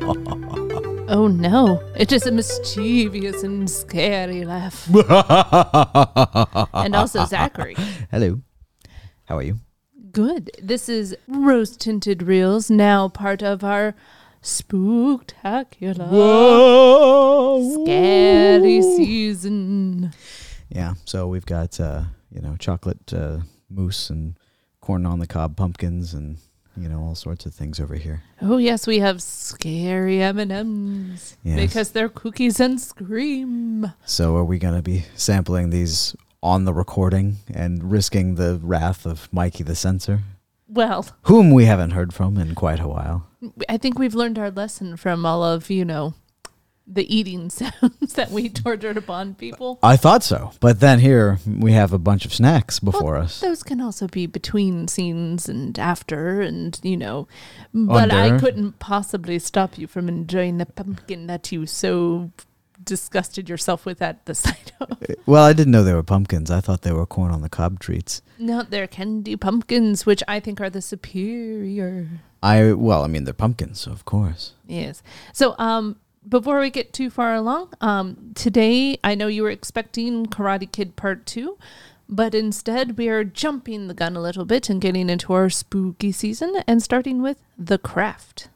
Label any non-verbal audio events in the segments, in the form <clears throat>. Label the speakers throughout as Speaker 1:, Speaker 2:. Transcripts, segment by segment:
Speaker 1: Oh no, it is a mischievous and scary laugh. And also Zachary.
Speaker 2: <laughs> Hello. How are you?
Speaker 1: Good. This is Rose Tinted Reels, now part of our spooktacular scary season.
Speaker 2: Yeah. So we've got uh, you know chocolate uh, mousse and corn on the cob pumpkins and you know all sorts of things over here.
Speaker 1: Oh yes, we have scary M&Ms
Speaker 2: Yes.
Speaker 1: because they're cookies and scream.
Speaker 2: So are we gonna be sampling these on the recording and risking the wrath of Mikey the censor,
Speaker 1: Well,
Speaker 2: whom we haven't heard from in quite a while?
Speaker 1: I think we've learned our lesson from all of, you know, the eating <laughs> sounds that we tortured upon people.
Speaker 2: I thought so, but then here we have a bunch of snacks before us.
Speaker 1: Those can also be between scenes and after, and you know. But I
Speaker 2: Under.
Speaker 1: couldn't possibly stop you from enjoying the pumpkin that you so disgusted yourself with at the <laughs> sight of.
Speaker 2: Well, I didn't know they were pumpkins. I thought they were corn on the cob treats.
Speaker 1: Now there are candy pumpkins, which I think are the superior.
Speaker 2: I well, I mean they're pumpkins, so of course.
Speaker 1: Yes. So, um, before we get too far along, um, today I know you were expecting Karate Kid Part Two, but instead we are jumping the gun a little bit and getting into our spooky season and starting with The Craft.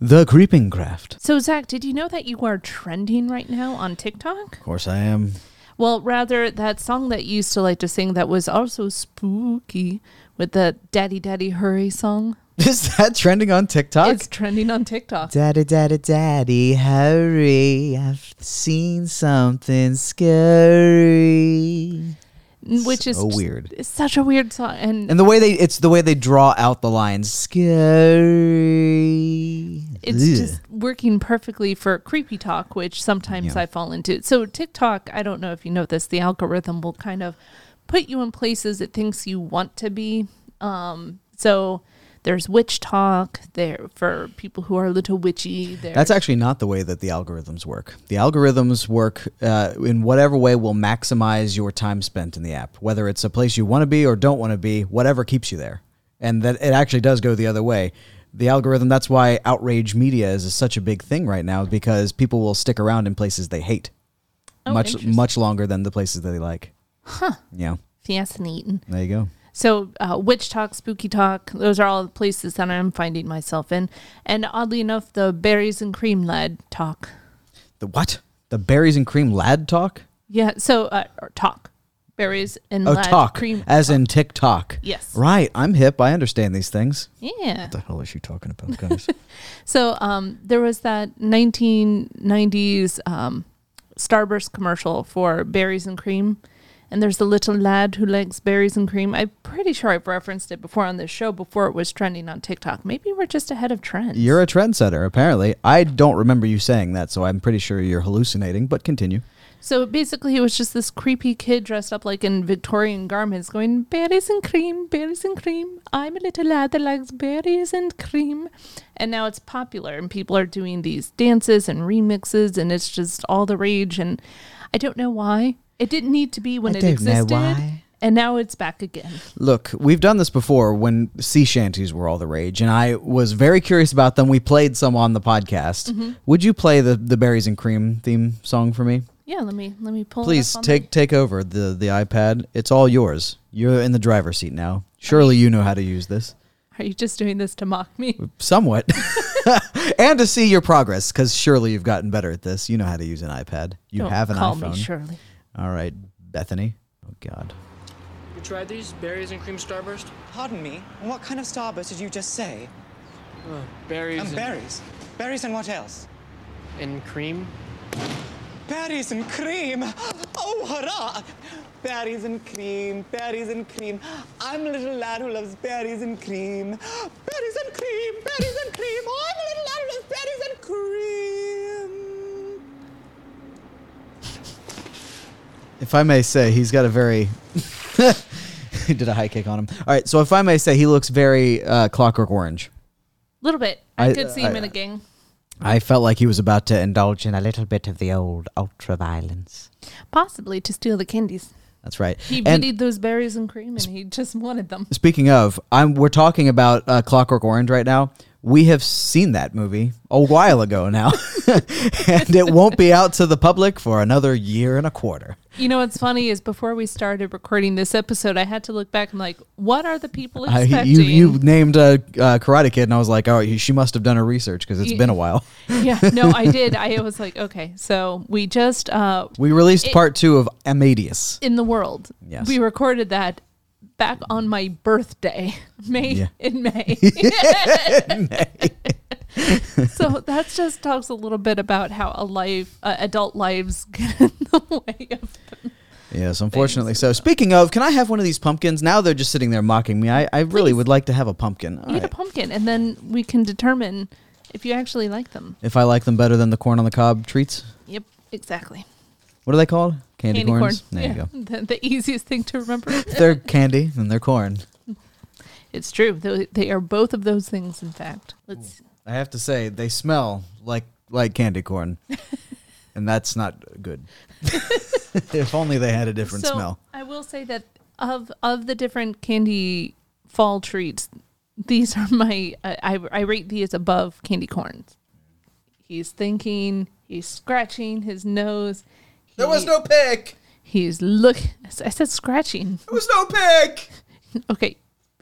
Speaker 2: The creeping craft.
Speaker 1: So, Zach, did you know that you are trending right now on TikTok?
Speaker 2: Of course I am.
Speaker 1: Well, rather, that song that you used to like to sing that was also spooky with the Daddy Daddy Hurry song.
Speaker 2: <laughs> Is that trending on TikTok?
Speaker 1: It's trending on TikTok.
Speaker 2: daddy, daddy, daddy, hurry! I've seen something scary.
Speaker 1: Which is
Speaker 2: So
Speaker 1: just-
Speaker 2: weird.
Speaker 1: It's such a weird song. And,
Speaker 2: And the way they—it's the way they draw out the lines. Scary.
Speaker 1: it's
Speaker 2: Ugh.
Speaker 1: just working perfectly for creepy talk, which sometimes
Speaker 2: Yeah.
Speaker 1: I fall into. So, TikTok, I don't know if you know this, the algorithm will kind of put you in places it thinks you want to be. Um, so, there's witch talk there for people who are a little witchy. There,
Speaker 2: That's actually not the way that the algorithms work. The algorithms work uh, in whatever way will maximize your time spent in the app, whether it's a place you want to be or don't want to be, whatever keeps you there. And that it actually does go the other way. The algorithm, that's why outrage media is such a big thing right now because people will stick around in places they hate
Speaker 1: Oh,
Speaker 2: much
Speaker 1: interesting.
Speaker 2: much longer than the places that they like. Huh. Yeah.
Speaker 1: fascinating.
Speaker 2: There you go.
Speaker 1: So, uh, witch talk, spooky talk, those are all the places that I'm finding myself in. And oddly enough, the berries and cream lad talk.
Speaker 2: The what? The berries and cream lad talk?
Speaker 1: Yeah, so uh, or talk. Berries and
Speaker 2: Oh,
Speaker 1: lad
Speaker 2: talk.
Speaker 1: cream. Oh.
Speaker 2: as in TikTok.
Speaker 1: Yes.
Speaker 2: Right. I'm hip. I understand these things.
Speaker 1: Yeah.
Speaker 2: the hell is she talking about, guys? <laughs>
Speaker 1: <laughs> So um, there was that 1990s um, Starburst commercial for berries and cream. And there's a little lad who likes berries and cream. I'm pretty sure I've referenced it before on this show before it was trending on TikTok. Maybe we're just ahead of trend.
Speaker 2: you're a trendsetter, apparently. I don't remember you saying that, so I'm pretty sure you're hallucinating, but continue.
Speaker 1: so basically, it was just this creepy kid dressed up like in Victorian garments going, berries and cream, berries and cream. I'm a little lad that likes berries and cream. And now it's popular, and people are doing these dances and remixes, and it's just all the rage. And I don't know why. It didn't need to be when
Speaker 2: I
Speaker 1: it
Speaker 2: don't know
Speaker 1: existed.
Speaker 2: why.
Speaker 1: And now it's back again.
Speaker 2: Look, we've done this before when sea shanties were all the rage, and I was very curious about them. We played some on the podcast.
Speaker 1: Mm-hmm.
Speaker 2: Would you play the, the berries and cream theme song for me?
Speaker 1: Yeah, let me let me pull. it up
Speaker 2: Please
Speaker 1: on
Speaker 2: take take over the, the iPad. It's all yours. You're in the driver's seat now. Surely you know how to use this.
Speaker 1: my- Are you just doing this to mock me?
Speaker 2: Somewhat. <laughs> and to see your progress, because surely you've gotten better at this. You know how to use an iPad. You
Speaker 1: Don't
Speaker 2: have an
Speaker 1: call
Speaker 2: iPhone.
Speaker 1: me Shirley.
Speaker 2: All right, Bethany. Oh God.
Speaker 3: You tried these berries and cream starburst?
Speaker 4: Pardon me, what kind of starburst did you just say?
Speaker 3: Uh, Berries
Speaker 4: And berries. Berries and what else?
Speaker 3: and cream?
Speaker 4: Berries and cream! Oh, hurrah! Berries and cream, berries and cream. I'm a little lad who loves berries and cream. Berries and cream, berries and cream. Oh, I'm a little lad who loves berries and cream.
Speaker 2: If I may say, he's got a very. <laughs> he did a high kick on him. All right, so if I may say, he looks very uh, Clockwork Orange.
Speaker 1: little bit. I,
Speaker 2: I-
Speaker 1: could see him
Speaker 2: I-
Speaker 1: in a gang.
Speaker 2: I felt like he was about to indulge in a little bit of the old ultra violence.
Speaker 1: Possibly to steal the candies.
Speaker 2: That's right.
Speaker 1: He
Speaker 2: And-
Speaker 1: needed those berries and cream, and he just wanted them.
Speaker 2: Speaking of, I'm we're talking about uh, Clockwork Orange right now. we have seen that movie a while ago now, <laughs> and it won't be out to the public for another year and a quarter.
Speaker 1: You know what's funny is before we started recording this episode, I had to look back and like, what are the people
Speaker 2: I,
Speaker 1: expecting?
Speaker 2: you you named a uh, Karate Kid, and I was like, oh, she must have done her research because it's
Speaker 1: You-
Speaker 2: been a while.
Speaker 1: <laughs> yeah, no,
Speaker 2: <laughs>
Speaker 1: I did. I was like, okay, so we just uh
Speaker 2: We released
Speaker 1: It-
Speaker 2: part two of Amadeus.
Speaker 1: in the world.
Speaker 2: Yes.
Speaker 1: We recorded that back on my birthday, <laughs> May
Speaker 2: Yeah.
Speaker 1: in
Speaker 2: <laughs>
Speaker 1: May. <laughs> so that just talks a little bit about how a life, uh, adult lives get in the way of.
Speaker 2: Yes, unfortunately. So, speaking of, can I have one of these pumpkins? Now they're just sitting there mocking me. I, I really
Speaker 1: Please.
Speaker 2: would like to have a pumpkin. All
Speaker 1: Eat a
Speaker 2: right.
Speaker 1: pumpkin, and then we can determine if you actually like them.
Speaker 2: if I like them better than the corn on the cob treats,
Speaker 1: Yep, exactly.
Speaker 2: what are they called? Candy, corns. There you go.
Speaker 1: you go. <laughs> The, the easiest thing to remember.
Speaker 2: <laughs> They're candy and they're corn.
Speaker 1: <laughs> it's true. They, they are both of those things. In fact, let's.
Speaker 2: I have to say, they smell like like candy corn, and that's not good. <laughs> if only they had a different
Speaker 1: so
Speaker 2: smell.
Speaker 1: I will say that of of the different candy fall treats, these are my I I, I rate these above candy corns. He's thinking. He's scratching his nose.
Speaker 2: There was
Speaker 1: he-
Speaker 2: no pick.
Speaker 1: He's look. I said scratching.
Speaker 2: There was no pick.
Speaker 1: Okay,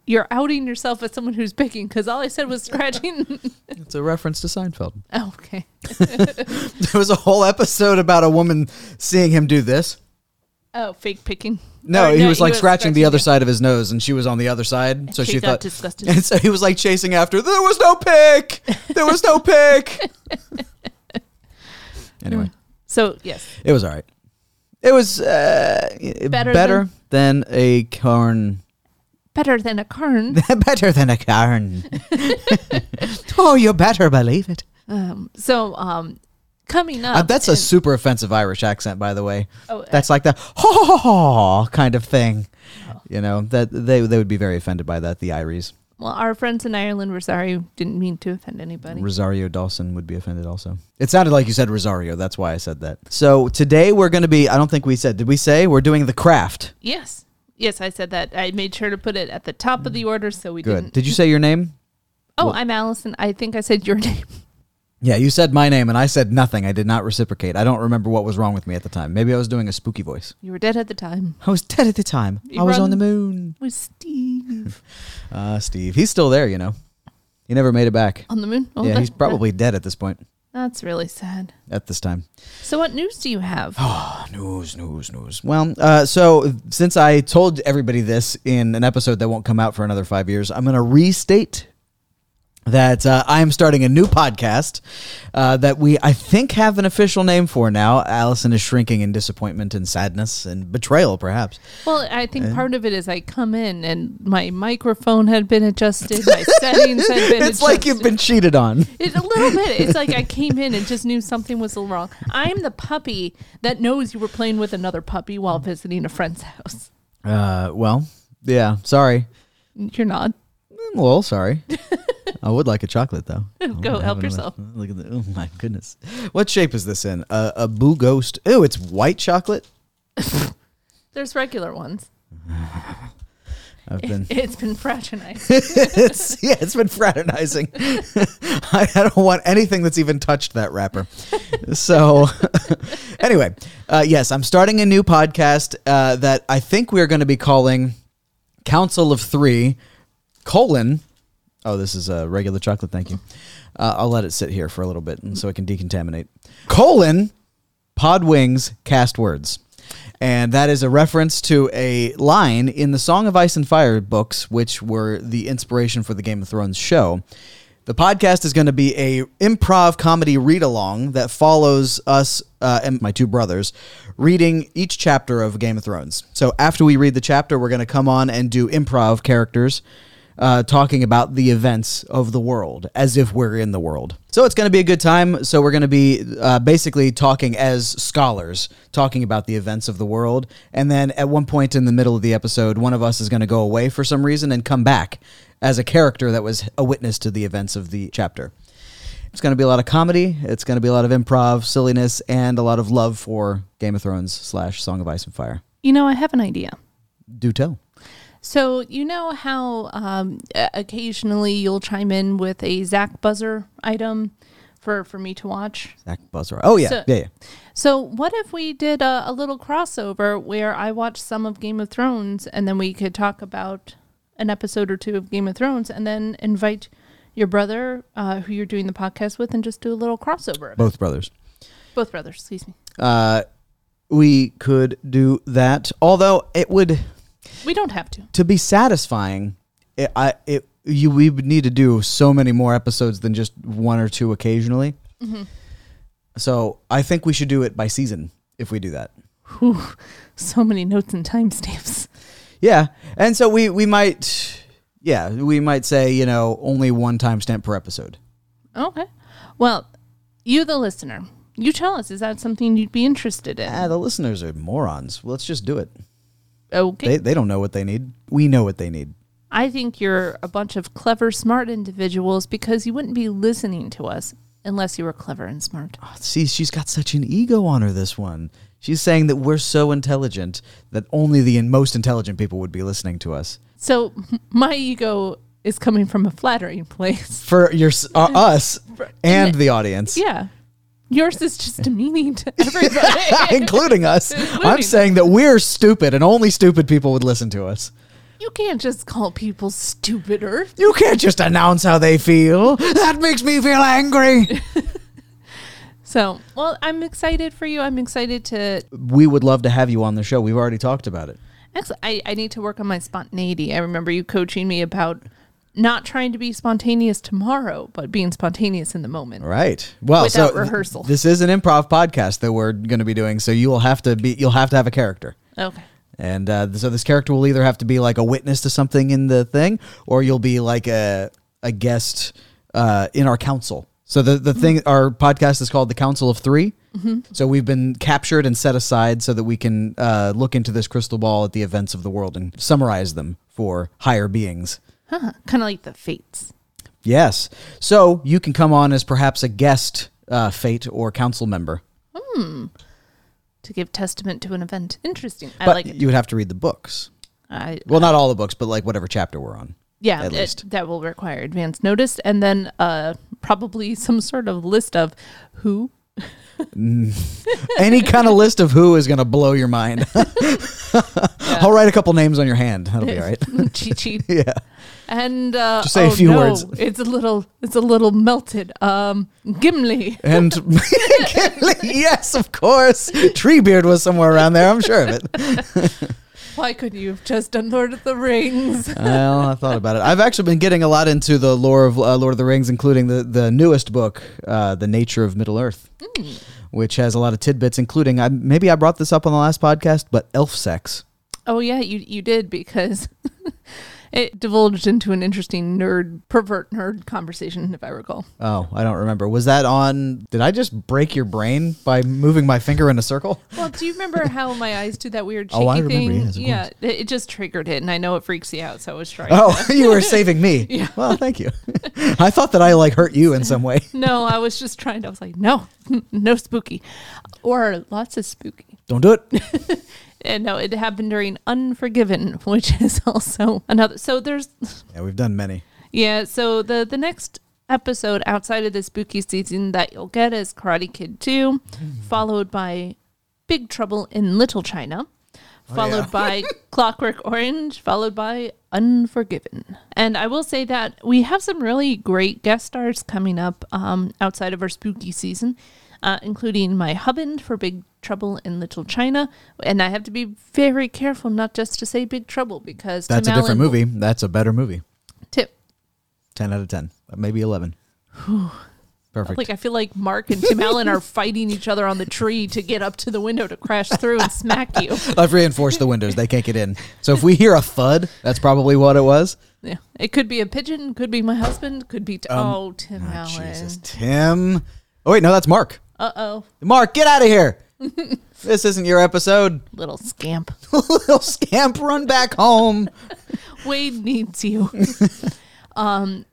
Speaker 1: you're outing yourself as someone who's picking because all I said was scratching. <laughs>
Speaker 2: It's a reference to Seinfeld. <laughs>
Speaker 1: oh, okay.
Speaker 2: There was a whole episode about a woman seeing him do this.
Speaker 1: Oh, fake picking.
Speaker 2: No,
Speaker 1: Or
Speaker 2: he was like scratching, the other
Speaker 1: yeah.
Speaker 2: side of his nose, and she was on the other side. so
Speaker 1: she
Speaker 2: she
Speaker 1: got
Speaker 2: thought <laughs>
Speaker 1: disgusted.
Speaker 2: And so he was like chasing after. There was no pick. There was no pick. anyway,
Speaker 1: <laughs> So yes,
Speaker 2: it was all right. It was uh, better,
Speaker 1: Better
Speaker 2: than, a corn.
Speaker 1: better than
Speaker 2: <laughs>
Speaker 1: a corn.
Speaker 2: better than a
Speaker 1: <laughs>
Speaker 2: corn. oh, you better believe it.
Speaker 1: Um, so um, coming up,
Speaker 2: Uh, that's a
Speaker 1: and-
Speaker 2: super offensive Irish accent, by the way.
Speaker 1: Oh,
Speaker 2: that's like the ho ho ho ho kind of thing.
Speaker 1: Oh.
Speaker 2: You know that they they would be very offended by that. The Iries.
Speaker 1: well, our friends in Ireland were sorry. Didn't mean to offend anybody.
Speaker 2: Rosario Dawson would be offended also. It sounded like you said Rosario. That's why I said that. So today we're going to be, I don't think we said, did we say we're doing the craft?
Speaker 1: yes, yes, I said that. I made sure to put it at the top of the order so we
Speaker 2: Mm. Good.
Speaker 1: didn't.
Speaker 2: Did you say your name?
Speaker 1: oh,
Speaker 2: well-
Speaker 1: I'm Allison. I think I said your <laughs> name.
Speaker 2: Yeah, you said my name and I said nothing. I did not reciprocate. I don't remember what was wrong with me at the time. Maybe I was doing a spooky voice.
Speaker 1: You were dead at the time.
Speaker 2: I was dead at the time.
Speaker 1: You
Speaker 2: I was
Speaker 1: run-
Speaker 2: on the moon.
Speaker 1: With Steve
Speaker 2: Uh, Steve, he's still there, you know. He never made it back.
Speaker 1: on the moon. Oh,
Speaker 2: yeah,
Speaker 1: that-
Speaker 2: he's probably dead at this point.
Speaker 1: That's really sad.
Speaker 2: At this time.
Speaker 1: So, what news do you
Speaker 2: <sighs>
Speaker 1: have? <sighs>
Speaker 2: News, news, news. Well, uh, so since I told everybody this in an episode that won't come out for another five years, I'm going to restate that uh, I am starting a new podcast uh, that we, I think, have an official name for now. Allison is shrinking in disappointment and sadness and betrayal, perhaps.
Speaker 1: Well, I think part of it is I come in and my microphone had been adjusted,
Speaker 2: <laughs>
Speaker 1: my settings had been
Speaker 2: It's like you've
Speaker 1: adjusted.
Speaker 2: been cheated on.
Speaker 1: It's a little bit. It's like I came in and just knew something was a little wrong. I'm the puppy that knows you were playing with another puppy while
Speaker 2: Mm.
Speaker 1: visiting a friend's house.
Speaker 2: Uh, well, yeah, sorry.
Speaker 1: You're not.
Speaker 2: I'm a little
Speaker 1: <laughs>
Speaker 2: sorry. I would like a chocolate though.
Speaker 1: Go
Speaker 2: Oh, look
Speaker 1: help
Speaker 2: at
Speaker 1: yourself.
Speaker 2: that. Look at the, oh my goodness. What shape is this in? A a boo ghost. Ooh, it's white chocolate.
Speaker 1: There's regular ones.
Speaker 2: I've been.
Speaker 1: <laughs> It's been
Speaker 2: <laughs>
Speaker 1: fraternized.
Speaker 2: it's yeah, it's been fraternizing. <laughs> I, I don't want anything that's even touched that wrapper. So, <laughs> anyway, uh, yes, I'm starting a new podcast uh, that I think we're going to be calling Council of Three colon. Oh, this is a regular chocolate. Thank you. Uh, I'll let it sit here for a little bit, and so it can decontaminate. Colon Pod Wings Cast Words. And that is a reference to a line in the Song of Ice and Fire books, which were the inspiration for the Game of Thrones show. The podcast is going to be a improv comedy read along that follows us uh, and my two brothers reading each chapter of Game of Thrones. So after we read the chapter, we're going to come on and do improv characters uh, talking about the events of the world as if we're in the world. So it's going to be a good time. So we're going to be uh, basically talking as scholars, talking about the events of the world. And then at one point in the middle of the episode, one of us is going to go away for some reason and come back as a character that was a witness to the events of the chapter. It's going to be a lot of comedy. It's going to be a lot of improv, silliness, and a lot of love for Game of Thrones slash Song of Ice and Fire.
Speaker 1: you know, I have an idea.
Speaker 2: Do tell.
Speaker 1: So you know how um, o- occasionally you'll chime in with a Zach buzzer item for for me to watch.
Speaker 2: Zach Buzzer. Oh yeah,
Speaker 1: So-
Speaker 2: yeah, yeah.
Speaker 1: So what if we did a, a little crossover where I watched some of Game of Thrones and then we could talk about an episode or two of Game of Thrones and then invite your brother uh, who you're doing the podcast with and just do a little crossover. Both,
Speaker 2: Both brothers.
Speaker 1: Both brothers, excuse me.
Speaker 2: Uh, we could do that. Although it would
Speaker 1: We don't have to.
Speaker 2: to be satisfying, it, I it you we would need to do so many more episodes than just one or two occasionally.
Speaker 1: Mm-hmm.
Speaker 2: So I think we should do it by season if we do that.
Speaker 1: Whew, <laughs> so many notes and timestamps. <laughs>
Speaker 2: Yeah, and so we we might yeah we might say you know only one timestamp per episode.
Speaker 1: Okay. Well, you, the listener, you tell us, is that something you'd be interested in?
Speaker 2: Ah, the listeners are morons. Let's just do it.
Speaker 1: okay.
Speaker 2: They they don't know what they need. We know what they need.
Speaker 1: I think you're a bunch of clever, smart individuals because you wouldn't be listening to us unless you were clever and smart.
Speaker 2: See, she's got such an ego on her. This one, she's saying that we're so intelligent that only the most intelligent people would be listening to us.
Speaker 1: So <laughs> my ego is coming from a flattering place.
Speaker 2: for your s-
Speaker 1: <laughs>
Speaker 2: uh, us and the audience,
Speaker 1: Yeah. Yours is just demeaning to everybody.
Speaker 2: <laughs> including us. I'm
Speaker 1: <laughs> Including-
Speaker 2: saying that we're stupid and only stupid people would listen to us.
Speaker 1: you can't just call people stupider.
Speaker 2: You can't just announce how they feel. That makes me feel angry.
Speaker 1: <laughs> So, well, I'm excited for you. I'm excited to.
Speaker 2: we would love to have you on the show. We've already talked about it.
Speaker 1: Actually, I, I need to work on my spontaneity. I remember you coaching me about not trying to be spontaneous tomorrow, but being spontaneous in the moment.
Speaker 2: Right. Well,
Speaker 1: Without
Speaker 2: so
Speaker 1: rehearsal.
Speaker 2: This is an improv podcast that we're going to be doing, so you'll have to be you'll have to have a character.
Speaker 1: Okay.
Speaker 2: And uh, so this character will either have to be like a witness to something in the thing, or you'll be like a a guest uh, in our council. So the the thing our podcast is called the Council of 3
Speaker 1: Mm-hmm.
Speaker 2: So we've been captured and set aside so that we can uh, look into this crystal ball at the events of the world and summarize them for higher beings.
Speaker 1: Huh. Kind of like the fates.
Speaker 2: Yes. So you can come on as perhaps a guest, uh, fate or council member,
Speaker 1: Hmm. to give testament to an event. Interesting. I
Speaker 2: but
Speaker 1: like it.
Speaker 2: you would have to read the books.
Speaker 1: I,
Speaker 2: Well, not all the books, but like whatever chapter we're on.
Speaker 1: yeah,
Speaker 2: at
Speaker 1: it-
Speaker 2: least.
Speaker 1: that will require advance notice and then uh, probably <laughs> some sort of list of who.
Speaker 2: <laughs> any kind of list of who is going to blow your mind. <laughs> I'll write a couple names on your hand. That'll be all right.
Speaker 1: Chi
Speaker 2: <laughs>
Speaker 1: Chi. yeah. And uh,
Speaker 2: Just say a
Speaker 1: oh,
Speaker 2: few
Speaker 1: no,
Speaker 2: words.
Speaker 1: It's a little, it's a little melted. Um, Gimli.
Speaker 2: And <laughs> yes, of course. Treebeard was somewhere around there. I'm sure of it.
Speaker 1: Why couldn't you have just done Lord of the Rings?
Speaker 2: Well, I thought about it. I've actually been getting a lot into the lore of uh, Lord of the Rings, including the, the newest book, uh, The Nature of Middle Earth, which has a lot of tidbits, including I, maybe I brought this up on the last podcast, but elf sex.
Speaker 1: oh yeah, you you did because. <laughs> It divulged into an interesting nerd, pervert nerd conversation, if I recall.
Speaker 2: Oh, I don't remember. Was that on? Did I just break your brain by moving my finger in a circle?
Speaker 1: Well, do you remember how my eyes do that weird shaky
Speaker 2: <laughs> Oh, I remember.
Speaker 1: thing?
Speaker 2: Yes, of
Speaker 1: yeah, it, it just triggered it, and I know it freaks you out, so I was trying.
Speaker 2: <laughs> Oh, you were saving me. Well, thank you. <laughs> I thought that I like hurt you in some way.
Speaker 1: No, I was just trying to. I was like, no, <laughs> no spooky, or lots of spooky.
Speaker 2: <laughs> Don't do it.
Speaker 1: And no, it happened during Unforgiven, <laughs> which is also another. So there's,
Speaker 2: Yeah, we've done many.
Speaker 1: yeah. So the the next episode outside of the spooky season that you'll get is Karate Kid Two,
Speaker 2: Mm-hmm.
Speaker 1: followed by Big Trouble in Little China.
Speaker 2: Oh, <laughs>
Speaker 1: Followed by Clockwork Orange, followed by Unforgiven. And I will say that we have some really great guest stars coming up um, outside of our spooky season, uh, including my hubbin for Big Trouble in Little China. And I have to be very careful not just to say Big Trouble because
Speaker 2: That's
Speaker 1: Tim
Speaker 2: a different
Speaker 1: Allen-
Speaker 2: movie. That's a better movie.
Speaker 1: Tim,
Speaker 2: 10 out of 10, maybe 11. Perfect.
Speaker 1: Like I feel like Mark and Tim Allen
Speaker 2: <laughs>
Speaker 1: are fighting each other on the tree to get up to the window to crash through and smack you.
Speaker 2: I've reinforced the windows. They can't get in. So if we hear a thud, that's probably what it was.
Speaker 1: Yeah, it could be a pigeon, could be my husband, could be t- oh Tim
Speaker 2: Ah,
Speaker 1: Allen.
Speaker 2: Jesus, Tim. Oh, wait, no, that's Mark.
Speaker 1: Uh oh,
Speaker 2: Mark, get out of here. <laughs> this isn't your episode.
Speaker 1: little scamp.
Speaker 2: <laughs> Little scamp, run back home.
Speaker 1: Wade
Speaker 2: <laughs>
Speaker 1: needs you. um,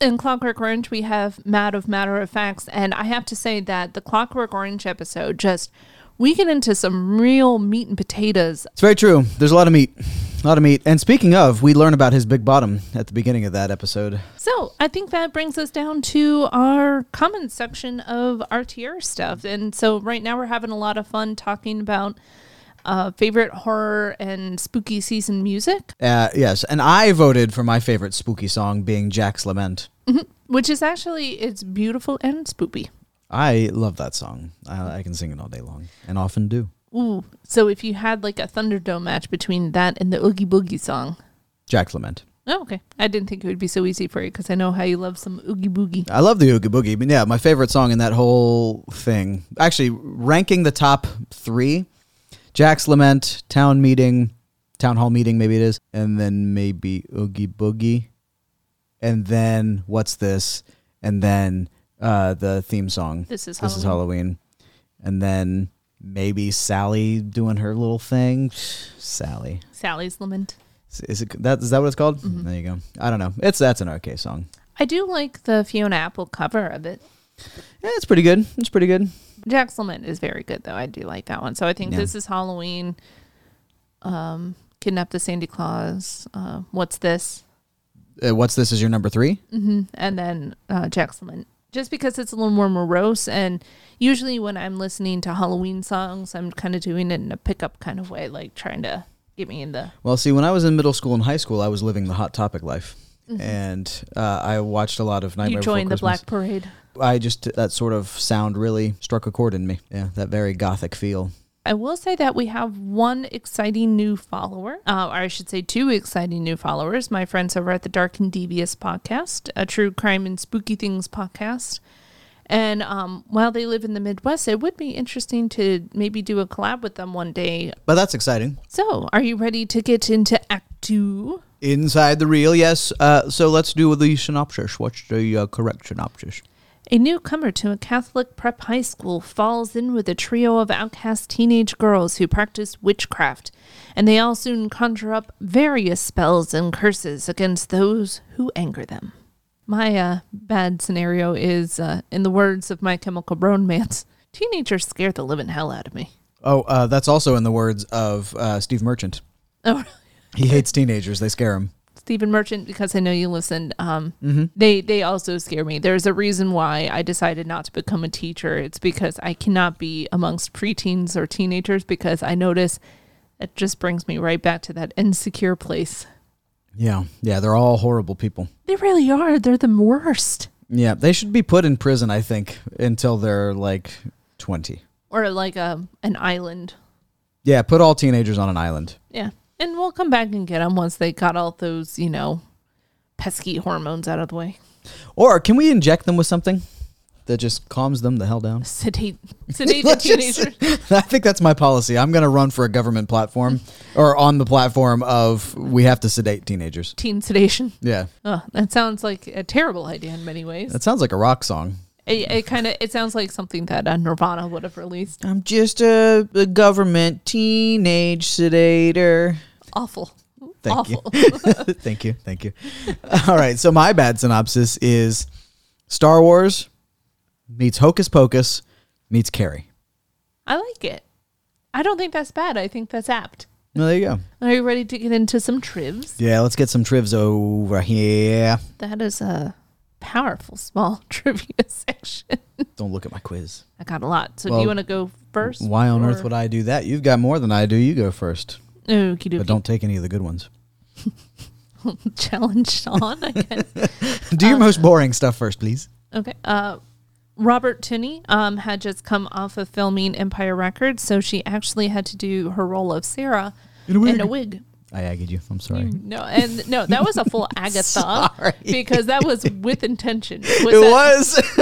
Speaker 1: in Clockwork Orange, we have Matt of Matter of Facts, and I have to say that the Clockwork Orange episode just we get into some real meat and potatoes.
Speaker 2: It's very true. There's a lot of meat. A lot of meat. And speaking of, we learn about his big bottom at the beginning of that episode.
Speaker 1: So I think that brings us down to our comment section of RTR stuff. And so right now we're having a lot of fun talking about uh, favorite horror and spooky season music, <laughs>
Speaker 2: Uh, yes, and I voted for my favorite spooky song being Jack's Lament.
Speaker 1: which is actually it's beautiful and spooky.
Speaker 2: I love that song. I, I can sing it all day long and often do.
Speaker 1: Ooh. So if you had like a Thunderdome match between that and the Oogie Boogie song.
Speaker 2: Jack's Lament.
Speaker 1: Oh, okay. I didn't think it would be so easy for you because I know how you love some Oogie Boogie.
Speaker 2: I love the Oogie Boogie, but yeah, my favorite song in that whole thing. Actually, ranking the top three Jack's Lament, Town Meeting, Town Hall Meeting, maybe it is, and then maybe Oogie Boogie, and then What's This, and then uh, the theme song.
Speaker 1: This is
Speaker 2: This is Halloween. And then maybe Sally doing her little thing. Sally.
Speaker 1: Sally's Lament.
Speaker 2: Is- Is it that is that what it's called? There you go. I don't know. It's that's an okay song.
Speaker 1: I do like the Fiona Apple cover of it.
Speaker 2: Yeah, it's pretty good. It's pretty good.
Speaker 1: Jack's Lament is very good though. I do like that one. So I think
Speaker 2: Yeah.
Speaker 1: this is Halloween. Um, Kidnap the Sandy Claus. Uh, what's this? Mm-hmm.
Speaker 2: Uh, what's this? Is your number three?
Speaker 1: and then uh, Jack's Lament. Just because it's a little more morose, and usually when I'm listening to Halloween songs, I'm kind of doing it in a pickup kind of way, like trying to get me in the.
Speaker 2: Well, see, when I was in middle school and high school, I was living the hot topic life, and uh, I watched a lot of Nightmare.
Speaker 1: Mm-hmm. you
Speaker 2: Before
Speaker 1: join the
Speaker 2: Christmas.
Speaker 1: Black Parade.
Speaker 2: I just that sort of sound really struck a chord in me. Yeah, that very gothic feel.
Speaker 1: I will say that we have one exciting new follower, uh, or I should say two exciting new followers. My friends over at the Dark and Devious podcast, a true crime and spooky things podcast. And um, while they live in the Midwest, it would be interesting to maybe do a collab with them one day.
Speaker 2: But that's exciting.
Speaker 1: So, are you ready to get into Act Two?
Speaker 2: Inside the reel, yes. Uh, so let's do the synopsis. What's the uh, correct synopsis?
Speaker 1: A newcomer to a Catholic prep high school falls in with a trio of outcast teenage girls who practice witchcraft, and they all soon conjure up various spells and curses against those who anger them. My uh, bad scenario is, uh, in the words of my chemical romance, teenagers scare the living hell out of me.
Speaker 2: Oh, uh, that's also in the words of uh, Steve Merchant.
Speaker 1: Oh,
Speaker 2: He hates teenagers. They scare him.
Speaker 1: Stephen Merchant, because I know you listened. Um,
Speaker 2: Mm-hmm.
Speaker 1: They they also scare me. There's a reason why I decided not to become a teacher. It's because I cannot be amongst preteens or teenagers because I notice it just brings me right back to that insecure place.
Speaker 2: Yeah, yeah. They're all horrible people.
Speaker 1: They really are. They're the worst.
Speaker 2: Yeah, they should be put in prison. I think until they're like twenty.
Speaker 1: Or like a an island.
Speaker 2: Yeah, put all teenagers on an island.
Speaker 1: Yeah, and we'll come back and get them once they got all those you know pesky hormones out of the way.
Speaker 2: Or can we inject them with something that just calms them the hell down? <laughs>
Speaker 1: Sedate sedate the
Speaker 2: Let's just-
Speaker 1: teenager.
Speaker 2: I think that's my policy. I'm going to run for a government platform or on the platform of we have to sedate teenagers.
Speaker 1: Teen sedation.
Speaker 2: Yeah.
Speaker 1: Oh, that sounds like a terrible idea in many ways.
Speaker 2: That sounds like a rock song.
Speaker 1: It, it kind of it sounds like something that uh, Nirvana would have released.
Speaker 2: I'm just a, a government teenage sedator.
Speaker 1: Awful.
Speaker 2: Thank
Speaker 1: Awful.
Speaker 2: you. <laughs> thank you. Thank you. All right. So my bad synopsis is Star Wars meets Hocus Pocus meets Carrie.
Speaker 1: I like it. I don't think that's bad. I think that's apt.
Speaker 2: Well, there you go.
Speaker 1: Are you ready to get into some trivs?
Speaker 2: Yeah, let's get some trivs over here.
Speaker 1: That is a powerful small <laughs> trivia section.
Speaker 2: Don't look at my quiz.
Speaker 1: I got a lot. So do
Speaker 2: Well,
Speaker 1: you want to go first?
Speaker 2: Why on earth would I do that? You've got more than I do. You go first,
Speaker 1: Okie
Speaker 2: but
Speaker 1: dokie.
Speaker 2: don't take any of the good
Speaker 1: <laughs>
Speaker 2: ones.
Speaker 1: Challenge Sean. I guess.
Speaker 2: <laughs>
Speaker 1: Um,
Speaker 2: Do
Speaker 1: Uh,
Speaker 2: your most boring stuff first, please.
Speaker 1: Okay. Uh, Robert Tooney um, had just come off of filming Empire Records, so she actually had to do her role of Sarah in a wig. Mm,
Speaker 2: I aggied you. I'm sorry. <laughs>
Speaker 1: No, and no, that was a full Agatha
Speaker 2: Sorry.
Speaker 1: because that was with
Speaker 2: <laughs>
Speaker 1: intention.
Speaker 2: It
Speaker 1: that-
Speaker 2: was, <laughs>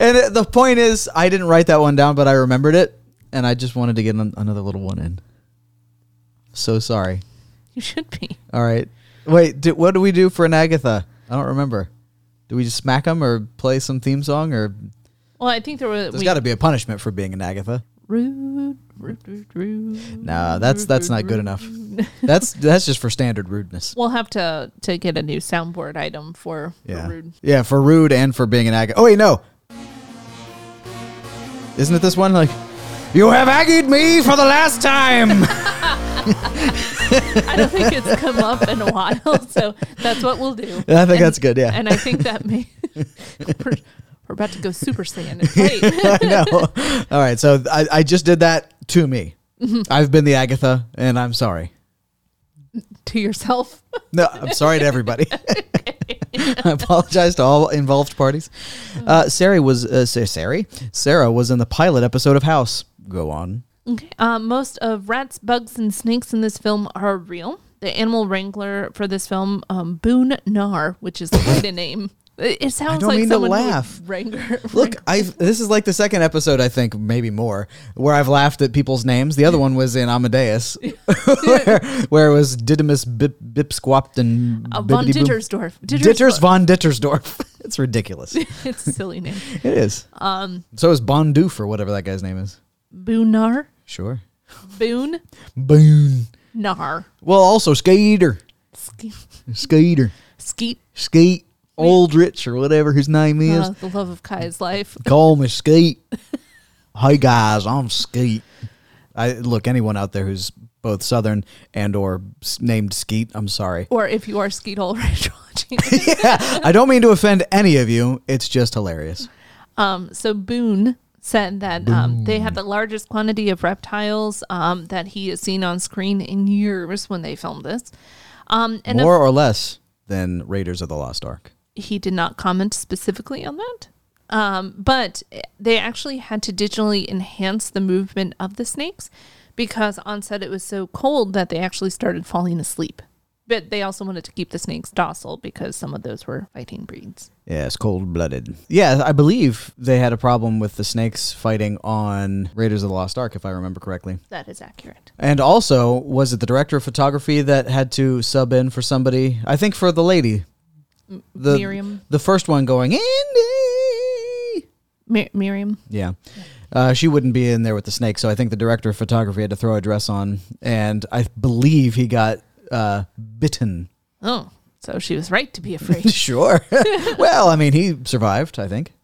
Speaker 2: and it- the point is, I didn't write that one down, but I remembered it, and I just wanted to get an- another little one in. So sorry.
Speaker 1: <laughs> You should be.
Speaker 2: All right. Wait. Do, what do we do for an Agatha? I don't remember. Do we just smack them or play some theme song or?
Speaker 1: Well, I think there was.
Speaker 2: There's got to be a punishment for being an Agatha.
Speaker 1: rude, rude, rude, rude.
Speaker 2: Nah, that's that's not good
Speaker 1: <laughs>
Speaker 2: enough. That's that's just for standard rudeness.
Speaker 1: We'll have to to get a new soundboard item for, for
Speaker 2: Yeah,
Speaker 1: rude.
Speaker 2: yeah, for rude and for being an Agatha. Oh wait, no. Isn't it this one? Like, You have aggied me for the last time.
Speaker 1: <laughs> I don't think it's come up in a while, so that's what we'll do.
Speaker 2: <laughs> I think that's good, yeah.
Speaker 1: and I think that may <laughs> we're, we're about to go
Speaker 2: <laughs>
Speaker 1: Super Saiyan. Wait,
Speaker 2: no. All right. So I, I just did that to me. I've been the Agatha, and I'm sorry.
Speaker 1: <laughs> to yourself.
Speaker 2: No, I'm sorry to
Speaker 1: <laughs>
Speaker 2: everybody. I apologize to all involved parties. Uh, Sarah was uh, Sa- Sarah. Sarah was in the pilot episode of House. Go on.
Speaker 1: Okay. Uh, most of rats, bugs, and snakes in this film are real. The animal wrangler for this film, um, Boone Nar, which
Speaker 2: <laughs>
Speaker 1: is quite a name. It it sounds
Speaker 2: don't
Speaker 1: like
Speaker 2: mean to
Speaker 1: someone who would
Speaker 2: laugh.
Speaker 1: Wrangler. <laughs>
Speaker 2: Look, I've this is like the second episode, I think, maybe more, where I've laughed at people's names. The other one was in Amadeus, <laughs> where, where it was Didymus Bip, Bipsquapton.
Speaker 1: Uh, von
Speaker 2: Bibbidi Boom-
Speaker 1: Dittersdorf.
Speaker 2: Ditters von Dittersdorf. <laughs> it's
Speaker 1: <laughs>
Speaker 2: ridiculous. It
Speaker 1: it's a
Speaker 2: <laughs>
Speaker 1: silly name.
Speaker 2: is. Um. So is Bondoof or whatever that guy's name is.
Speaker 1: Boonar.
Speaker 2: Sure.
Speaker 1: Boone
Speaker 2: Boone.
Speaker 1: Nar.
Speaker 2: Well, also Skater,
Speaker 1: Ske-
Speaker 2: Skater,
Speaker 1: Skeet.
Speaker 2: Skeet Aldrich or whatever his name is.
Speaker 1: Uh, the love
Speaker 2: <laughs>
Speaker 1: of Kai's life.
Speaker 2: Call me Skeet. hey guys, I'm Skeet. I look anyone out there who's both Southern and or s- named Skeet. I'm sorry.
Speaker 1: Or if you are Skeet Ulrich <laughs>
Speaker 2: <laughs>
Speaker 1: watching.
Speaker 2: I don't mean to offend any of you. It's just hilarious.
Speaker 1: Um, so Boone said that um, they had the largest quantity of reptiles um, that he has seen on screen in years when they filmed this. Um, and
Speaker 2: More or less than Raiders of the Lost Ark.
Speaker 1: he did not comment specifically on that. Um, but they actually had to digitally enhance the movement of the snakes because on set it was so cold that they actually started falling asleep. But they also wanted to keep the snakes docile because some of those were fighting breeds.
Speaker 2: Yeah, it's cold blooded. Yeah, I believe they had a problem with the snakes fighting on Raiders of the Lost Ark, if I remember correctly.
Speaker 1: That is accurate.
Speaker 2: And also, was it the director of photography that had to sub in for somebody? I think for the lady, the
Speaker 1: Miriam.
Speaker 2: the first one going Andy.
Speaker 1: Mir- Miriam.
Speaker 2: Yeah, uh, she wouldn't be in there with the snake, so I think the director of photography had to throw a dress on, and I believe he got uh, bitten.
Speaker 1: Oh, so she was right to be <laughs> afraid.
Speaker 2: <laughs> Sure. well, I mean, he survived. I think.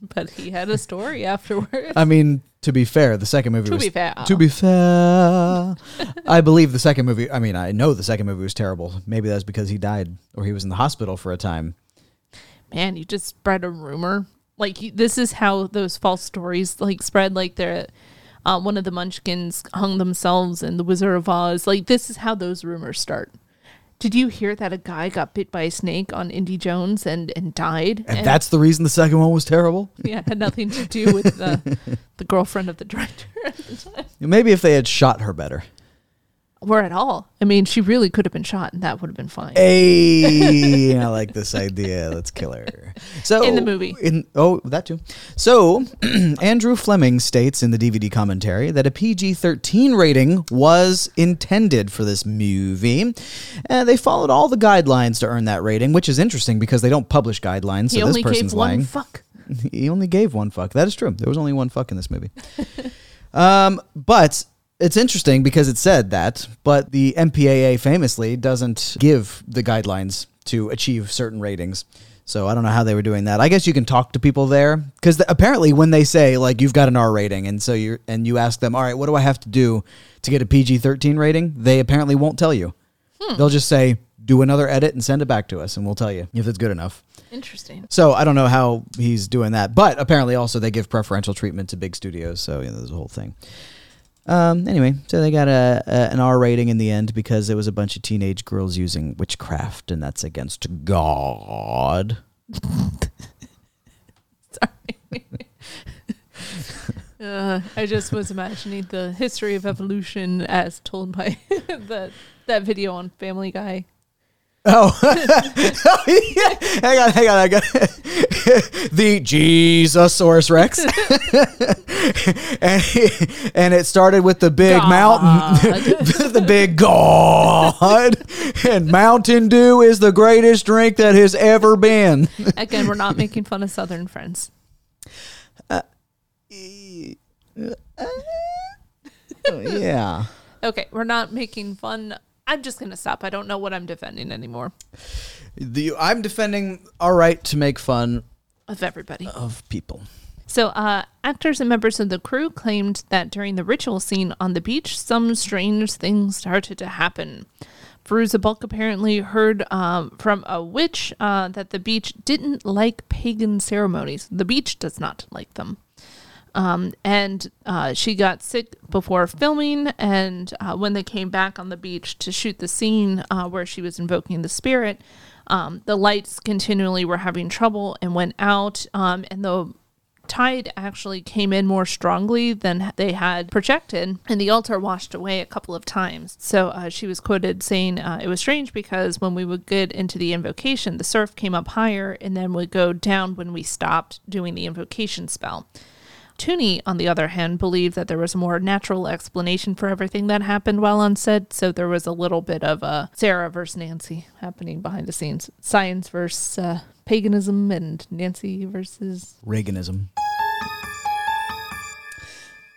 Speaker 1: but he had
Speaker 2: <laughs>
Speaker 1: a story afterwards.
Speaker 2: I mean, to be fair, the second movie
Speaker 1: To
Speaker 2: was
Speaker 1: be fair. uh-uh.
Speaker 2: To be fair, I believe the second movie. I mean, I know the second movie was terrible. Maybe that's because he died or he was in the hospital for a time.
Speaker 1: Man, you just spread a rumor. Like you, this is how those false stories like spread. Like they're uh, one of the Munchkins hung themselves in the Wizard of Oz. Like this is how those rumors start. Did you hear that a guy got bit by a snake on Indy Jones and and died?
Speaker 2: And that's the reason the second one was terrible.
Speaker 1: <laughs> yeah, had nothing to do with the
Speaker 2: <laughs>
Speaker 1: the girlfriend of the director at the time,
Speaker 2: Maybe if they had shot her better.
Speaker 1: or at all. I mean, she really could have been shot, and that would have been fine.
Speaker 2: Hey, I like this idea. Let's kill her. So
Speaker 1: In the movie.
Speaker 2: in oh that too. So <clears throat> Andrew Fleming states in the DVD commentary that a PG-13 rating was intended for this movie, and they followed all the guidelines to earn that rating, which is interesting because they don't publish guidelines. So
Speaker 1: he
Speaker 2: this
Speaker 1: only
Speaker 2: person's
Speaker 1: gave one
Speaker 2: lying.
Speaker 1: fuck.
Speaker 2: <laughs> he only gave one fuck. That is true. There was only one fuck in this movie. <laughs> um, but it's interesting because it said that, but the MPAA famously doesn't give the guidelines to achieve certain ratings. So I don't know how they were doing that. I guess you can talk to people there because apparently when they say like you've got an R rating and so you are and you ask them, all right, what do I have to do to get a PG-13 rating? They apparently won't tell you. They'll just say do another edit and send it back to us, and we'll tell you if it's good enough.
Speaker 1: Interesting.
Speaker 2: So I don't know how he's doing that, but apparently also they give preferential treatment to big studios, so you know, there's a whole thing. Um, anyway, so they got a, a an R rating in the end because there was a bunch of teenage girls using witchcraft, and that's against God.
Speaker 1: Uh, I just was imagining the history of evolution as told by <laughs> the that video on Family Guy.
Speaker 2: Oh, <laughs> hang on, hang on, I got <laughs> the Jesusaurus Rex, <laughs> and and it started with the big mountain, <laughs> the big God, and Mountain Dew is the greatest drink that has ever been.
Speaker 1: Again, we're not making fun of Southern friends.
Speaker 2: yeah,
Speaker 1: Okay, we're not making fun. I'm just gonna stop. I don't know what I'm defending anymore
Speaker 2: the, I'm defending our right to make fun Oh,
Speaker 1: of everybody.
Speaker 2: of people.
Speaker 1: So, uh, actors and members of the crew claimed that during the ritual scene on the beach, some strange things started to happen. Veruza Bulk apparently heard um, from a witch uh, that the beach didn't like pagan ceremonies. The beach does not like them. Um, and uh, she got sick before filming. And uh, when they came back on the beach to shoot the scene uh, where she was invoking the spirit, um, the lights continually were having trouble and went out. Um, and the tide actually came in more strongly than they had projected, and the altar washed away a couple of times. So uh, she was quoted saying, uh, It was strange because when we would get into the invocation, the surf came up higher and then would go down when we stopped doing the invocation spell. Tooney, on the other hand, believed that there was a more natural explanation for everything that happened while on set, so there was a little bit of a Sarah versus Nancy happening behind the scenes. Science versus uh, paganism, and Nancy versus
Speaker 2: Reaganism.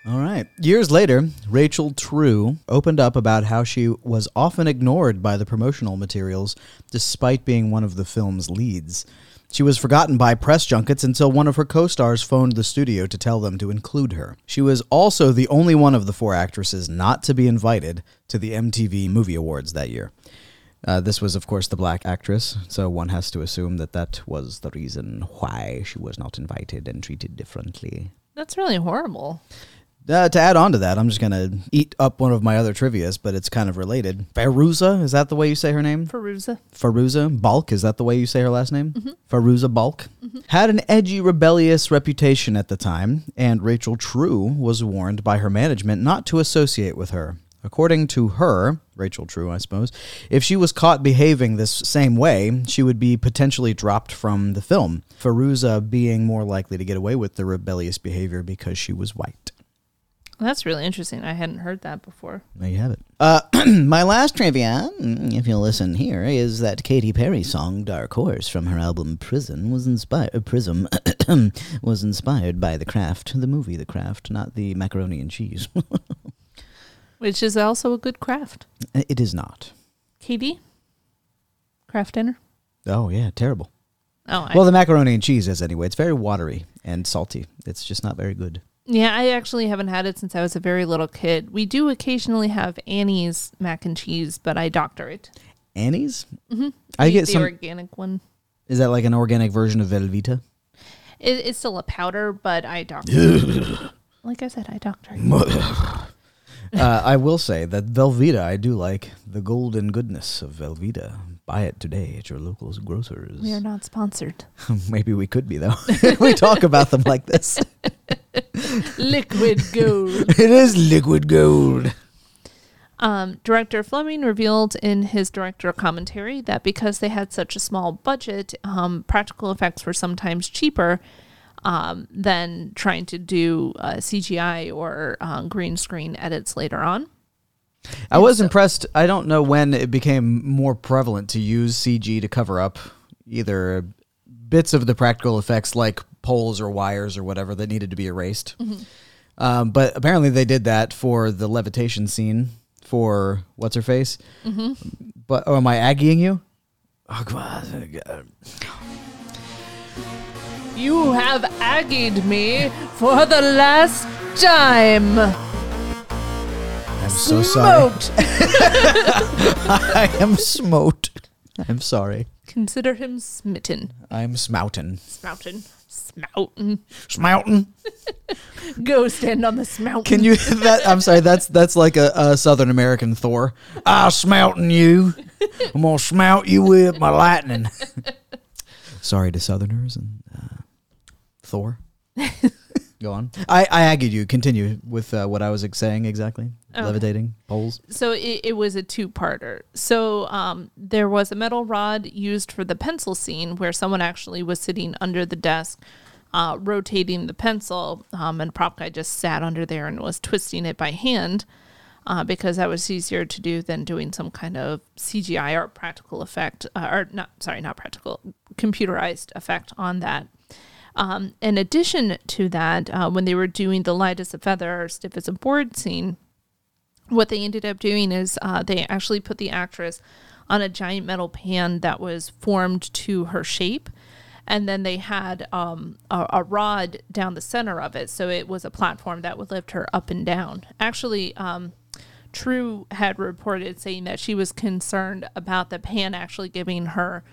Speaker 2: All right. Years later, Rachel True opened up about how she was often ignored by the promotional materials despite being one of the film's leads. She was forgotten by press junkets until one of her co stars phoned the studio to tell them to include her. She was also the only one of the four actresses not to be invited to the MTV Movie Awards that year. Uh, this was, of course, the black actress, so one has to assume that that was the reason why she was not invited and treated differently.
Speaker 1: That's really horrible.
Speaker 2: Uh, to add on to that, I'm just going to eat up one of my other trivias, but it's kind of related. Faruza, is that the way you say her name?
Speaker 1: Perusa.
Speaker 2: Faruza Balk, is that the way you say her last name? Faruza Balk had an edgy, rebellious reputation at the time, and Rachel True was warned by her management not to associate with her. According to her, Rachel True, I suppose, if she was caught behaving this same way, she would be potentially dropped from the film. Faruza being more likely to get away with the rebellious behavior because she was white.
Speaker 1: That's really interesting. I hadn't heard that before.
Speaker 2: There you have it. Uh, <clears throat> my last trivia, mm, if you'll listen here, is that Katy Perry's song "Dark Horse" from her album "Prison" was inspired. uh, Prism <coughs> was inspired by The Craft, the movie The Craft, not the macaroni and cheese. <laughs>
Speaker 1: Which is also a good craft.
Speaker 2: it is not.
Speaker 1: Katie? Craft dinner?
Speaker 2: Oh yeah, terrible.
Speaker 1: Oh, I,
Speaker 2: Well, the macaroni and cheese is anyway. It's very watery and salty. It's just not very good.
Speaker 1: yeah, I actually haven't had it since I was a very little kid. We do occasionally have Annie's mac and cheese, but I doctor it.
Speaker 2: Annie's. Mm-hmm. I get
Speaker 1: the
Speaker 2: some.
Speaker 1: organic one.
Speaker 2: is that like an organic version of Velveeta?
Speaker 1: It, it's still a powder, but I doctor it.
Speaker 2: <laughs>
Speaker 1: Like I said, I doctor it.
Speaker 2: uh, I will say that Velveeta, I do like the golden goodness of Velveeta. Buy it today at your local grocers.
Speaker 1: We are not sponsored.
Speaker 2: <laughs> Maybe we could be though. <laughs> we talk about them like this.
Speaker 1: <laughs> Liquid gold.
Speaker 2: <laughs> It is liquid gold.
Speaker 1: Um, director Fleming revealed in his director commentary that because they had such a small budget, um, practical effects were sometimes cheaper um, than trying to do uh, CGI or uh, green screen edits later on.
Speaker 2: I was impressed. I don't know when it became more prevalent to use CG to cover up either bits of the practical effects like poles or wires or whatever that needed to be erased. Um, but apparently they did that for the levitation scene for what's her face. But oh, am I aggying you? Oh,
Speaker 1: <laughs>
Speaker 2: come on.
Speaker 1: You have aggied me for the last time.
Speaker 2: I'm so sorry. <laughs> I am smote. I'm sorry.
Speaker 1: Consider him smitten.
Speaker 2: I'm smoutin.
Speaker 1: Smoutin. Smoutin.
Speaker 2: Smoutin.
Speaker 1: Go stand on the smountain.
Speaker 2: Can
Speaker 1: <laughs>
Speaker 2: you? That I'm sorry. That's that's like a, a Southern American Thor. I smelting you. I'm gonna smelt you with my lightning. <laughs> sorry to Southerners and uh, Thor. Go on. I I aggied you. Continue with uh, what I was ex- saying exactly. Levitating poles.
Speaker 1: so it, it was a two-parter so um, there was a metal rod used for the pencil scene where someone actually was sitting under the desk uh, rotating the pencil um, and prop guy just sat under there and was twisting it by hand uh, because that was easier to do than doing some kind of cgi or practical effect uh, or not sorry not practical computerized effect on that um, in addition to that uh, when they were doing the light as a feather or stiff as a board scene what they ended up doing is uh, they actually put the actress on a giant metal pan that was formed to her shape and then they had um, a, a rod down the center of it, so it was a platform that would lift her up and down. Actually, um, True had reported saying that she was concerned about the pan actually giving her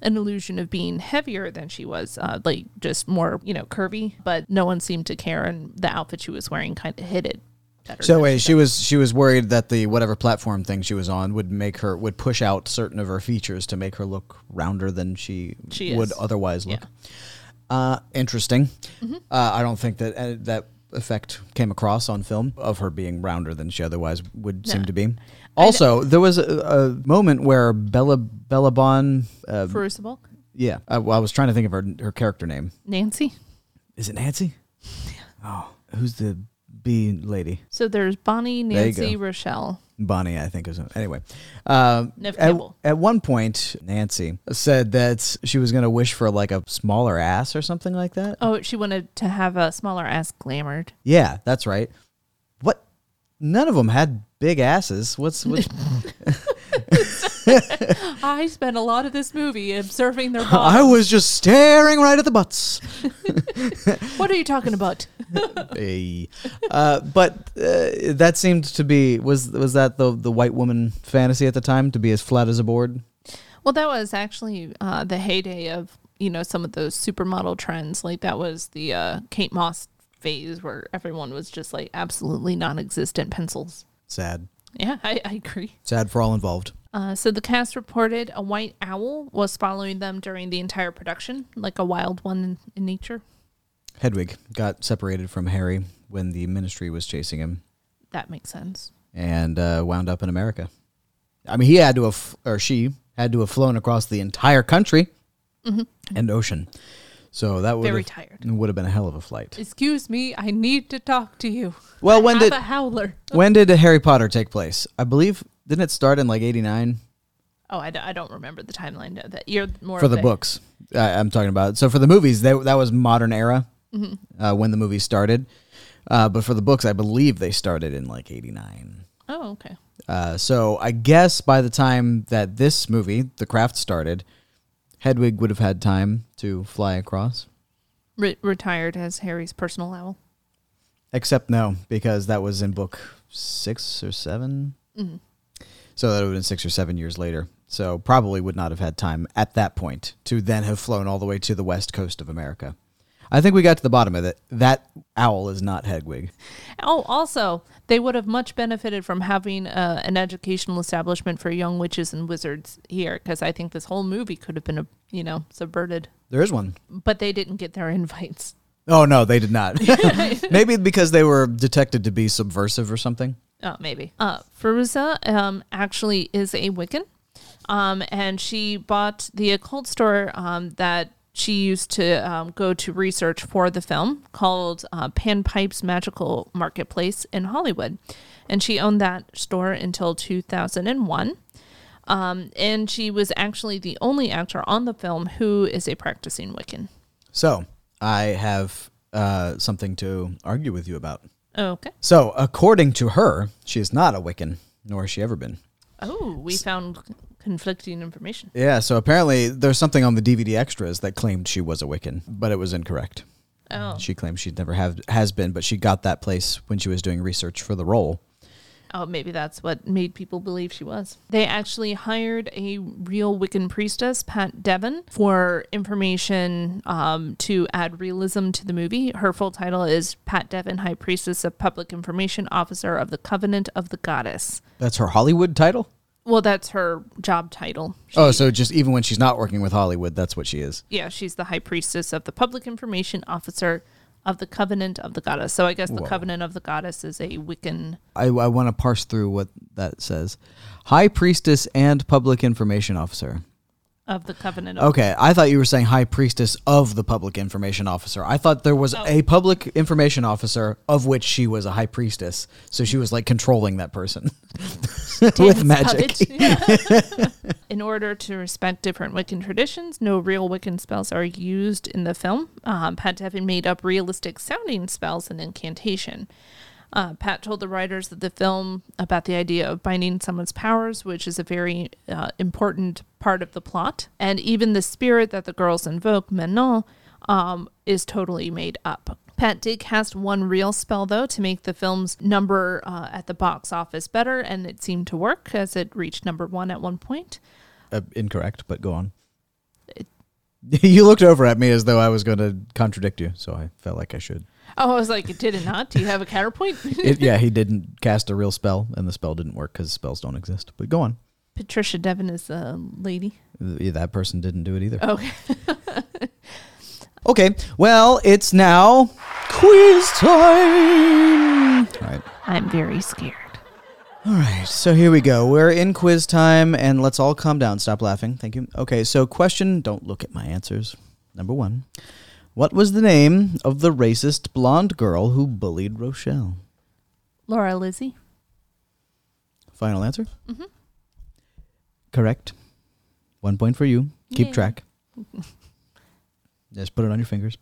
Speaker 1: an illusion of being heavier than she was, uh, like just more, you know, curvy. But no one seemed to care, and the outfit she was wearing kind of hid it. better
Speaker 2: So
Speaker 1: than
Speaker 2: wait, she was she was worried that the whatever platform thing she was on would make her would push out certain of her features to make her look rounder than she,
Speaker 1: She
Speaker 2: would
Speaker 1: is.
Speaker 2: otherwise look.
Speaker 1: Yeah. Mm-hmm.
Speaker 2: Uh, interesting. Uh, I don't think that uh, that effect came across on film of her being rounder than she otherwise would seem to be. Also, there was a, a moment where Bella Bella Bon, uh,
Speaker 1: Crucible,
Speaker 2: yeah, I, I was trying to think of her her character name.
Speaker 1: Nancy.
Speaker 2: Is it Nancy? Oh, who's the bee lady?
Speaker 1: So there's Bonnie,
Speaker 2: There you
Speaker 1: Nancy,
Speaker 2: go.
Speaker 1: Rochelle.
Speaker 2: Bonnie, I think is anyway. Um,
Speaker 1: Nev
Speaker 2: at,
Speaker 1: Campbell.
Speaker 2: at one point, Nancy said that she was going to wish for like a smaller ass or something like that.
Speaker 1: Oh, she wanted to have a smaller ass
Speaker 2: <laughs>
Speaker 1: glamored.
Speaker 2: Yeah, that's right. What? None of them had big asses. What's
Speaker 1: <laughs>
Speaker 2: what? <laughs>
Speaker 1: I spent a lot of this movie observing their
Speaker 2: I <laughs>
Speaker 1: bodies.
Speaker 2: was just staring right at the butts. <laughs>
Speaker 1: what are you talking about?
Speaker 2: Hey. Uh, but uh, that seemed to be was was that the the white woman fantasy at the time to be as flat as a board?
Speaker 1: Well, that was actually uh, the heyday of you know some of those supermodel trends. Like that was the uh, Kate Moss phase where everyone was just like absolutely non-existent pencils.
Speaker 2: Sad,
Speaker 1: Yeah, I, I agree.
Speaker 2: sad for all involved.
Speaker 1: Uh, so the cast reported a white owl was following them during the entire production, like a wild one in, in nature.
Speaker 2: Hedwig got separated from Harry when the Ministry was chasing him.
Speaker 1: That makes sense.
Speaker 2: and uh, wound up in America. I mean, he had to have, or she had to have flown across the entire country
Speaker 1: Mm-hmm.
Speaker 2: and ocean. So that would
Speaker 1: Very
Speaker 2: have,
Speaker 1: tired.
Speaker 2: Would have been a hell of a flight.
Speaker 1: Excuse me, I need to talk to you.
Speaker 2: Well, when
Speaker 1: I have
Speaker 2: did-
Speaker 1: a howler?
Speaker 2: when did Harry Potter take place? I believe didn't it start in like '89
Speaker 1: Oh, I, d- I don't remember the timeline. uh, That you're more
Speaker 2: for
Speaker 1: of
Speaker 2: the
Speaker 1: a-
Speaker 2: books? I, I'm talking about. So for the movies, that that was modern era
Speaker 1: Mm-hmm.
Speaker 2: uh, when the movies started. Uh, but for the books, I believe they started in like '89.
Speaker 1: Oh, okay.
Speaker 2: Uh, so I guess by the time that this movie, The Craft, started, Hedwig would have had time to fly across.
Speaker 1: Re- retired as Harry's personal owl.
Speaker 2: Except no, because that was in book six or 7 So that would have been six or seven years later. So probably would not have had time at that point to then have flown all the way to the west coast of America. I think we got to the bottom of it. That owl is not Hedwig.
Speaker 1: Oh, also, they would have much benefited from having uh, an educational establishment for young witches and wizards here, because I think this whole movie could have been, a, you know, subverted.
Speaker 2: There is one.
Speaker 1: But they didn't get their <laughs> invites.
Speaker 2: Oh no, they did not. <laughs> Maybe because they were detected to be subversive or something.
Speaker 1: Oh, maybe. Uh, Feruza um, actually is a Wiccan, um, and she bought the occult store um, that she used to um, go to research for the film called uh, Panpipe's Magical Marketplace in Hollywood. And she owned that store until 2001. Um, and she was actually the only actor on the film who is a practicing Wiccan.
Speaker 2: So I have uh, something to argue with you about.
Speaker 1: Okay.
Speaker 2: So, according to her, she is not a Wiccan, nor has she ever been.
Speaker 1: Oh, we found conflicting information.
Speaker 2: Yeah, so apparently there's something on the DVD extras that claimed she was a Wiccan, but it was incorrect.
Speaker 1: Oh.
Speaker 2: She claims she never have, has been, but she got that place when she was doing research for the role.
Speaker 1: Oh, maybe that's what made people believe she was. They actually hired a real Wiccan priestess, Pat Devon, for information um, to add realism to the movie. Her full title is Pat Devon, High Priestess of Public Information, Officer of the Covenant of the Goddess.
Speaker 2: That's her Hollywood title?
Speaker 1: Well, that's her job title.
Speaker 2: Oh, so just even when she's not working with Hollywood, that's what she is.
Speaker 1: Yeah, she's the High Priestess of the Public Information Officer of the Covenant of the Goddess. So I guess the Covenant of the Goddess is a Wiccan.
Speaker 2: I, I want to parse through what that says. High Priestess and Public Information Officer.
Speaker 1: Of the Covenant of
Speaker 2: Okay, I thought you were saying high priestess of the public information officer. I thought there was a public information officer of which she was a high priestess, so she was like controlling that person <laughs> with magic. <laughs>
Speaker 1: <laughs> in order to respect different Wiccan traditions, no real Wiccan spells are used in the film. Um, Pat Devin made up realistic sounding spells and incantation. Uh, Pat told the writers of the film about the idea of binding someone's powers, which is a very uh, important part of the plot. And even the spirit that the girls invoke, Manon, um, is totally made up. Pat did cast one real spell, though, to make the film's number uh, at the box office better, and it seemed to work as it reached number one at one point.
Speaker 2: Uh, incorrect, but go on. <laughs> you looked over at me as though I was going to contradict you, so I felt like I should.
Speaker 1: Oh, I was like, did it not? Do you have a counterpoint?
Speaker 2: <laughs> It, yeah, he didn't cast a real spell, and the spell didn't work because spells don't exist. But go on.
Speaker 1: <laughs> Patricia Devon is a lady.
Speaker 2: Th- That person didn't do it either.
Speaker 1: Okay.
Speaker 2: Okay, well, it's now quiz time. All right.
Speaker 1: I'm very scared.
Speaker 2: All right, so here we go. We're in quiz time, and let's all calm down. Stop laughing. Thank you. Okay, so question don't look at my answers. Number one What was the name of the racist blonde girl who bullied Rochelle?
Speaker 1: Laura Lizzie.
Speaker 2: Final answer? Mm-hmm. Correct. One point for you. Keep
Speaker 1: Yay.
Speaker 2: track. Just put it on your fingers.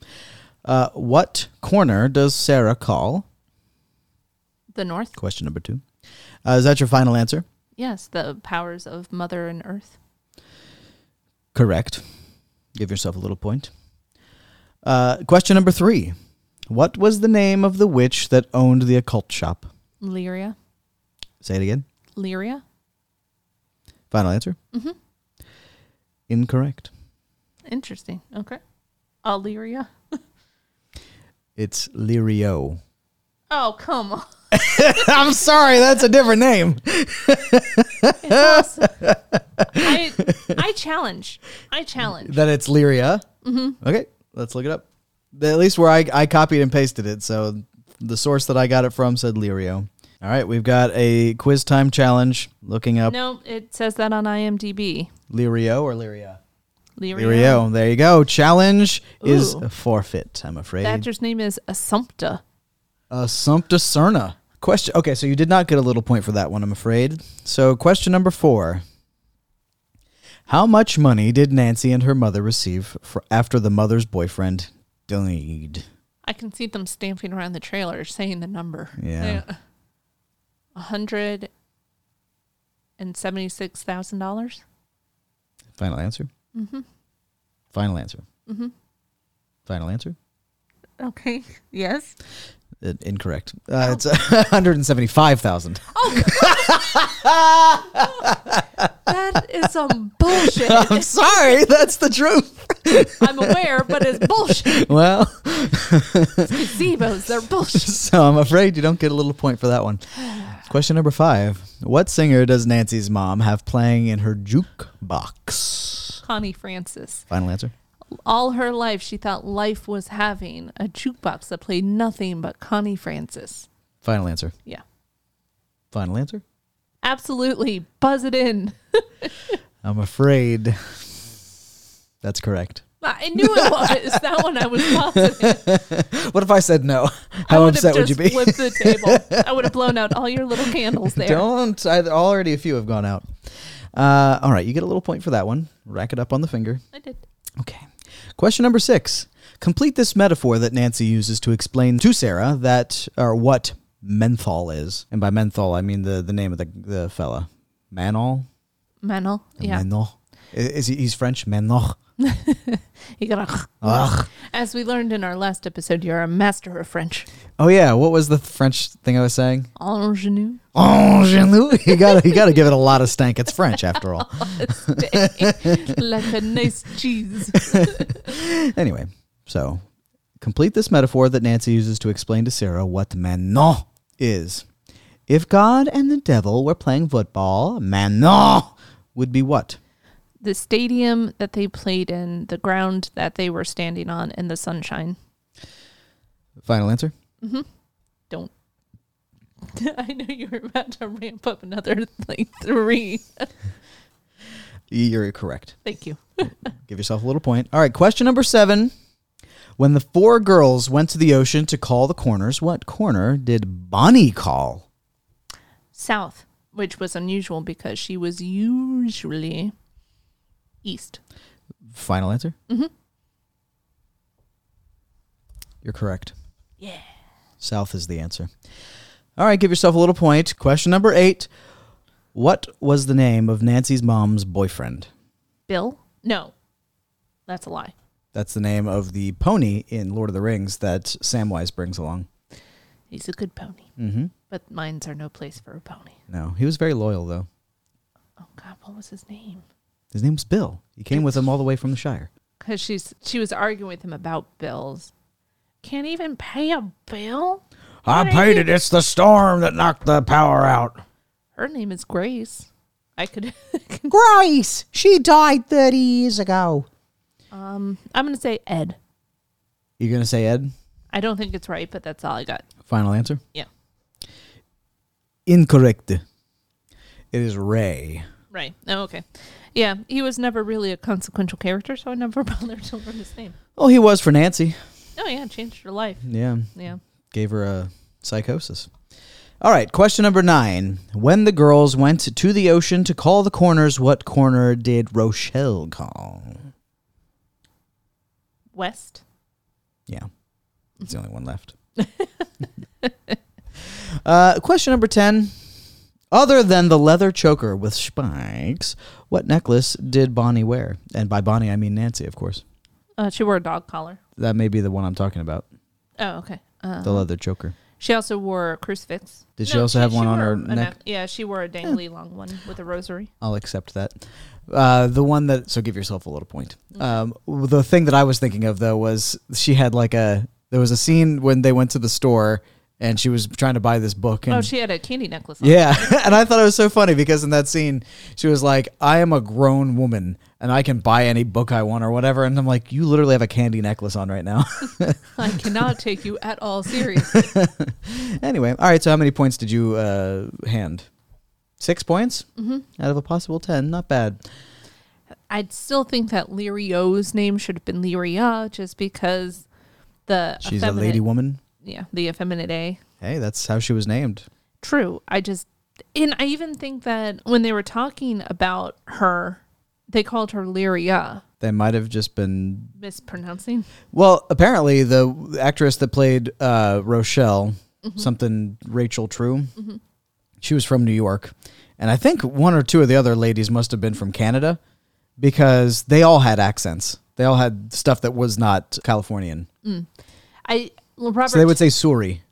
Speaker 2: Uh, what corner does Sarah call?
Speaker 1: The North?
Speaker 2: Question number two. Uh, is that your final answer?
Speaker 1: Yes, the powers of Mother and Earth.
Speaker 2: Correct. Give yourself a little point. Uh, question number three. What was the name of the witch that owned the occult shop?
Speaker 1: Lyria.
Speaker 2: Say it again.
Speaker 1: Lyria?
Speaker 2: Final answer? Mm-hmm. Incorrect.
Speaker 1: Interesting. Okay. Illyria.
Speaker 2: It's Lirio.
Speaker 1: Oh, come on.
Speaker 2: <laughs> I'm sorry, that's a different name.
Speaker 1: It's
Speaker 2: <laughs>
Speaker 1: awesome. I, I challenge. I challenge.
Speaker 2: That it's Lyria. Mm-hmm. Okay, let's look it up. The- At least where I, I copied and pasted it. So the source that I got it from said Lirio. All right, we've got a quiz time challenge looking up
Speaker 1: No, it says that on IMDb.
Speaker 2: Lirio or Lyria?
Speaker 1: Lyria.
Speaker 2: Lirio. There you go. Challenge is
Speaker 1: Ooh.
Speaker 2: forfeit, I'm afraid.
Speaker 1: The actor's name is Assumpta.
Speaker 2: Assumpta Cerna. Question. Okay, so you did not get a little point for that one, I'm afraid. So, question number four. How much money did Nancy and her mother receive for after the mother's boyfriend died?
Speaker 1: I can see them stamping around the trailer saying the number.
Speaker 2: Yeah.
Speaker 1: A hundred and seventy six thousand dollars?
Speaker 2: Final answer. Mm-hmm. Final answer. Mm-hmm. Final answer.
Speaker 1: Okay. Yes.
Speaker 2: Uh, incorrect. Uh, It's <laughs> one hundred and seventy-five thousand.
Speaker 5: Oh,
Speaker 1: That is some
Speaker 2: <laughs>
Speaker 1: bullshit.
Speaker 2: I'm
Speaker 1: <laughs>
Speaker 2: sorry, that's the truth.
Speaker 1: <laughs> I'm aware, but it's bullshit.
Speaker 2: <laughs> Well,
Speaker 1: Zebos, they're
Speaker 2: <laughs>
Speaker 1: bullshit.
Speaker 2: so I'm afraid you don't get a little point for that
Speaker 1: <sighs>
Speaker 2: one. Question number five: What singer does Nancy's mom have playing in her jukebox?
Speaker 1: Connie Francis.
Speaker 2: Final answer.
Speaker 1: All her life, she thought life was having a jukebox that played nothing but Connie Francis.
Speaker 2: Final answer.
Speaker 1: Yeah.
Speaker 2: Final answer.
Speaker 1: Absolutely. Buzz it <laughs> in.
Speaker 2: I'm afraid that's correct.
Speaker 1: I knew it was. that one <laughs> I was positive.
Speaker 2: What if I said no?
Speaker 1: I
Speaker 2: <laughs> How
Speaker 1: would
Speaker 2: upset
Speaker 1: have
Speaker 2: would you
Speaker 1: just
Speaker 2: be?
Speaker 1: flipped the table.
Speaker 2: <laughs>
Speaker 1: I would have blown out all your little candles there.
Speaker 2: Don't. I, already a few have gone out. Uh, all right, you get a little point for that one. Rack it up on the finger.
Speaker 1: I did.
Speaker 2: Okay. Question number six. Complete this metaphor that Nancy uses to explain to Sarah that or what menthol is. And by menthol, I mean the, the name of the, the fella. Manol?
Speaker 1: Manon. Yeah.
Speaker 2: Manol. I- Is he, he's French? Manol.
Speaker 1: You gotta.
Speaker 2: Ugh.
Speaker 1: As we learned in our last episode, you're a master of French.
Speaker 2: Oh yeah, what was the French thing I was saying?
Speaker 1: Ingenue.
Speaker 2: Oh. <laughs> Ingenue. You got to you got to give it a lot of stank. It's French after
Speaker 1: <laughs>
Speaker 2: all.
Speaker 1: <laughs> like a nice cheese.
Speaker 2: <laughs> Anyway, so complete this metaphor that Nancy uses to explain to Sarah what Manon is. If God and the devil were playing football, Manon would be what?
Speaker 1: the stadium that they played in, the ground that they were standing on, and the sunshine.
Speaker 2: Final answer?
Speaker 1: Don't. <laughs> I know you were about to ramp up another like three. <laughs>
Speaker 2: You're correct.
Speaker 1: Thank you.
Speaker 2: Give yourself a little point. All right, question number seven. When the four girls went to the ocean to call the corners, what corner did Bonnie call?
Speaker 1: South, which was unusual because she was usually east.
Speaker 2: Final answer? Mm-hmm. You're correct.
Speaker 1: <laughs> Yeah.
Speaker 2: South is the answer. All right, give yourself a little point. Question number eight What was the name of Nancy's mom's boyfriend?
Speaker 1: Bill? No. That's a lie.
Speaker 2: That's the name of the pony in Lord of the Rings that Samwise brings along.
Speaker 1: He's a good pony. Mm-hmm. But mines are no place for a pony.
Speaker 2: No, he was very loyal, though.
Speaker 1: Oh, God, what was his name?
Speaker 2: His name's Bill. He came with him all the way from the Shire.
Speaker 1: Because she's she was arguing with him about bills. Can't even pay a bill? What are you-
Speaker 2: It's the storm that knocked the power out.
Speaker 1: Her name is Grace. I could. <laughs>
Speaker 2: Grace! She died 30 years ago.
Speaker 1: Um, I'm going to say Ed.
Speaker 2: You're going to say Ed?
Speaker 1: I don't think it's right, but that's all I got.
Speaker 2: Final answer?
Speaker 1: Yeah.
Speaker 2: Incorrect. It is Ray.
Speaker 1: Right. Oh, okay. Yeah. He was never really a consequential character, so I never <laughs> bothered to learn his name.
Speaker 2: Oh, he was for Nancy.
Speaker 1: Oh, yeah. Changed her life.
Speaker 2: Yeah.
Speaker 1: Yeah.
Speaker 2: Gave her a psychosis. All right, question number nine. When the girls went to the ocean to call the corners, what corner did Rochelle call?
Speaker 1: West.
Speaker 2: Yeah. It's the only one left. uh, question number 10. Other than the leather choker with spikes, what necklace did Bonnie wear? And by Bonnie, I mean Nancy, of course.
Speaker 1: Uh, she wore a dog collar.
Speaker 2: That may be the one I'm talking about
Speaker 1: Oh, okay. Uh,
Speaker 2: the leather choker.
Speaker 1: she also wore a crucifix.
Speaker 2: Did she also have
Speaker 1: <laughs>
Speaker 2: one on
Speaker 1: wore
Speaker 2: her
Speaker 1: a
Speaker 2: neck? Eh.
Speaker 1: neck- Yeah, she wore a dangly long one with a rosary.
Speaker 2: I'll accept that. Uh, the one that so give yourself a little point. Um, the thing that I was thinking of though was she had like a there was a scene when they went to the store and she was trying to buy this book and
Speaker 1: Oh, she had a candy necklace on.
Speaker 2: yeah, <laughs> and I thought it was so funny because in that scene she was like, "I am a grown woman and I can buy any book I want or whatever," and I'm like, "You literally have a candy necklace on right now."
Speaker 1: <laughs>
Speaker 2: <laughs>
Speaker 1: I cannot take you at all seriously.
Speaker 2: anyway, all right. So how many points did you uh, hand? Six points mm-hmm. out of a possible ten. Not bad.
Speaker 1: I'd still think that Lirio's name should have been Liria just because the
Speaker 2: She's a
Speaker 1: effeminate,
Speaker 2: lady woman.
Speaker 1: Yeah, the effeminate A.
Speaker 2: Hey, that's how she was named.
Speaker 1: True. I just and I even think that when they were talking about her, they called her Liria,
Speaker 2: They might have just been.
Speaker 1: mispronouncing.
Speaker 2: Well, apparently the actress that played uh, Rochelle,
Speaker 1: Mm-hmm.
Speaker 2: something Rachel True, she was from New York, and I think one or two of the other ladies must have been from Canada, because they all had accents. They all had stuff that was not Californian,
Speaker 1: Mm. I well, Robert
Speaker 2: so they would say
Speaker 1: <laughs>
Speaker 2: "sorry"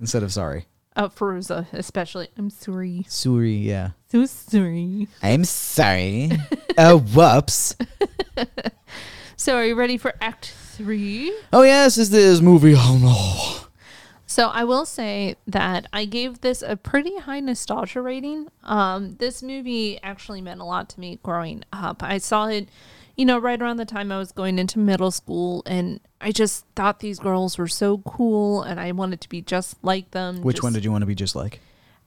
Speaker 2: instead of "sorry."
Speaker 1: uh, Feruza especially. I'm sorry.
Speaker 2: Sorry, yeah.
Speaker 1: So sorry.
Speaker 2: I'm sorry. oh, whoops.
Speaker 1: So are you ready for act three?
Speaker 2: Oh yes, is this movie? Oh no.
Speaker 1: So I will say that I gave this a pretty high nostalgia rating. Um, this movie actually meant a lot to me growing up. I saw it, you know, right around the time I was going into middle school, and I just thought these girls were so cool, and I wanted to be just like them.
Speaker 2: Which one
Speaker 1: Just-
Speaker 2: did you want to be just like?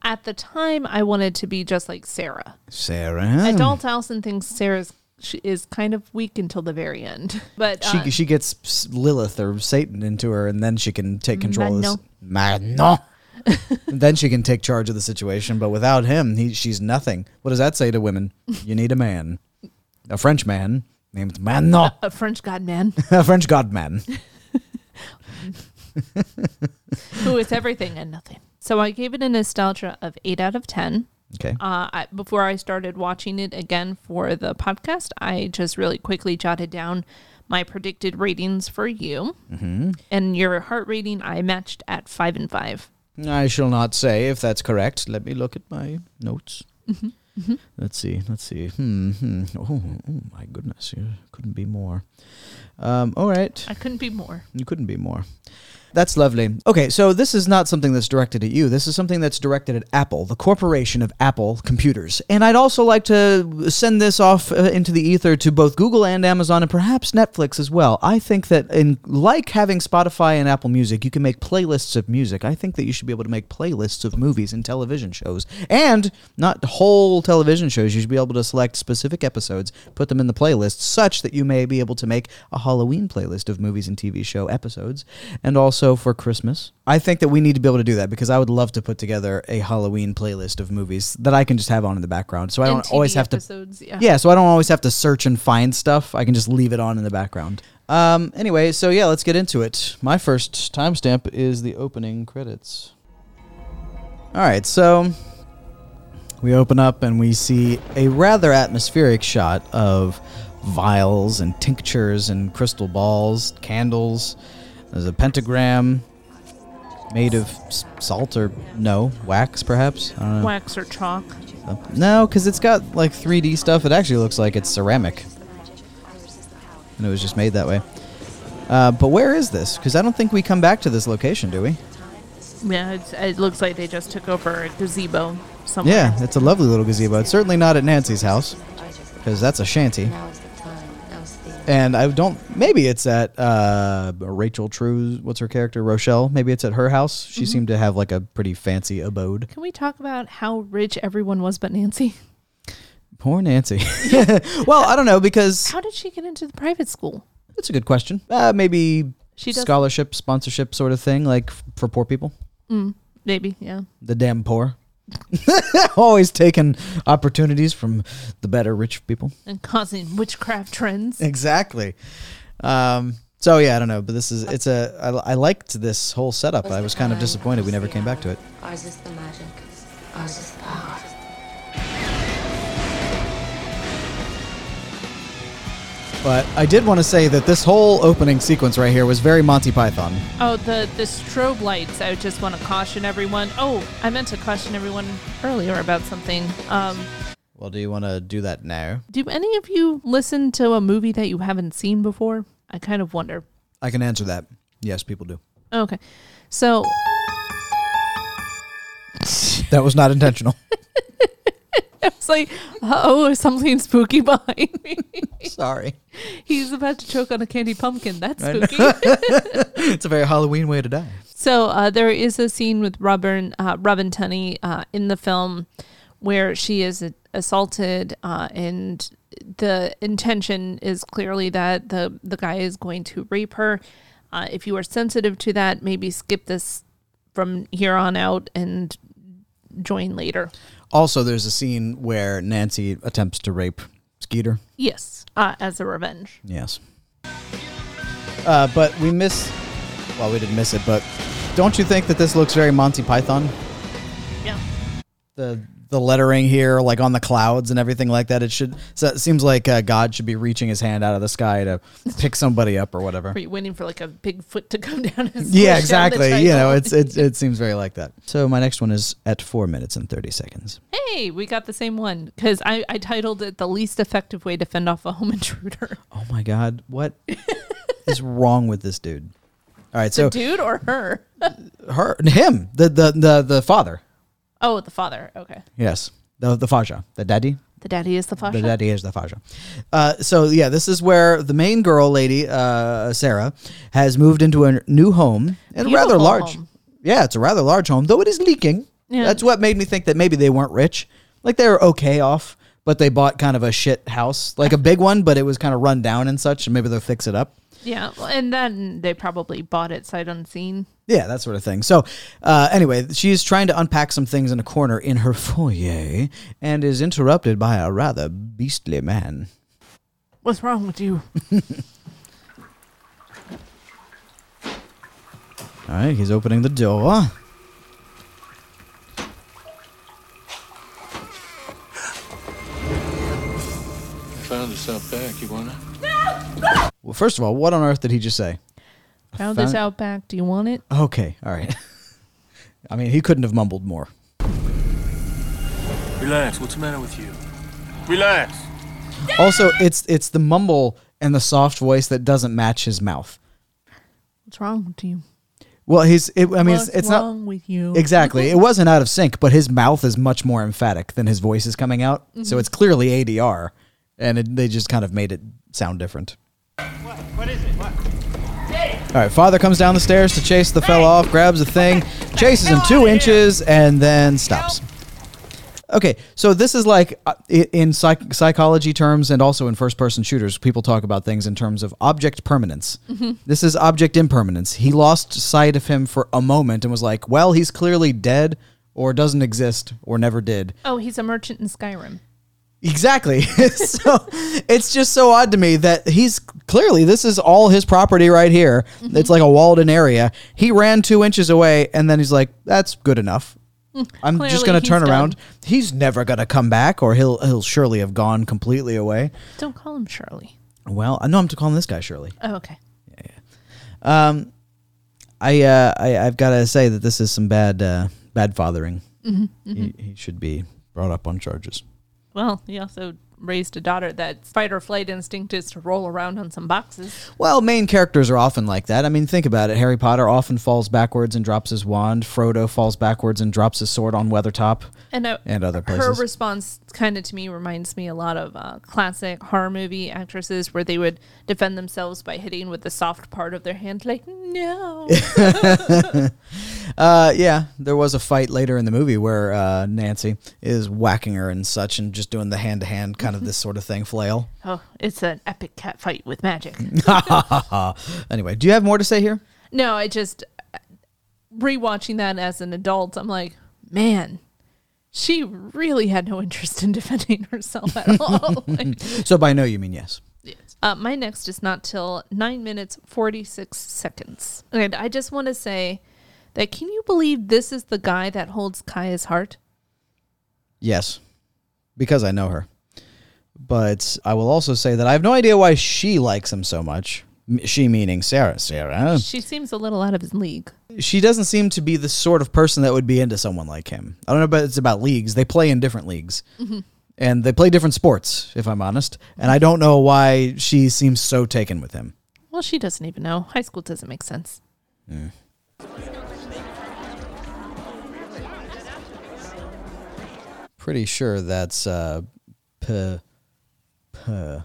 Speaker 1: At the time, I wanted to be just like Sarah.
Speaker 2: Sarah.
Speaker 1: Adult Allison thinks Sarah's she is kind of weak until the very end, <laughs> but uh,
Speaker 2: She she gets s- Lilith or Satan into her, and then she can take control of this. Mano. then she can take charge of the situation. But without him, he, she's nothing. What does that say to women? You need a man, a French man named Manon,
Speaker 1: <laughs> a French godman
Speaker 2: <laughs> a French god man.
Speaker 1: who is everything and nothing. So I gave it a nostalgia of eight out of ten.
Speaker 2: Okay.
Speaker 1: uh, I, before I started watching it again for the podcast, I just really quickly jotted down my predicted ratings for you.
Speaker 2: Mm-hmm.
Speaker 1: And your heart rating I matched at five and five.
Speaker 2: I shall not say if that's correct. Let me look at my notes.
Speaker 1: Mm-hmm.
Speaker 2: Let's see. Let's see. Hmm. hmm. Oh, oh, my goodness. You couldn't be more. Um, all right.
Speaker 1: I couldn't be more.
Speaker 2: You couldn't be more. That's lovely. Okay, so this is not something that's directed at you. This is something that's directed at Apple, the corporation of Apple computers. And I'd also like to send this off uh, into the ether to both Google and Amazon and perhaps Netflix as well. I think that in like having Spotify and Apple Music, you can make playlists of music. I think that you should be able to make playlists of movies and television shows. And not whole television shows, you should be able to select specific episodes, put them in the playlist such that you may be able to make a Halloween playlist of movies and TV show episodes and also for Christmas. I think that we need to be able to do that because I would love to put together a Halloween playlist of movies that I can just have on in the background. So I don't always have to
Speaker 1: episodes, yeah.
Speaker 2: yeah, so I don't always have to search and find stuff. I can just leave it on in the background. Um, anyway, so yeah, let's get into it. My first timestamp is the opening credits. All right, so we open up and we see a rather atmospheric shot of vials and tinctures and crystal balls, candles. There's a pentagram made of s- salt or no wax, perhaps. I don't know.
Speaker 1: Wax or chalk.
Speaker 2: No, because it's got like 3D stuff. It actually looks like it's ceramic, and it was just made that way. Uh, but where is this? Because I don't think we come back to this location, do we?
Speaker 1: Yeah, it's, it looks like they just took over a gazebo somewhere.
Speaker 2: Yeah, it's a lovely little gazebo. It's certainly not at Nancy's house because that's a shanty.
Speaker 6: Now's the time. Now's the
Speaker 2: And I don't. Maybe it's at uh, Rachel True's. What's her character? Rochelle. Maybe it's at her house.
Speaker 1: Mm-hmm.
Speaker 2: She seemed to have like a pretty fancy abode.
Speaker 1: Can we talk about how rich everyone was but Nancy?
Speaker 2: Poor Nancy. <laughs> well, I don't know because
Speaker 1: How did she get into the private school?
Speaker 2: that's a good question. Uh, maybe
Speaker 1: She does-
Speaker 2: scholarship, sponsorship, sort of thing, like f- for poor people.
Speaker 1: Mm. Maybe, yeah.
Speaker 2: The damn poor. <laughs> Always taking opportunities from the better rich people.
Speaker 1: And causing witchcraft trends.
Speaker 2: Exactly. Um, so yeah, I don't know, but this is it's a I, I liked this whole setup. I was kind of disappointed we never came back to it.
Speaker 6: Ours is the magic. Ours is the power.
Speaker 2: But I did want to say that this whole opening sequence right here was very Monty Python.
Speaker 1: Oh, the, the strobe lights. I just want to caution everyone. Oh, I meant to caution everyone earlier about something. Um,
Speaker 2: Well, do you want to do that now?
Speaker 1: do any of you listen to a movie that you haven't seen before? I kind of wonder.
Speaker 2: I can answer that. Yes, people do. <laughs>
Speaker 1: Okay. So <laughs>
Speaker 2: That was not intentional.
Speaker 1: it's like, oh, something spooky <laughs> behind me.
Speaker 2: Sorry.
Speaker 1: He's about to choke on a candy pumpkin. That's
Speaker 2: <laughs>
Speaker 1: spooky. <laughs>
Speaker 2: It's a very Halloween way to die.
Speaker 1: So uh, there is a scene with Robin uh, Robin Tunney uh, in the film where she is assaulted, uh, and the intention is clearly that the the guy is going to rape her. Uh, if you are sensitive to that, maybe skip this from here on out and join later.
Speaker 2: Also, there's a scene where Nancy attempts to rape Skeeter.
Speaker 1: Yes, uh, as a revenge.
Speaker 2: Yes. Uh, but we miss. Well, we didn't miss it, but don't you think that this looks very Monty Python?
Speaker 1: Yeah.
Speaker 2: The the lettering here, like on the clouds and everything like that. It should. So it seems like uh, God should be reaching his hand out of the sky
Speaker 1: <laughs>
Speaker 2: to pick somebody up or whatever.
Speaker 1: Are you waiting for like a big foot to come <laughs> down? And squish down
Speaker 2: Yeah,
Speaker 1: the
Speaker 2: exactly. You know,
Speaker 1: table?
Speaker 2: it's it, it seems very like that. So my next one is at four minutes and thirty seconds.
Speaker 1: Hey, we got the same one because I, I titled it The Least Effective Way to Fend Off a Home <laughs> Intruder.
Speaker 2: Oh my God, what
Speaker 1: <laughs>
Speaker 2: is wrong with this dude? All right, so
Speaker 1: the dude or her? <laughs>
Speaker 2: her, him, the the the the father.
Speaker 1: Oh, the father. Okay.
Speaker 2: Yes, the the faja, the daddy.
Speaker 1: The daddy is the father.
Speaker 2: The daddy is the faja. Uh, so yeah, this is where the main girl lady, uh, Sarah, has moved into a new home and a rather
Speaker 1: Beautiful
Speaker 2: large.
Speaker 1: home.
Speaker 2: Yeah, it's a rather large home, though it is leaking.
Speaker 1: Yeah.
Speaker 2: That's what made me think that maybe they weren't rich. Like they were okay off, but they bought kind of a shit house, like a big one, but it was kind of run down and such, and maybe they'll fix it up.
Speaker 1: Yeah. well, And then they probably bought it sight unseen.
Speaker 2: Yeah, that sort of thing. So, uh, anyway, she's trying to unpack some things in a corner in her <laughs> foyer and is interrupted by a rather beastly man.
Speaker 1: What's wrong with you?
Speaker 2: All right, he's opening the door.
Speaker 7: Found us out back. You want it?
Speaker 2: Well, first of all, what on earth did he just say?
Speaker 1: <laughs> Found this
Speaker 2: Found-
Speaker 1: out back. Do you want it?
Speaker 2: Okay, all right. <laughs> I mean, he couldn't have mumbled more.
Speaker 7: Relax. What's the matter with you? Relax.
Speaker 2: Also, it's it's the mumble and the soft voice that doesn't match his mouth.
Speaker 1: What's wrong with you?
Speaker 2: Well, he's. It, I mean, it's,
Speaker 1: What's
Speaker 2: it's
Speaker 1: wrong
Speaker 2: not
Speaker 1: with you?
Speaker 2: exactly. It wasn't out of sync, but his mouth is much more emphatic than his voice is coming out.
Speaker 1: Mm-hmm.
Speaker 2: So it's clearly ADR, and it, they just kind of made it sound different. All right, father comes down the stairs to chase the fella off, grabs the thing, chases him two inches, and then stops. Okay, so this is like uh, i- in psych- psychology terms and also in first person shooters, people talk about things in terms of object permanence. This is object impermanence. He lost sight of him for a moment and was like, well, he's clearly dead or doesn't exist or never did.
Speaker 1: Oh, he's a merchant in Skyrim.
Speaker 2: Exactly. <laughs> so it's just so odd to me that he's clearly this is all his property right
Speaker 1: Mm-hmm.
Speaker 2: here. It's like a walled in area. He ran two inches away and then he's like, that's good enough. I'm just
Speaker 1: Hmm. Clearly
Speaker 2: going to
Speaker 1: he's
Speaker 2: turn
Speaker 1: done.
Speaker 2: around. He's never going to come back, or he'll he'll surely have gone completely away.
Speaker 1: Don't call him Shirley.
Speaker 2: Well, I know I'm calling this guy Shirley. Um,
Speaker 1: Oh, okay.
Speaker 2: I, uh, I I've got to say that this is some bad uh, bad fathering.
Speaker 1: Mm-hmm.
Speaker 2: He, he should be brought up on charges.
Speaker 1: Well, he also raised a daughter that fight or flight instinct is to roll around on some boxes.
Speaker 2: Well, main characters are often like that. I mean, think about it. Harry Potter often falls backwards and drops his wand. Frodo falls backwards and drops his sword on Weathertop.
Speaker 1: And, I,
Speaker 2: And other
Speaker 1: her
Speaker 2: places.
Speaker 1: response kind of to me reminds me a lot of uh, classic horror movie actresses where they would defend themselves by hitting with the soft part of their hand, like
Speaker 2: <laughs>
Speaker 1: no.
Speaker 2: Uh, yeah, there was a fight later in the movie where uh, Nancy is whacking her and such, and just doing the hand to hand kind
Speaker 1: Mm-hmm.
Speaker 2: of this sort of thing flail. <laughs>
Speaker 1: oh, it's an epic cat fight with magic.
Speaker 2: Anyway, do you have more to say here?
Speaker 1: <laughs> No, I just uh, rewatching that as an adult, I'm like, man, she really had no interest in defending
Speaker 2: <laughs>
Speaker 1: herself at all. <laughs> Like,
Speaker 2: Hmm. So by no, you mean yes.
Speaker 1: uh, my next is not till nine minutes forty six seconds, and I just want to say that can you believe this is the guy that holds Kaya's heart?
Speaker 2: Yes, because I know her. But I will also say that I have no idea why she likes him so much. M- She meaning Sarah. Sarah.
Speaker 1: She seems a little out of his league.
Speaker 2: She doesn't seem to be the sort of person that would be into someone like him. I don't know, but it's about leagues. They play in different leagues. And they play different sports, if I'm honest. And I don't know why she seems so taken with him.
Speaker 1: Well, she doesn't even know. High school doesn't make sense.
Speaker 2: Pretty sure that's uh, p-
Speaker 1: A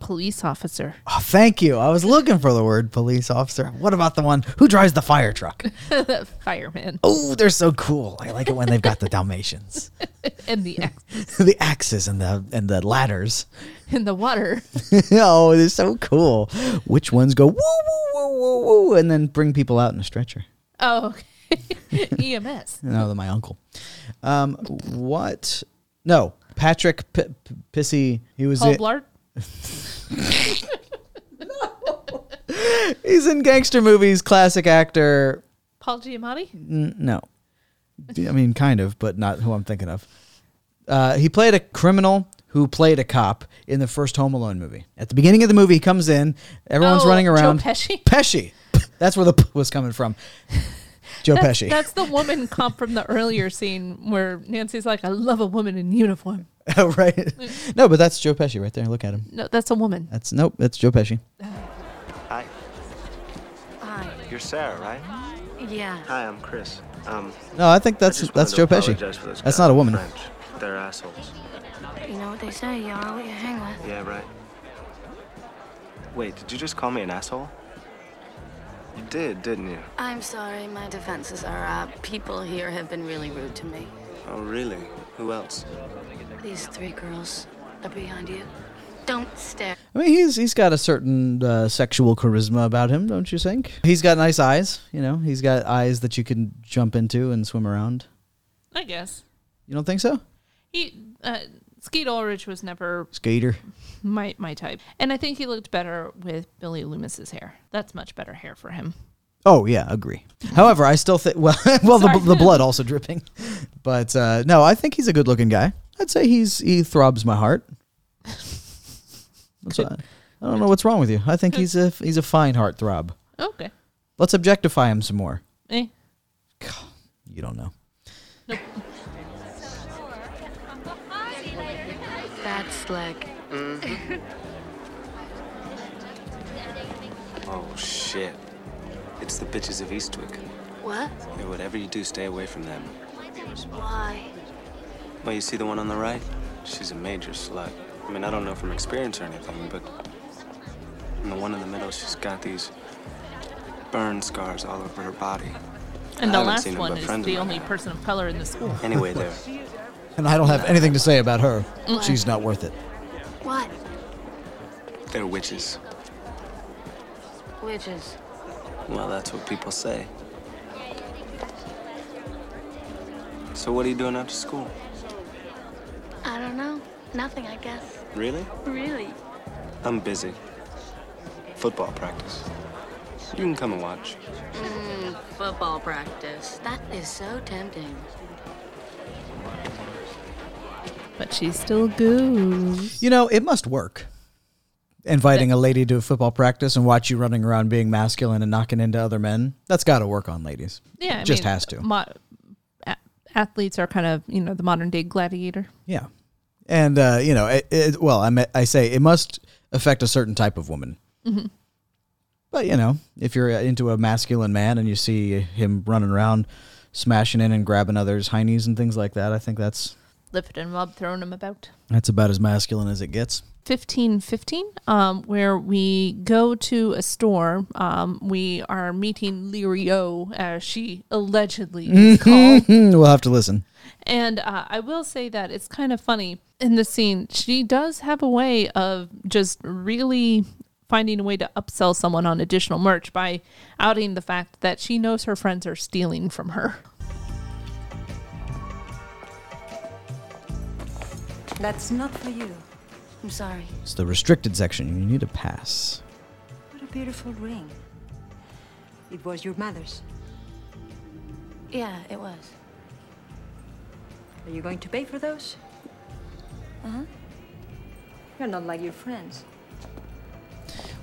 Speaker 1: police officer. <laughs>
Speaker 2: Oh, thank you. I was looking for the word police officer. What about the one who drives the fire truck?
Speaker 1: Fireman
Speaker 2: Oh, they're so cool. I like it when they've got the Dalmatians,
Speaker 1: <laughs> and the
Speaker 2: <laughs>
Speaker 1: ex
Speaker 2: the axes, and the and the ladders. <laughs>
Speaker 1: in the water.
Speaker 2: oh, they're so cool. Which ones go woo woo woo woo woo, and then bring people out in a stretcher?
Speaker 1: Oh, okay. <laughs> E EMS.
Speaker 2: No, they're my uncle. Um, what? No, Patrick P- P- Pissy. He was
Speaker 1: Paul
Speaker 2: in,
Speaker 1: Blart.
Speaker 2: <laughs> he's in gangster movies. Classic actor.
Speaker 1: Paul Giamatti?
Speaker 2: No. I mean, kind of, but not who I'm thinking of. Uh, he played a criminal who played a cop in the first Home Alone movie. At the beginning of the movie, he comes in, everyone's
Speaker 1: Oh,
Speaker 2: running
Speaker 1: Joe
Speaker 2: around.
Speaker 1: Pesci?
Speaker 2: Pesci. That's where the <laughs> p was coming from. Joe <laughs>
Speaker 1: That's,
Speaker 2: Pesci.
Speaker 1: that's the woman comp from the earlier scene where Nancy's like, I love a woman in uniform.
Speaker 2: Oh,
Speaker 1: <laughs>
Speaker 2: right. No, but that's Joe Pesci right there. Look at him.
Speaker 1: No, that's a woman.
Speaker 2: That's nope. That's Joe Pesci.
Speaker 8: Hi.
Speaker 5: Hi.
Speaker 8: You're Sarah, right?
Speaker 5: Yeah.
Speaker 8: Hi, I'm Chris. Um,
Speaker 2: No, I think
Speaker 8: I
Speaker 2: that's
Speaker 8: just
Speaker 2: that's Joe
Speaker 8: wanted to
Speaker 2: Pesci.
Speaker 8: apologize for those
Speaker 2: That's
Speaker 8: guys
Speaker 2: not a
Speaker 8: in
Speaker 2: woman.
Speaker 8: French. They're assholes.
Speaker 5: You know what they say, you are what you hang with.
Speaker 8: Yeah, right. Wait, did you just call me an asshole? You did, didn't you?
Speaker 5: I'm sorry, my defenses are up. People here have been really rude to me.
Speaker 8: Oh, really?
Speaker 5: <laughs>
Speaker 8: Who else?
Speaker 5: These three girls are behind you. Don't stare.
Speaker 2: I mean, he's he's got a certain uh, sexual charisma about him, don't you think? He's got nice eyes. You know, he's got eyes that you can jump into and swim around.
Speaker 1: I guess.
Speaker 2: You don't think so?
Speaker 1: He, uh, Skeet Ulrich was never
Speaker 2: Skater.
Speaker 1: my, my type. And I think he looked better with Billy Loomis's hair. That's much better hair for him.
Speaker 2: Oh yeah, agree. However, I still think well, <laughs> well the,
Speaker 1: Sorry.
Speaker 2: the blood also dripping, but uh, no, I think he's a good-looking guy. I'd say he's he throbs my heart. That's why- I don't know what's wrong with you. I think he's a he's a fine heart throb.
Speaker 1: Okay.
Speaker 2: Let's objectify him some more.
Speaker 1: Eh.
Speaker 2: You don't know.
Speaker 5: That's slick.
Speaker 8: Oh, shit. It's the bitches of Eastwick.
Speaker 5: What?
Speaker 8: Hey, whatever you do, stay away from them.
Speaker 5: Why?
Speaker 8: Well, you see the one on the right? She's a major slut. I mean, I don't know from experience or anything, but and the one in the middle, she's got these burn scars all over her body.
Speaker 1: And
Speaker 8: I
Speaker 1: the
Speaker 8: haven't
Speaker 1: last
Speaker 8: seen him,
Speaker 1: one
Speaker 8: but
Speaker 1: is
Speaker 8: friends of
Speaker 1: the
Speaker 8: mine
Speaker 1: only
Speaker 8: have.
Speaker 1: person of color in the school.
Speaker 8: Anyway, there.
Speaker 2: And I don't have anything to say about her.
Speaker 1: Mm.
Speaker 2: She's not worth it.
Speaker 5: What?
Speaker 8: They're witches.
Speaker 5: Witches.
Speaker 8: Well, that's what people say. So, what are you doing after school?
Speaker 5: I don't know. Nothing, I guess.
Speaker 8: Really?
Speaker 5: Really?
Speaker 8: I'm busy. Football practice. You can come and watch.
Speaker 5: Hmm, Football practice. That is so tempting.
Speaker 1: But she still goes.
Speaker 2: You know, it must work. Inviting a lady to a football practice and watch you running around being masculine and knocking into other men, that's got to work on ladies.
Speaker 1: <laughs> Yeah, I
Speaker 2: Just
Speaker 1: mean,
Speaker 2: has to.
Speaker 1: Mo- a- athletes are kind of you know the modern day gladiator.
Speaker 2: Yeah. And, uh, you know, it, it, well, I, me- I say it must affect a certain type of woman. But, you know, if you're uh, into a masculine man and you see him running around, smashing in and grabbing others' heinies and things like that, I think that's
Speaker 1: Lifted him up, throwing him about.
Speaker 2: that's about as masculine as it gets.
Speaker 1: 1515 um, where we go to a store um, we are meeting lirio as she allegedly is called
Speaker 2: Hmm, <laughs> we'll have to listen.
Speaker 1: and uh, i will say that it's kind of funny in the scene she does have a way of just really finding a way to upsell someone on additional merch by outing the fact that she knows her friends are stealing from her
Speaker 9: That's not for you.
Speaker 5: I'm sorry.
Speaker 2: It's the restricted section. You need a pass.
Speaker 9: What a beautiful ring. It was your mother's.
Speaker 5: Yeah, it was.
Speaker 9: Are you going to pay for those? Uh huh.
Speaker 5: Uh-huh.
Speaker 9: You're not like your friends.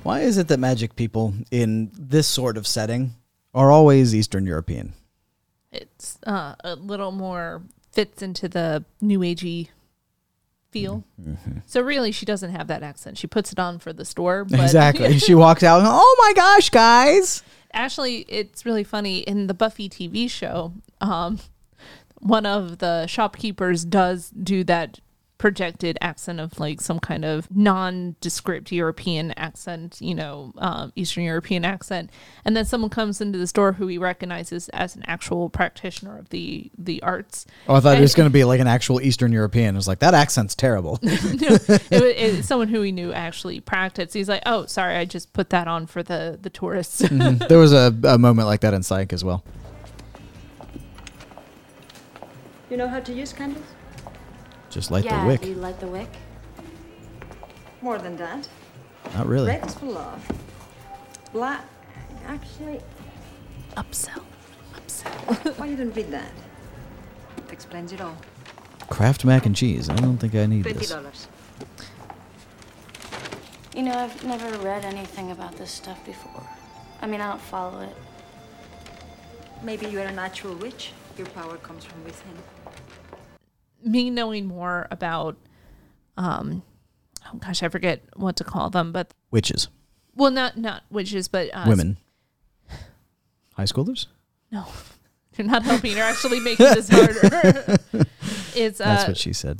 Speaker 2: Why is it that magic people in this sort of setting are always Eastern European?
Speaker 1: it's uh, a little more fits into the new agey feel.
Speaker 2: Mm-hmm.
Speaker 1: So really, she doesn't have that accent. She puts it on for the store. But <laughs>
Speaker 2: Exactly. she walks out. Oh my gosh, guys!
Speaker 1: Actually, it's really funny in the Buffy TV show. Um, one of the shopkeepers does do that projected accent of like some kind of nondescript European accent, you know, um, Eastern European accent, and then someone comes into the store who he recognizes as an actual practitioner of the the arts.
Speaker 2: Oh, I thought it
Speaker 1: And-
Speaker 2: was going to be like an actual Eastern European. I was like, that accent's terrible.
Speaker 1: <laughs> it was, it, someone who we knew actually practiced. He's like, "Oh, sorry, I just put that on for the the tourists." <laughs>
Speaker 2: there was a, a moment like that in Psych as well.
Speaker 9: You know how to use candles?
Speaker 2: Just light
Speaker 5: yeah,
Speaker 2: the
Speaker 5: do you
Speaker 2: wick.
Speaker 5: like the wick?
Speaker 9: More than that.
Speaker 2: Not really.
Speaker 9: Red is for love. Black. Actually,
Speaker 1: Upsell, upsell.
Speaker 9: why you don't read that? It explains it all.
Speaker 2: Kraft mac and cheese. I don't think I need
Speaker 9: Twenty
Speaker 2: this.
Speaker 9: dollars.
Speaker 5: You know, I've never read anything about this stuff before. I mean, I don't follow it.
Speaker 9: Maybe you are an actual witch. Your power comes from within. <laughs>
Speaker 1: Me knowing more about, um, oh gosh, I forget what to call them, but
Speaker 2: Witches,
Speaker 1: well, not not witches, but uh,
Speaker 2: women, high schoolers.
Speaker 1: No, <laughs> you're not helping. You're actually making this harder.
Speaker 2: <laughs>
Speaker 1: it's
Speaker 2: That's
Speaker 1: uh, <laughs>
Speaker 2: what she said.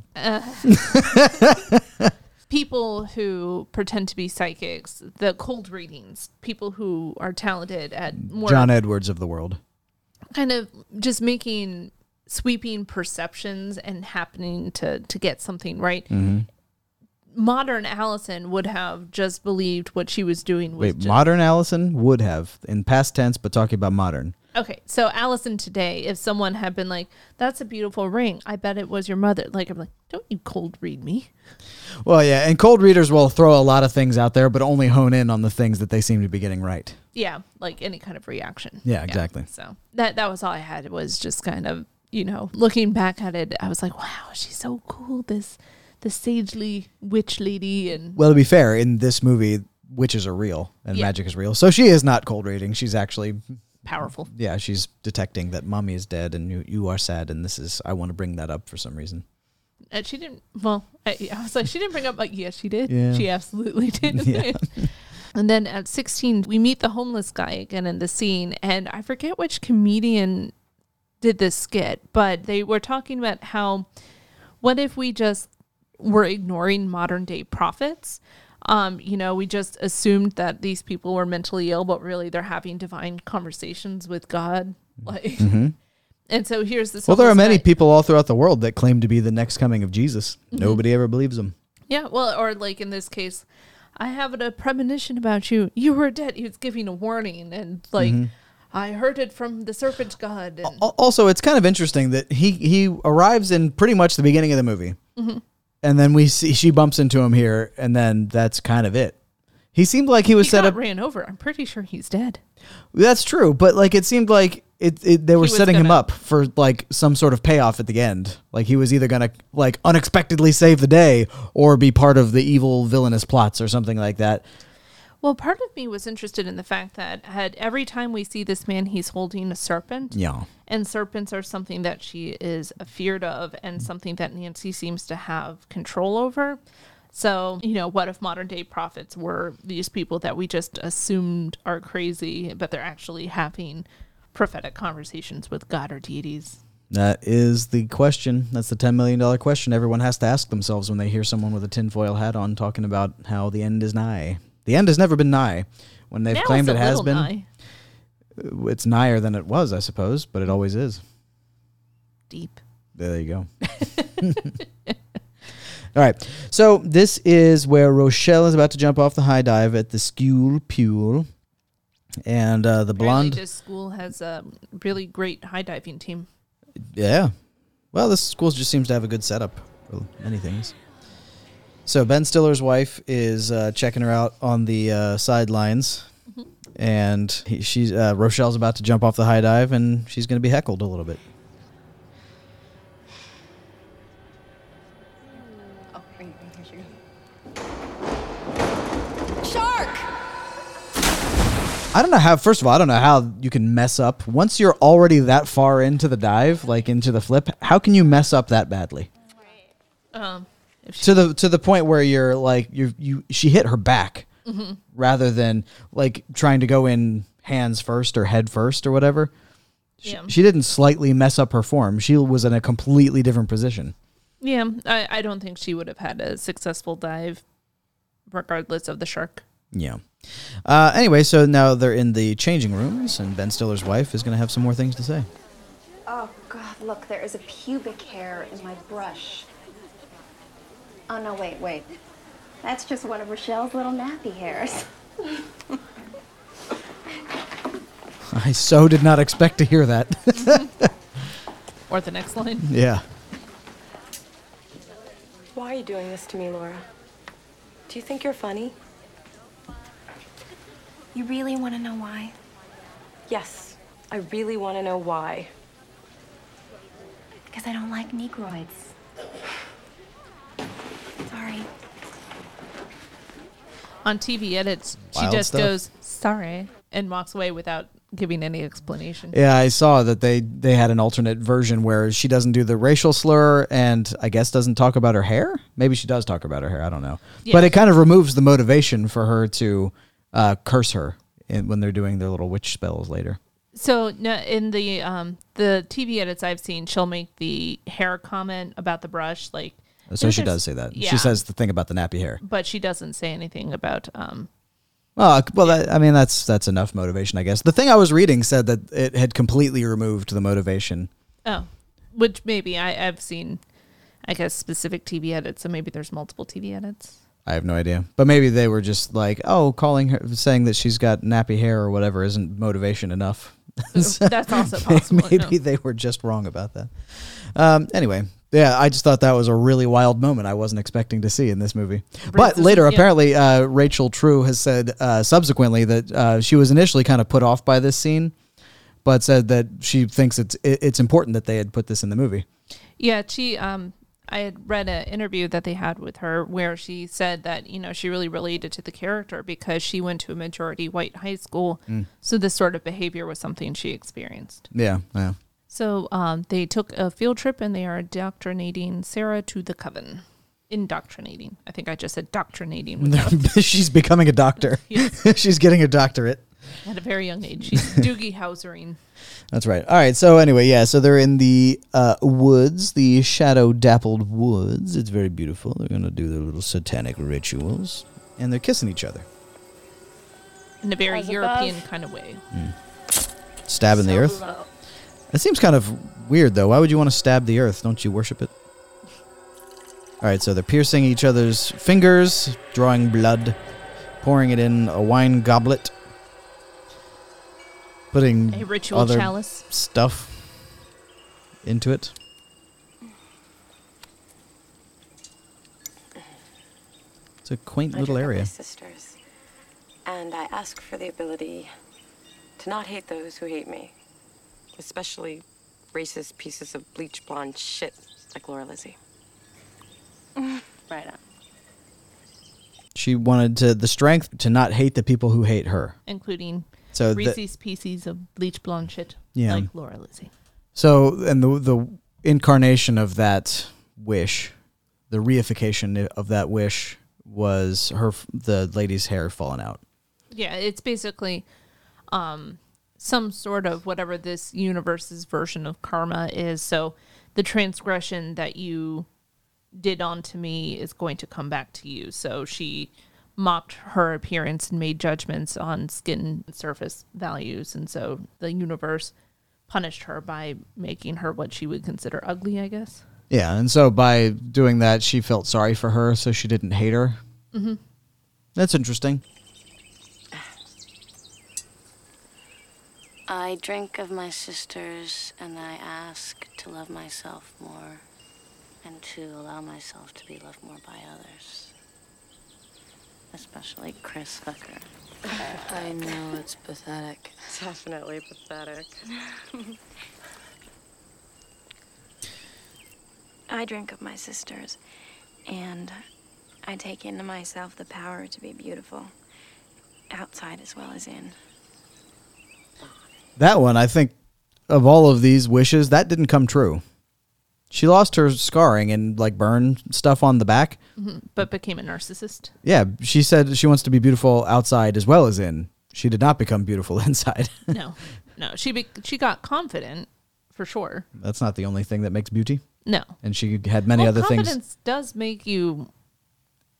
Speaker 1: people who pretend to be psychics, the cold readings, people who are talented at more
Speaker 2: John Edwards of the world.
Speaker 1: kind of just making sweeping perceptions and happening to to get something right.
Speaker 2: Mm-hmm.
Speaker 1: Modern Allison would have just believed what she was doing was
Speaker 2: Wait,
Speaker 1: just,
Speaker 2: modern Allison would have in past tense, but talking about modern.
Speaker 1: okay. So Allison today, if someone had been like, "That's a beautiful ring," I bet it was your mother. Like I'm like, don't you cold read me?
Speaker 2: Well, yeah, and cold readers will throw a lot of things out there, but only hone in on the things that they seem to be getting right.
Speaker 1: Yeah, like any kind of reaction.
Speaker 2: Yeah, exactly.
Speaker 1: So that that was all I had. It was just kind of you know looking back at it, I was like, wow, she's so cool. This this sagely witch lady and
Speaker 2: Well, to be fair, in this movie, witches are real and
Speaker 1: Yeah.
Speaker 2: magic is real, so she is not cold reading. She's actually,
Speaker 1: powerful.
Speaker 2: yeah, she's detecting that mommy is dead and you, you are sad, and this is I want to bring that up for some reason.
Speaker 1: And Uh, she didn't. Well, I, I was like, she didn't bring up. Like, yes, she did.
Speaker 2: Yeah.
Speaker 1: She
Speaker 2: <laughs>
Speaker 1: absolutely did.
Speaker 2: Yeah.
Speaker 1: <laughs> and then at sixteen, we meet the homeless guy again in the scene, and I forget which comedian did this skit, but they were talking about how what if we just were ignoring modern day prophets? Um, you know, we just assumed that these people were mentally ill, but really they're having divine conversations with God. Like, <laughs> and so here's this.
Speaker 2: Mm-hmm. Well, there are
Speaker 1: homeless
Speaker 2: many
Speaker 1: guy-
Speaker 2: people all throughout the world that claim to be the next coming of Jesus.
Speaker 1: Mm-hmm.
Speaker 2: Nobody ever believes them.
Speaker 1: Yeah, well, or like in this case, I have a premonition about you. You were dead. He was giving a warning, and like I heard it from the serpent god. And
Speaker 2: Mm-hmm. Al- also it's kind of interesting that he he arrives in pretty much the beginning of the movie and then we see she bumps into him here and then that's kind of it He seemed like he was
Speaker 1: He
Speaker 2: set
Speaker 1: got
Speaker 2: up.
Speaker 1: ran over. I'm pretty sure he's dead.
Speaker 2: That's true, but like it seemed like it, it they were
Speaker 1: was
Speaker 2: setting him
Speaker 1: gonna-
Speaker 2: up for like some sort of payoff at the end. Like he was either gonna like unexpectedly save the day or be part of the evil villainous plots or something like that.
Speaker 1: Well, part of me was interested in the fact that had every time we see this man, he's holding a serpent.
Speaker 2: Yeah.
Speaker 1: And serpents are something that she is feared of and something that Nancy seems to have control over. So, you know, what if modern day prophets were these people that we just assumed are crazy, but they're actually having prophetic conversations with God or deities?
Speaker 2: That is the question. That's the ten million dollar question everyone has to ask themselves when they hear someone with a tinfoil hat on talking about how the end is nigh. The end has never been nigh. When they've
Speaker 1: Now
Speaker 2: claimed it
Speaker 1: it's a
Speaker 2: has
Speaker 1: little
Speaker 2: been, uh,
Speaker 1: nigh.
Speaker 2: it's nigher than it was, I suppose, but it always is.
Speaker 1: deep.
Speaker 2: There you go. <laughs> All right. So this is where Rochelle is about to jump off the high dive at the Skule Pule. And uh, the
Speaker 1: Apparently,
Speaker 2: blonde.
Speaker 1: this school has a really great high diving team.
Speaker 2: Yeah. Well, this school just seems to have a good setup for many things. So Ben Stiller's wife is uh, checking her out on the uh, sidelines.
Speaker 1: Mm-hmm.
Speaker 2: And he, she's uh, Rochelle's about to jump off the high dive, and she's going to be heckled a little bit.
Speaker 9: Oh, here you go, here you go. Shark!
Speaker 2: I don't know how. First of all, I don't know how you can mess up once you're already that far into the dive, like into the flip. How can you mess up that badly?
Speaker 1: Um, if she,
Speaker 2: To the to the point where you're like you you she hit her back
Speaker 1: mm-hmm.
Speaker 2: rather than like trying to go in hands first or head first or whatever. She,
Speaker 1: Yeah.
Speaker 2: she didn't slightly mess up her form. She was in a completely different position.
Speaker 1: yeah, I, I don't think she would have had a successful dive, regardless of the shark.
Speaker 2: Yeah. Uh, anyway, so now they're in the changing rooms, and Ben Stiller's wife is going to have some more things to say. <laughs>
Speaker 10: Oh, God, look, there is a pubic hair in my brush. Oh, no, wait, wait. That's just one of Rochelle's little nappy hairs.
Speaker 2: I so did not expect to hear that. <laughs>
Speaker 1: Or the next line.
Speaker 2: yeah.
Speaker 11: Why are you doing this to me, Laura? Do you think you're funny?
Speaker 10: You really want to know why?
Speaker 11: Yes, I really want to know why.
Speaker 10: Because I don't like Negroids. Sorry.
Speaker 1: On TV edits, she
Speaker 2: Wild
Speaker 1: just
Speaker 2: stuff.
Speaker 1: goes, sorry, and walks away without giving any explanation.
Speaker 2: Yeah, I saw that they they had an alternate version where she doesn't do the racial slur and I guess doesn't talk about her hair. Maybe she does talk about her hair. I don't know. But
Speaker 1: Yeah.
Speaker 2: it kind of removes the motivation for her to uh, curse her in, when they're doing their little witch spells later.
Speaker 1: So no, in the um the TV edits I've seen, she'll make the hair comment about the brush, like.
Speaker 2: Oh, So she
Speaker 1: there's-
Speaker 2: does say that.
Speaker 1: yeah.
Speaker 2: She says the thing about the nappy hair.
Speaker 1: but she doesn't say anything about um
Speaker 2: Oh, well, that, I mean that's that's enough motivation, I guess. The thing I was reading said that it had completely removed the motivation.
Speaker 1: Oh, which maybe I, I've seen, I guess, specific TV edits. So maybe there's multiple TV edits.
Speaker 2: I have no idea. But maybe they were just like, oh, calling her, saying that she's got nappy hair or whatever isn't motivation enough. <laughs>
Speaker 1: That's also possible. I
Speaker 2: maybe they were just wrong about that. Um, anyway, yeah, I just thought that was a really wild moment I wasn't expecting to see in this movie. But
Speaker 1: Racism,
Speaker 2: later,
Speaker 1: yeah.
Speaker 2: apparently, uh, Rachel True has said uh, subsequently that uh, she was initially kind of put off by this scene, but said that she thinks it's it, it's important that they had put this in the movie.
Speaker 1: Yeah, she. Um, I had read an interview that they had with her where she said that you know she really related to the character because she went to a majority white high school, so this sort of behavior was something she experienced.
Speaker 2: Mm. Yeah, yeah. <laughs>
Speaker 1: So um, they took a field trip and they are indoctrinating Sarah to the coven. Indoctrinating. I think I just said doctrinating.
Speaker 2: <laughs>
Speaker 1: with that.
Speaker 2: she's becoming a doctor. <laughs> she's getting her doctorate.
Speaker 1: At a very young age, she's Doogie Housering.
Speaker 2: That's right. All right. So anyway, yeah. So they're in the uh, woods, the shadow dappled woods. It's very beautiful. They're gonna do their little satanic rituals, and they're kissing each other,
Speaker 1: in a very
Speaker 11: As
Speaker 1: European
Speaker 11: above.
Speaker 1: kind of way.
Speaker 2: stabbing the earth. That seems kind of weird, though. Why would you want to stab the earth? Don't you worship it? All right. So they're piercing each other's fingers, drawing blood, pouring it in a wine goblet, putting
Speaker 1: A ritual
Speaker 2: other
Speaker 1: chalice.
Speaker 2: stuff into it. It's a quaint
Speaker 11: I
Speaker 2: little
Speaker 11: took up
Speaker 2: area.
Speaker 11: My sisters.
Speaker 12: and I ask for the ability to not hate those who hate me, especially racist pieces of bleach blonde shit like Laura Lizzie. right on.
Speaker 2: She wanted to the strength to not hate the people who hate her.
Speaker 1: including
Speaker 2: So the-
Speaker 1: Reese's Pieces of bleach blonde shit,
Speaker 2: Yeah.
Speaker 1: like Laura Lizzie.
Speaker 2: So, and the the incarnation of that wish, the reification of that wish was her the lady's hair falling out.
Speaker 1: Yeah, it's basically um, some sort of whatever this universe's version of karma is. So the transgression that you did onto me is going to come back to you. So she mocked her appearance and made judgments on skin surface values. And so the universe punished her by making her what she would consider ugly, I guess.
Speaker 2: Yeah, and so by doing that, she felt sorry for her, so she didn't hate her.
Speaker 1: Mm-hmm.
Speaker 2: That's interesting.
Speaker 5: I drink of my sisters and I ask to love myself more and to allow myself to be loved more by others. Especially Chris
Speaker 13: <laughs>
Speaker 5: Hooker. I know it's pathetic. Definitely pathetic.
Speaker 13: <laughs> I drink of my sisters, and I take into myself the power to be beautiful, outside as well as in.
Speaker 2: That one, I think, of all of these wishes, that didn't come true. She lost her scarring and like burn stuff on the back.
Speaker 1: But became a narcissist.
Speaker 2: Yeah, she said she wants to be beautiful outside as well as in. She did not become beautiful <laughs> inside.
Speaker 1: No, no, she be- she got confident for sure.
Speaker 2: That's not the only thing that makes beauty.
Speaker 1: No.
Speaker 2: And she had many
Speaker 1: Well,
Speaker 2: other
Speaker 1: confidence
Speaker 2: things.
Speaker 1: does make you.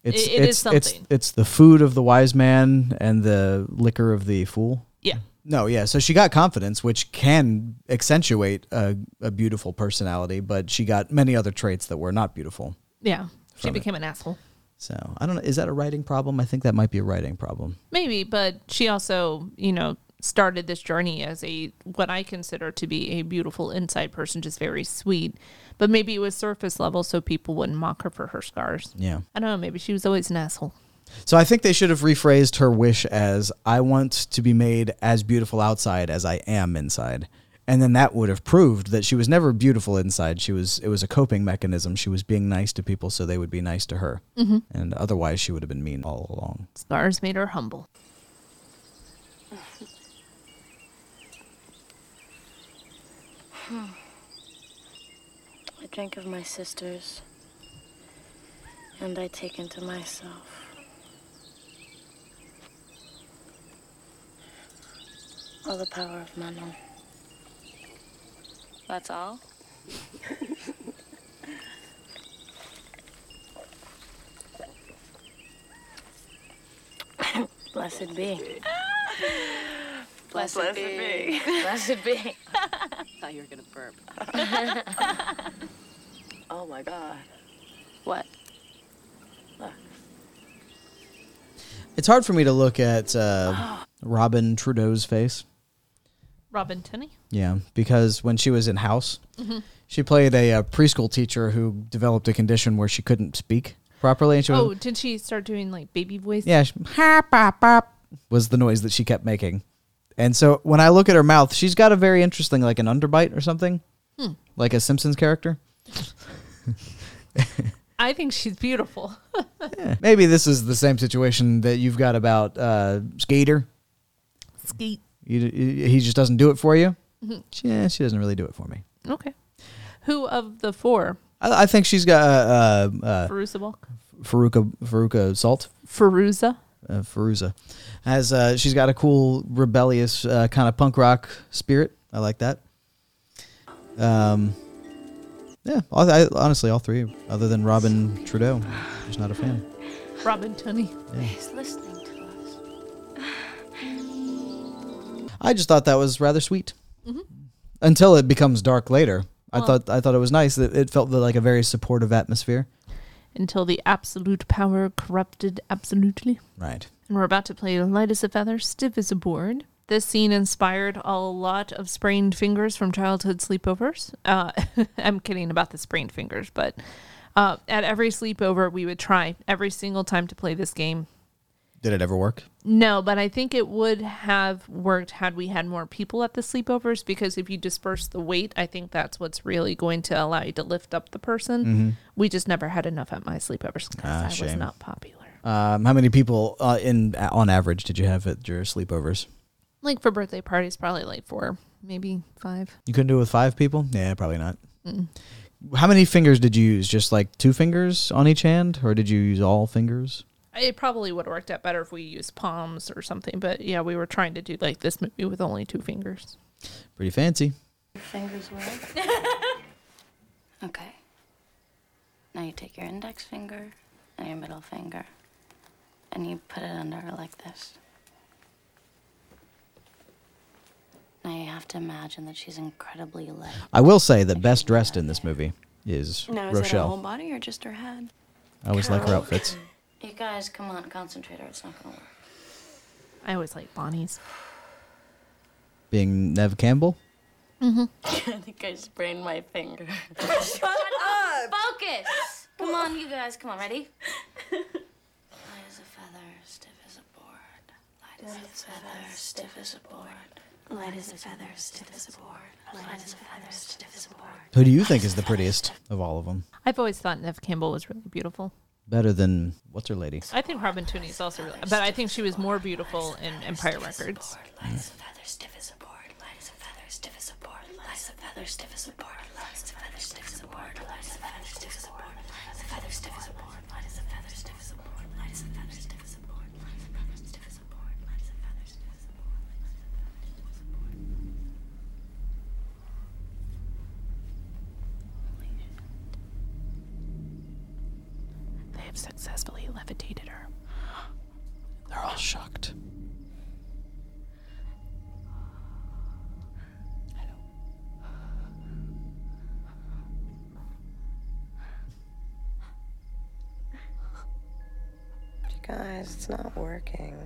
Speaker 2: It's
Speaker 1: it-
Speaker 2: it's
Speaker 1: it is
Speaker 2: it's
Speaker 1: something.
Speaker 2: it's the food of the wise man and the liquor of the fool.
Speaker 1: Yeah.
Speaker 2: No, yeah. So she got confidence, which can accentuate a, a beautiful personality, but she got many other traits that were not beautiful.
Speaker 1: yeah, she
Speaker 2: from it.
Speaker 1: became an asshole.
Speaker 2: So I don't know. Is that a writing problem? I think that might be a writing problem.
Speaker 1: Maybe, but she also, you know, started this journey as a what I consider to be a beautiful inside person, just very sweet. But maybe it was surface level, so people wouldn't mock her for her scars.
Speaker 2: Yeah.
Speaker 1: I don't know. Maybe she was always an asshole.
Speaker 2: So I think they should have rephrased her wish as I want to be made as beautiful outside as I am inside. And then that would have proved that she was never beautiful inside. She was it was a coping mechanism. She was being nice to people so they would be nice to her.
Speaker 1: Mhm.
Speaker 2: And otherwise she would have been mean all along.
Speaker 1: Scars made her humble.
Speaker 5: Hmm. I drink of my sisters, and I take into myself all the power of Manon. That's all? Blessed be. Blessed, <laughs> be. Blessed be.
Speaker 6: thought you were gonna burp.
Speaker 5: <laughs> oh my god. What?
Speaker 2: It's hard for me to look at uh, Robin Trudeau's face.
Speaker 1: Robin Tenney.
Speaker 2: Yeah, because when she was in House,
Speaker 1: Mhm.
Speaker 2: she played a, uh preschool teacher who developed a condition where she couldn't speak properly, and she was,
Speaker 1: Oh, did she start doing like baby voice?
Speaker 2: Yeah, she- was the noise that she kept making. And so when I look at her mouth, she's got a very interesting, like an underbite or something,
Speaker 1: Hmm.
Speaker 2: like a Simpsons character. <laughs>
Speaker 1: I think she's beautiful. <laughs>
Speaker 2: Maybe this is the same situation that you've got about uh, Skater.
Speaker 1: Skeet.
Speaker 2: You, you- he just doesn't do it for you.
Speaker 1: Mhm.
Speaker 2: She, yeah, she doesn't really do it for me.
Speaker 1: Okay. Who of the four?
Speaker 2: I, I think she's got uh, uh, uh,
Speaker 1: Veruza Balk.
Speaker 2: Faruka Faruka Salt.
Speaker 1: Feruza.
Speaker 2: Uh, Feruza has uh, she's got a cool rebellious uh, kind of punk rock spirit. I like that. Um, yeah, all- I, honestly, all three, other than Robin Trudeau, I'm just not a fan.
Speaker 1: Robin Tunney.
Speaker 5: He's listening to us.
Speaker 2: I just thought that was rather sweet. Until it becomes dark later, I
Speaker 1: Mm-hmm. Well-
Speaker 2: thought I thought it was nice. It, it felt like a very supportive atmosphere.
Speaker 1: Until the absolute power corrupted absolutely.
Speaker 2: Right.
Speaker 1: And we're about to play Light as a Feather, Stiff as a Board. This scene inspired a lot of sprained fingers from childhood sleepovers. Uh, <laughs> I'm kidding about the sprained fingers, but uh, at every sleepover, we would try every single time to play this game.
Speaker 2: Did it ever work?
Speaker 1: No, but I think it would have worked had we had more people at the sleepovers because if you disperse the weight, I think that's what's really going to allow you to lift up the person.
Speaker 2: Mhm.
Speaker 1: We just never had enough at my sleepovers because
Speaker 2: Ah,
Speaker 1: I was
Speaker 2: shame.
Speaker 1: not popular.
Speaker 2: Um, how many people uh, in on average did you have at your sleepovers?
Speaker 1: Like for birthday parties, probably like four, maybe five.
Speaker 2: You couldn't do it with five people? Yeah, probably not.
Speaker 1: Mm.
Speaker 2: How many fingers did you use? Just like two fingers on each hand, or did you use all fingers?
Speaker 1: It probably would have worked out better if we used palms or something, but yeah, we were trying to do like this movie with only two fingers.
Speaker 2: Pretty fancy.
Speaker 5: Fingers were <laughs> okay. Now you take your index finger and your middle finger, and you put it under her like this. Now you have to imagine that she's incredibly lit.
Speaker 2: I will say the best dressed in this movie is
Speaker 13: Now, is it a whole
Speaker 2: Rochelle.
Speaker 13: body or just her head?
Speaker 2: I always like her outfits.
Speaker 5: You guys, come on, concentrate or it's not gonna work.
Speaker 1: I always like Bonnie's.
Speaker 2: Being Nev Campbell,
Speaker 1: <laughs>
Speaker 5: Mm-hmm. I think I sprained my finger. Shut up! Focus! Come on, you guys. Come on, ready? Light as a feather, stiff as a board. Light as a feather, stiff as a board. Light as a feather, stiff as a board. Light as a feather, stiff as a board.
Speaker 2: who do you think is the prettiest of all of them?
Speaker 1: I've always thought Nev Campbell was really beautiful.
Speaker 2: Better than what's her lady?
Speaker 1: I think Robin Tooney is also really, but I think she was more beautiful in Empire Records.
Speaker 5: Light as a feather, stiff as a board. Light as a feather, stiff as a board. Light as a feather, stiff as a board. Light as a feather, stiff as a board. Light as a feather, stiff as a board. Light as a feather, stiff as a board. Light as a feather, stiff as a board. Light as a feather, stiff as a board. Light as a feather, stiff as a board. Light as a feather, stiff as a board.
Speaker 1: They have successfully levitated her.
Speaker 2: <gasps> They're all shocked.
Speaker 12: But you guys, it's not working.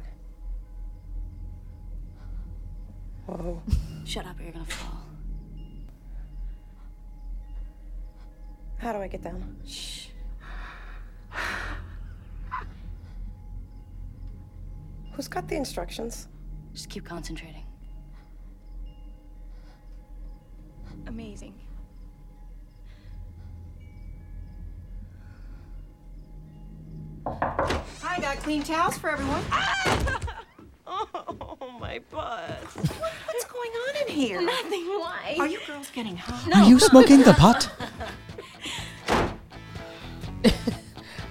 Speaker 12: Whoa.
Speaker 5: <laughs> Shut up or you're gonna fall.
Speaker 12: How do I get down? Shh. Who's got the instructions?
Speaker 5: Just keep concentrating.
Speaker 13: Amazing.
Speaker 9: I got clean towels for everyone.
Speaker 12: Oh, my butt.
Speaker 9: What's going on in here?
Speaker 13: Nothing. Why?
Speaker 9: Are you girls getting hot?
Speaker 2: Are you smoking the pot?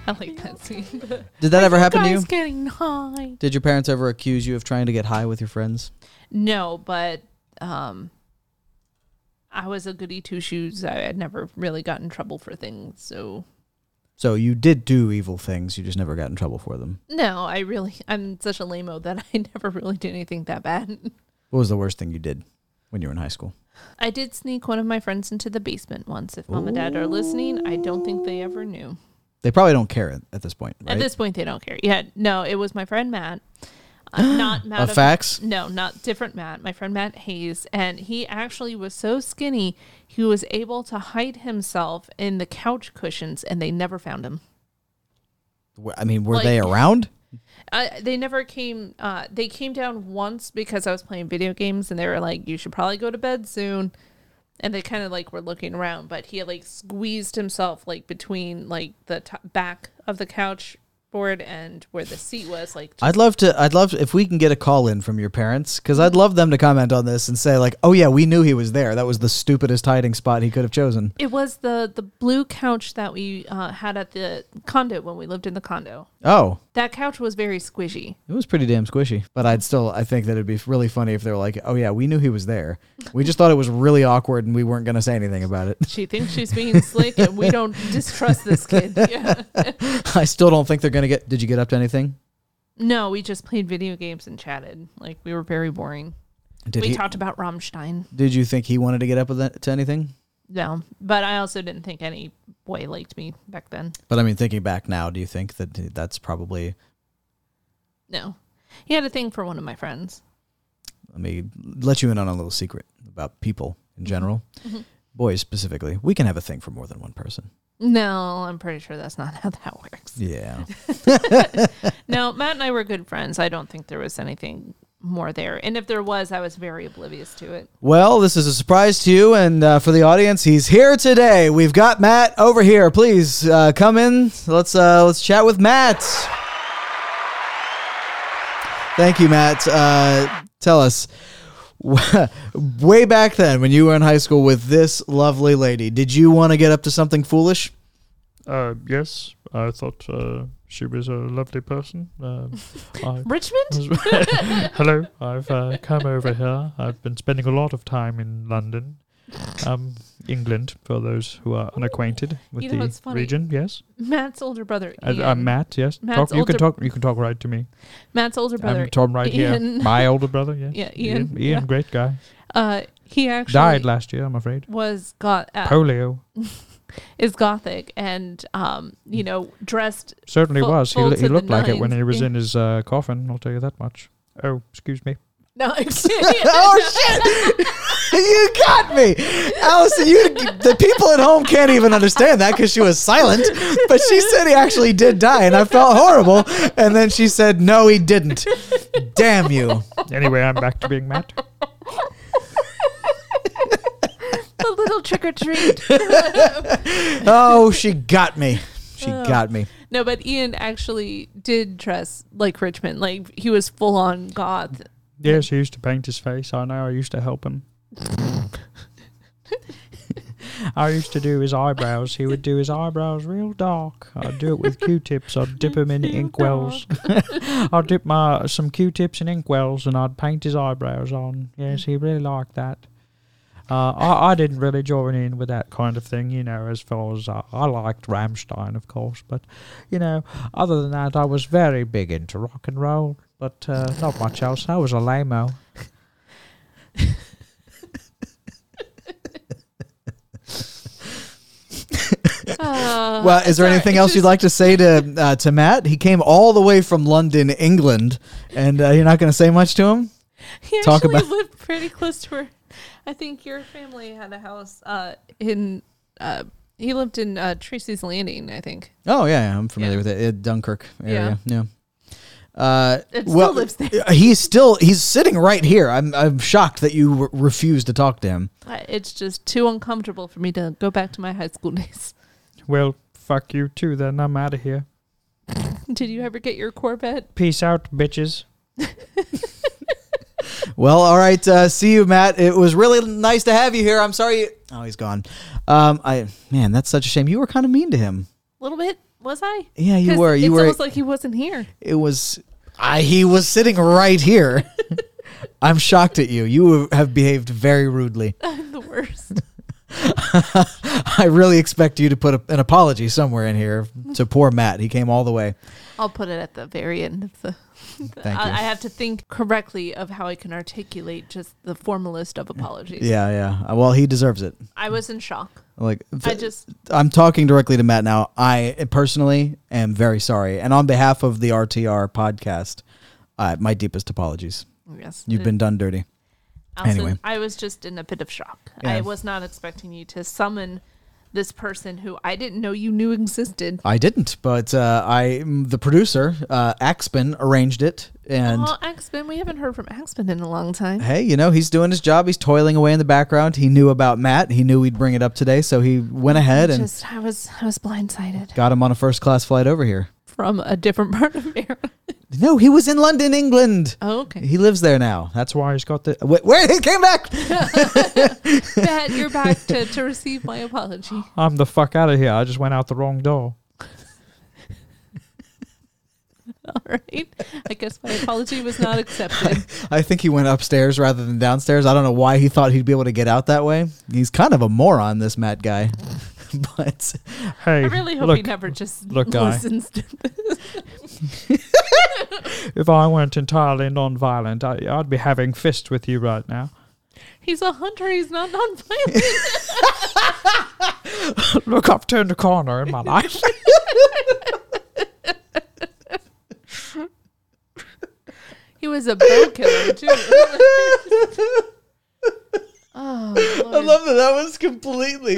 Speaker 1: I like that scene.
Speaker 2: <laughs> Did that ever happen to
Speaker 1: Guys
Speaker 2: you?
Speaker 1: getting high.
Speaker 2: Did your parents ever accuse you of trying to get high with your friends?
Speaker 1: No, but um, I was a goody two shoes. I had never really got in trouble for things, so
Speaker 2: So you did do evil things, you just never got in trouble for them.
Speaker 1: no, I really, I'm such a lameo that I <laughs> never really did anything that bad.
Speaker 2: What was the worst thing you did when you were in high school?
Speaker 1: I did sneak one of my friends into the basement once. If mom and dad are listening, I don't think they ever knew.
Speaker 2: They probably don't care at- at this point, right?
Speaker 1: At this point, they don't care. Yeah, no, it was my friend Matt. Uh, not Matt
Speaker 2: Of Facts?
Speaker 1: No, not different Matt. My friend Matt Hayes, and he actually was so skinny he was able to hide himself in the couch cushions, and they never found him.
Speaker 2: Wh- I mean, were
Speaker 1: Like-
Speaker 2: they around?
Speaker 1: I, Uh, they never came. Uh, they came down once because I was playing video games, and they were like, "You should probably go to bed soon." And they kind of like were looking around, but he had like squeezed himself like between like the top, back of the couch board and where the seat was. Like,
Speaker 2: I'd love to. I'd love if we can get a call in from your parents because I'd love them to comment on this and say like, "Oh yeah, we knew he was there. That was the stupidest hiding spot he could have chosen."
Speaker 1: it was the the blue couch that we uh, had at the condo when we lived in the condo.
Speaker 2: Oh,
Speaker 1: That couch was very squishy.
Speaker 2: it was pretty damn squishy. But I'd still. I think that it'd be really funny if they're like, "Oh yeah, we knew he was there. We just thought it was really awkward and we weren't going to say anything about it."
Speaker 1: She thinks she's being slick, and we don't distrust this kid. <laughs> Yeah.
Speaker 2: <laughs> I still don't think they're going to get. Did you get up to anything?
Speaker 1: No, we just played video games and chatted. Like we were very boring.
Speaker 2: Did
Speaker 1: we
Speaker 2: he-
Speaker 1: talked about Rammstein.
Speaker 2: Did you think he wanted to get up with that, to anything?
Speaker 1: No, but I also didn't think any boy liked me back then.
Speaker 2: But I mean, thinking back now, do you think that that's probably?
Speaker 1: No, he had a thing for one of my friends.
Speaker 2: Let me let you in on a little secret about people in general.
Speaker 1: Mhm.
Speaker 2: Mm-hmm. boys specifically, we can have a thing for more than one person.
Speaker 1: No, I'm pretty sure that's not <laughs> how that works.
Speaker 2: Yeah.
Speaker 1: no, Matt and I were good friends. I don't think there was anything more there. And if there was, I was very oblivious to it.
Speaker 2: Well, this is a surprise to you and uh, for the audience. He's here today. We've got Matt over here. Please uh, come in. Let's uh, let's chat with Matt. Thank you, Matt. Uh, tell us, <laughs> way back then when you were in high school with this lovely lady, did you want to get up to something foolish?
Speaker 14: Uh, yes, I thought uh, she was a lovely person.
Speaker 1: <laughs>
Speaker 14: Um, I-
Speaker 1: Richmond?
Speaker 14: <laughs> Hello, I've uh, come over here. I've been spending a lot of time in London, um, England, for those who are unacquainted with
Speaker 1: You know, it's
Speaker 14: the
Speaker 1: funny.
Speaker 14: region. Yes,
Speaker 1: Matt's older brother.
Speaker 14: Uh,
Speaker 1: Ian.
Speaker 14: uh, Matt. Yes,
Speaker 1: Matt's
Speaker 14: talk, you
Speaker 1: older-
Speaker 14: can talk. You can talk right to me.
Speaker 1: Matt's older brother.
Speaker 14: I'm Tom right
Speaker 1: Ian.
Speaker 14: here. My older brother. Yes.
Speaker 1: <laughs> Yeah, Ian.
Speaker 14: Ian,
Speaker 1: Yeah.
Speaker 14: great guy.
Speaker 1: Uh, he actually
Speaker 14: Died last year, I'm afraid.
Speaker 1: Was got uh,
Speaker 14: Polio.
Speaker 1: <laughs> Is gothic and um, you know, dressed.
Speaker 14: Certainly
Speaker 1: full-
Speaker 14: was. He,
Speaker 1: full
Speaker 14: lo-
Speaker 1: to
Speaker 14: he
Speaker 1: the
Speaker 14: looked like it when
Speaker 1: nines.
Speaker 14: he was
Speaker 1: Yeah.
Speaker 14: in his uh, coffin. I'll tell you that much. Oh, excuse me.
Speaker 1: <laughs> No.
Speaker 14: <laughs>
Speaker 2: oh shit! <laughs> you got me, Allison. You the people at home can't even understand that because she was silent. But she said he actually did die, and I felt horrible. And then she said, "No, he didn't." Damn you.
Speaker 14: Anyway, I'm back to being Matt.
Speaker 1: <laughs> A little trick or treat.
Speaker 2: <laughs> Oh, she got me. She
Speaker 1: Oh.
Speaker 2: got me.
Speaker 1: <laughs> No, but Ian actually did dress like Richmond. Like he was full on goth.
Speaker 14: Yes, he used to paint his face. I know. I used to help him. I used to do his eyebrows. He would do his eyebrows real dark. I'd do it with Q-tips. I'd dip him in inkwells. <laughs> I'd dip my some Q-tips in inkwells, and I'd paint his eyebrows on. Yes, he really liked that. Uh, I, I didn't really join in with that kind of thing, you know, as far as uh, I, I liked Ramstein, of course, but, you know, other than that, I was very big into rock and roll, but uh, not much else. I was a lame-o.
Speaker 1: Uh,
Speaker 2: well, is there
Speaker 1: sorry,
Speaker 2: anything
Speaker 1: it's
Speaker 2: else you'd
Speaker 1: just-
Speaker 2: like to say to uh, to Matt? He came all the way from London, England, and uh, you're not going to say much to him.
Speaker 1: He
Speaker 2: Talk
Speaker 1: actually
Speaker 2: about
Speaker 1: lived pretty close to her. I think your family had a house uh, in. Uh, he lived in uh, Tracy's Landing, I think.
Speaker 2: Oh yeah, yeah, I'm familiar with it. it. Dunkirk area. Yeah. Uh,
Speaker 1: It still
Speaker 2: well, uh,
Speaker 1: lives there.
Speaker 2: he's still he's sitting right here. I'm I'm shocked that you re- refuse to talk to him.
Speaker 1: I, it's just too uncomfortable for me to go back to my high school <laughs> days.
Speaker 14: Well, fuck you too then. I'm out of here.
Speaker 1: Did you ever get your Corvette?
Speaker 14: Peace out, bitches.
Speaker 2: Well, all right. Uh, see you, Matt. It was really nice to have you here. I'm sorry. You- oh, he's gone. Um, I man, that's such a shame. You were kind of mean to him.
Speaker 1: A little bit, was I?
Speaker 2: Yeah, you
Speaker 1: 'Cause
Speaker 2: were. You
Speaker 1: it's
Speaker 2: were-
Speaker 1: almost like he wasn't here. <laughs>
Speaker 2: It was. I he was sitting right here. <laughs> I'm shocked at you. You have behaved very rudely. <laughs>
Speaker 1: I'm the worst.
Speaker 2: I really expect you to put a, an apology somewhere in here to poor Matt. He came all the way.
Speaker 1: I'll put it at the very end of the. the
Speaker 2: Thank
Speaker 1: <laughs> I,
Speaker 2: you.
Speaker 1: I have to think correctly of how I can articulate just the formalist of apologies.
Speaker 2: Yeah, yeah. Uh, Well, he deserves it.
Speaker 1: I was in shock.
Speaker 2: Like
Speaker 1: I just-
Speaker 2: I'm talking directly to Matt now. I uh, personally am very sorry, and on behalf of the RTR podcast, uh, my deepest apologies.
Speaker 1: Yes.
Speaker 2: you've been done dirty.
Speaker 1: Also,
Speaker 2: anyway,
Speaker 1: I was just in a bit of shock. I
Speaker 2: Yeah.
Speaker 1: was not expecting you to summon this person who I didn't know you knew existed.
Speaker 2: I didn't, but uh, I m- the producer uh, Axpin arranged it, and
Speaker 1: oh, Axman, we haven't heard from Axman in a long time.
Speaker 2: hey, you know he's doing his job. He's toiling away in the background. He knew about Matt. He knew we'd bring it up today, so he went ahead and
Speaker 1: just I was I was blindsided
Speaker 2: got him on a first class flight over here.
Speaker 1: from a different <laughs> part of Maryland.
Speaker 14: <laughs>
Speaker 2: No, he was in London, England.
Speaker 1: Oh, okay.
Speaker 2: He lives there now. That's
Speaker 14: why he's got the.
Speaker 2: Wait, wait he came
Speaker 1: <laughs>
Speaker 2: back.
Speaker 1: Matt, you're back to, to receive my apology. <laughs>
Speaker 14: I'm the fuck out of here. I just went out the wrong door.
Speaker 1: All right. I guess my apology was not accepted.
Speaker 2: I think he went upstairs rather than downstairs. I don't know why he thought he'd be able to get out that way. He's kind of a moron, this Matt guy. <laughs> but
Speaker 14: <laughs> Hey,
Speaker 1: I really hope he
Speaker 14: look,
Speaker 1: never just
Speaker 14: look, guy.
Speaker 1: listens
Speaker 14: <laughs>
Speaker 1: to this. <laughs>
Speaker 14: If I weren't entirely non-violent, I, I'd be having fists with you right now. <laughs>
Speaker 1: He's a hunter, he's not nonviolent. <laughs>
Speaker 14: Look, I've turned a corner in my life.
Speaker 1: he was a bow
Speaker 14: <laughs>
Speaker 1: killer too. oh, <laughs>
Speaker 2: I love that that was completely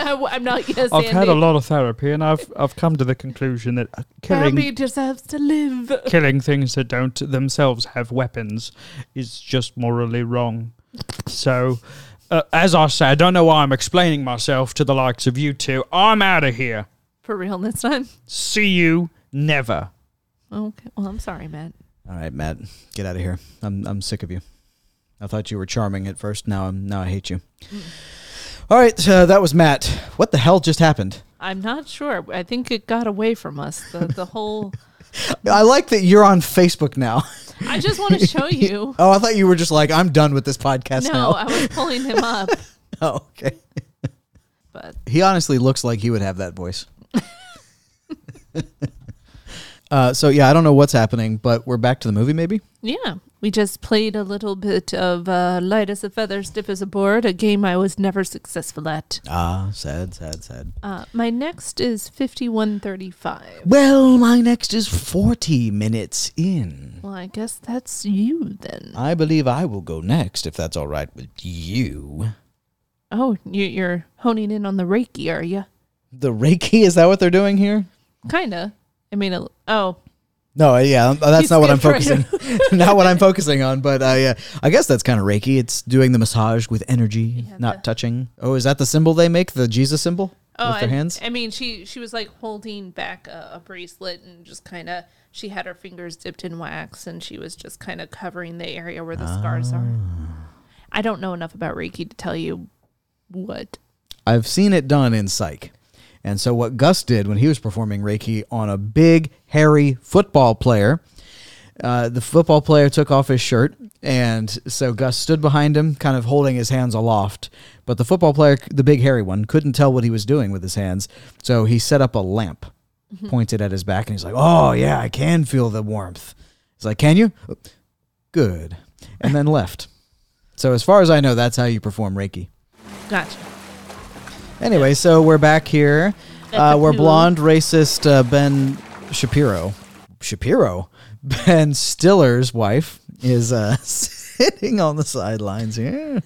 Speaker 1: I'm not gonna say
Speaker 14: I've had a
Speaker 1: anything.
Speaker 14: lot of therapy, and I've I've come to the conclusion that uh, killing
Speaker 1: Barbie deserves to live.
Speaker 14: killing things that don't themselves have weapons is just morally wrong. So, uh, as I say, I don't know why I'm explaining myself to the likes of you two. I'm out of here.
Speaker 1: <laughs> For real this time.
Speaker 14: See you never.
Speaker 1: Okay. Well, I'm sorry, Matt.
Speaker 2: All right, Matt, get out of here. I'm I'm sick of you. I thought you were charming at first. Now I'm now I hate you.
Speaker 1: Mm.
Speaker 2: All right, uh, that was Matt. What the hell just happened?
Speaker 1: I'm not sure. I think it got away from us. The the whole.
Speaker 2: I like that you're on Facebook now. <laughs>
Speaker 1: I just
Speaker 14: <laughs>
Speaker 1: want to show you.
Speaker 2: oh, I thought you were just like I'm done with this podcast
Speaker 1: no,
Speaker 2: now.
Speaker 1: I was pulling him up.
Speaker 2: <laughs> oh, okay.
Speaker 1: But
Speaker 2: He honestly looks like he would have that
Speaker 1: <laughs>
Speaker 2: voice. uh, so yeah, I don't know what's happening, but we're back to the movie. Maybe
Speaker 1: yeah, we just played a little bit of uh, light as a feather, stiff as a board, a game I was never successful at.
Speaker 2: ah, sad, sad, sad.
Speaker 1: Uh, my next is fifty-one thirty-five.
Speaker 2: Well, my next is forty minutes
Speaker 14: Hmm.
Speaker 2: in.
Speaker 1: Well, I guess that's you then.
Speaker 2: I believe I will go next if that's all right with you.
Speaker 1: Oh, you, you're honing in on the Reiki, are you?
Speaker 2: The Reiki is that what they're doing here?
Speaker 1: Kinda. I mean, a- oh,
Speaker 2: No, yeah, um, that's
Speaker 1: You
Speaker 2: not what I'm
Speaker 1: skipped right
Speaker 2: focusing. <laughs> not
Speaker 1: <laughs>
Speaker 2: what I'm focusing on, but uh, yeah, I guess that's kind of Reiki. It's doing the massage with energy, not touching. Oh, is that the symbol they make? The Jesus symbol
Speaker 1: oh,
Speaker 2: with their
Speaker 1: I,
Speaker 2: hands?
Speaker 1: I mean, she she was like holding back a, a bracelet and just kind of she had her fingers dipped in wax and she was just kind of covering the area where the scars are.
Speaker 2: Ah.
Speaker 1: I don't know enough about Reiki to tell you what.
Speaker 2: I've seen it done in Psych. And so, what Gus did when he was performing Reiki on a big, hairy football player, uh, the football player took off his shirt. And so, Gus stood behind him, kind of holding his hands aloft. But the football player, the big, hairy one, couldn't tell what he was doing with his hands. So, he set up a lamp, pointed at his back, and he's like, Oh, yeah, I can feel the warmth. He's like, Can you? "Oh, Good. And then left. So, as far as I know, that's how you perform Reiki.
Speaker 1: Gotcha.
Speaker 2: Anyway, so we're back here. Uh,
Speaker 1: the
Speaker 2: where
Speaker 1: pool.
Speaker 2: blonde racist uh, Ben Shapiro, Shapiro, <laughs> Ben Stiller's wife is uh, <laughs> sitting on the sidelines here.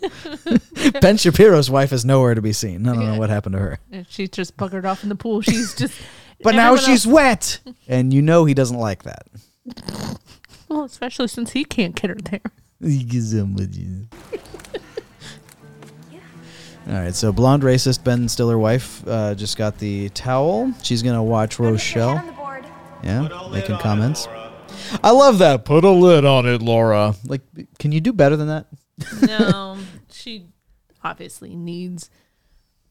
Speaker 2: <laughs> ben Shapiro's wife is nowhere to be seen. I don't know what happened to her.
Speaker 1: And She just buggered off in the pool. She's just.
Speaker 2: <laughs> But now
Speaker 1: everyone
Speaker 2: she's
Speaker 1: else-
Speaker 2: wet, and you know he doesn't like that.
Speaker 1: well, especially since he can't get her there.
Speaker 2: <laughs> All right, so blonde racist Ben Stiller wife uh, just got the towel. She's gonna watch Rochelle. Yeah, making comments. I love that. Put a lid on it, Laura. Like, can you do better than that?
Speaker 1: No, <laughs> she obviously needs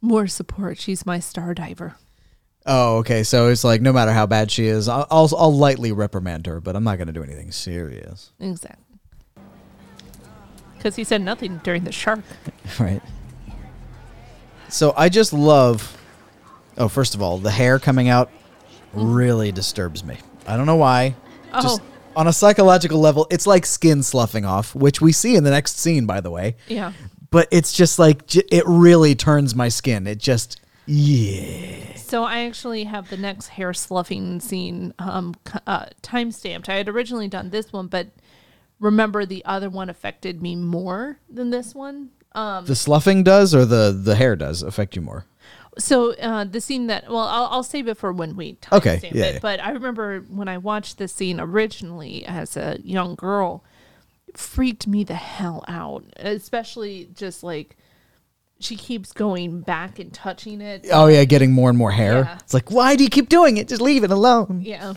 Speaker 1: more support. She's my star diver.
Speaker 2: Oh, okay. So it's like no matter how bad she is, I'll I'll, I'll lightly reprimand her, but I'm not gonna do anything serious,
Speaker 1: Exactly. Because he said nothing during the shark.
Speaker 2: <laughs> right? So I just love. Oh, first of all, the hair coming out
Speaker 1: Mm.
Speaker 2: really disturbs me. I don't know why. Just
Speaker 1: Oh.
Speaker 2: on a psychological level, it's like skin sloughing off, which we see in the next scene, by the way.
Speaker 1: Yeah.
Speaker 2: But it's just like j- it really turns my skin. It just yeah.
Speaker 1: So I actually have the next hair sloughing scene um, c- uh, time stamped. I had originally done this one, but remember the other one affected me more than this one. Um,
Speaker 2: The sloughing does, or the the hair does affect you more.
Speaker 1: So uh, the scene that well, I'll, I'll save it for when we time
Speaker 2: Okay,
Speaker 1: stamp
Speaker 2: yeah,
Speaker 1: it.
Speaker 2: yeah.
Speaker 1: But I remember when I watched this scene originally as a young girl, it freaked me the hell out. Especially just like she keeps going back and touching it.
Speaker 2: Oh yeah, getting more and more hair.
Speaker 1: Yeah.
Speaker 2: It's like, why do you keep doing it? Just leave it alone.
Speaker 1: Yeah.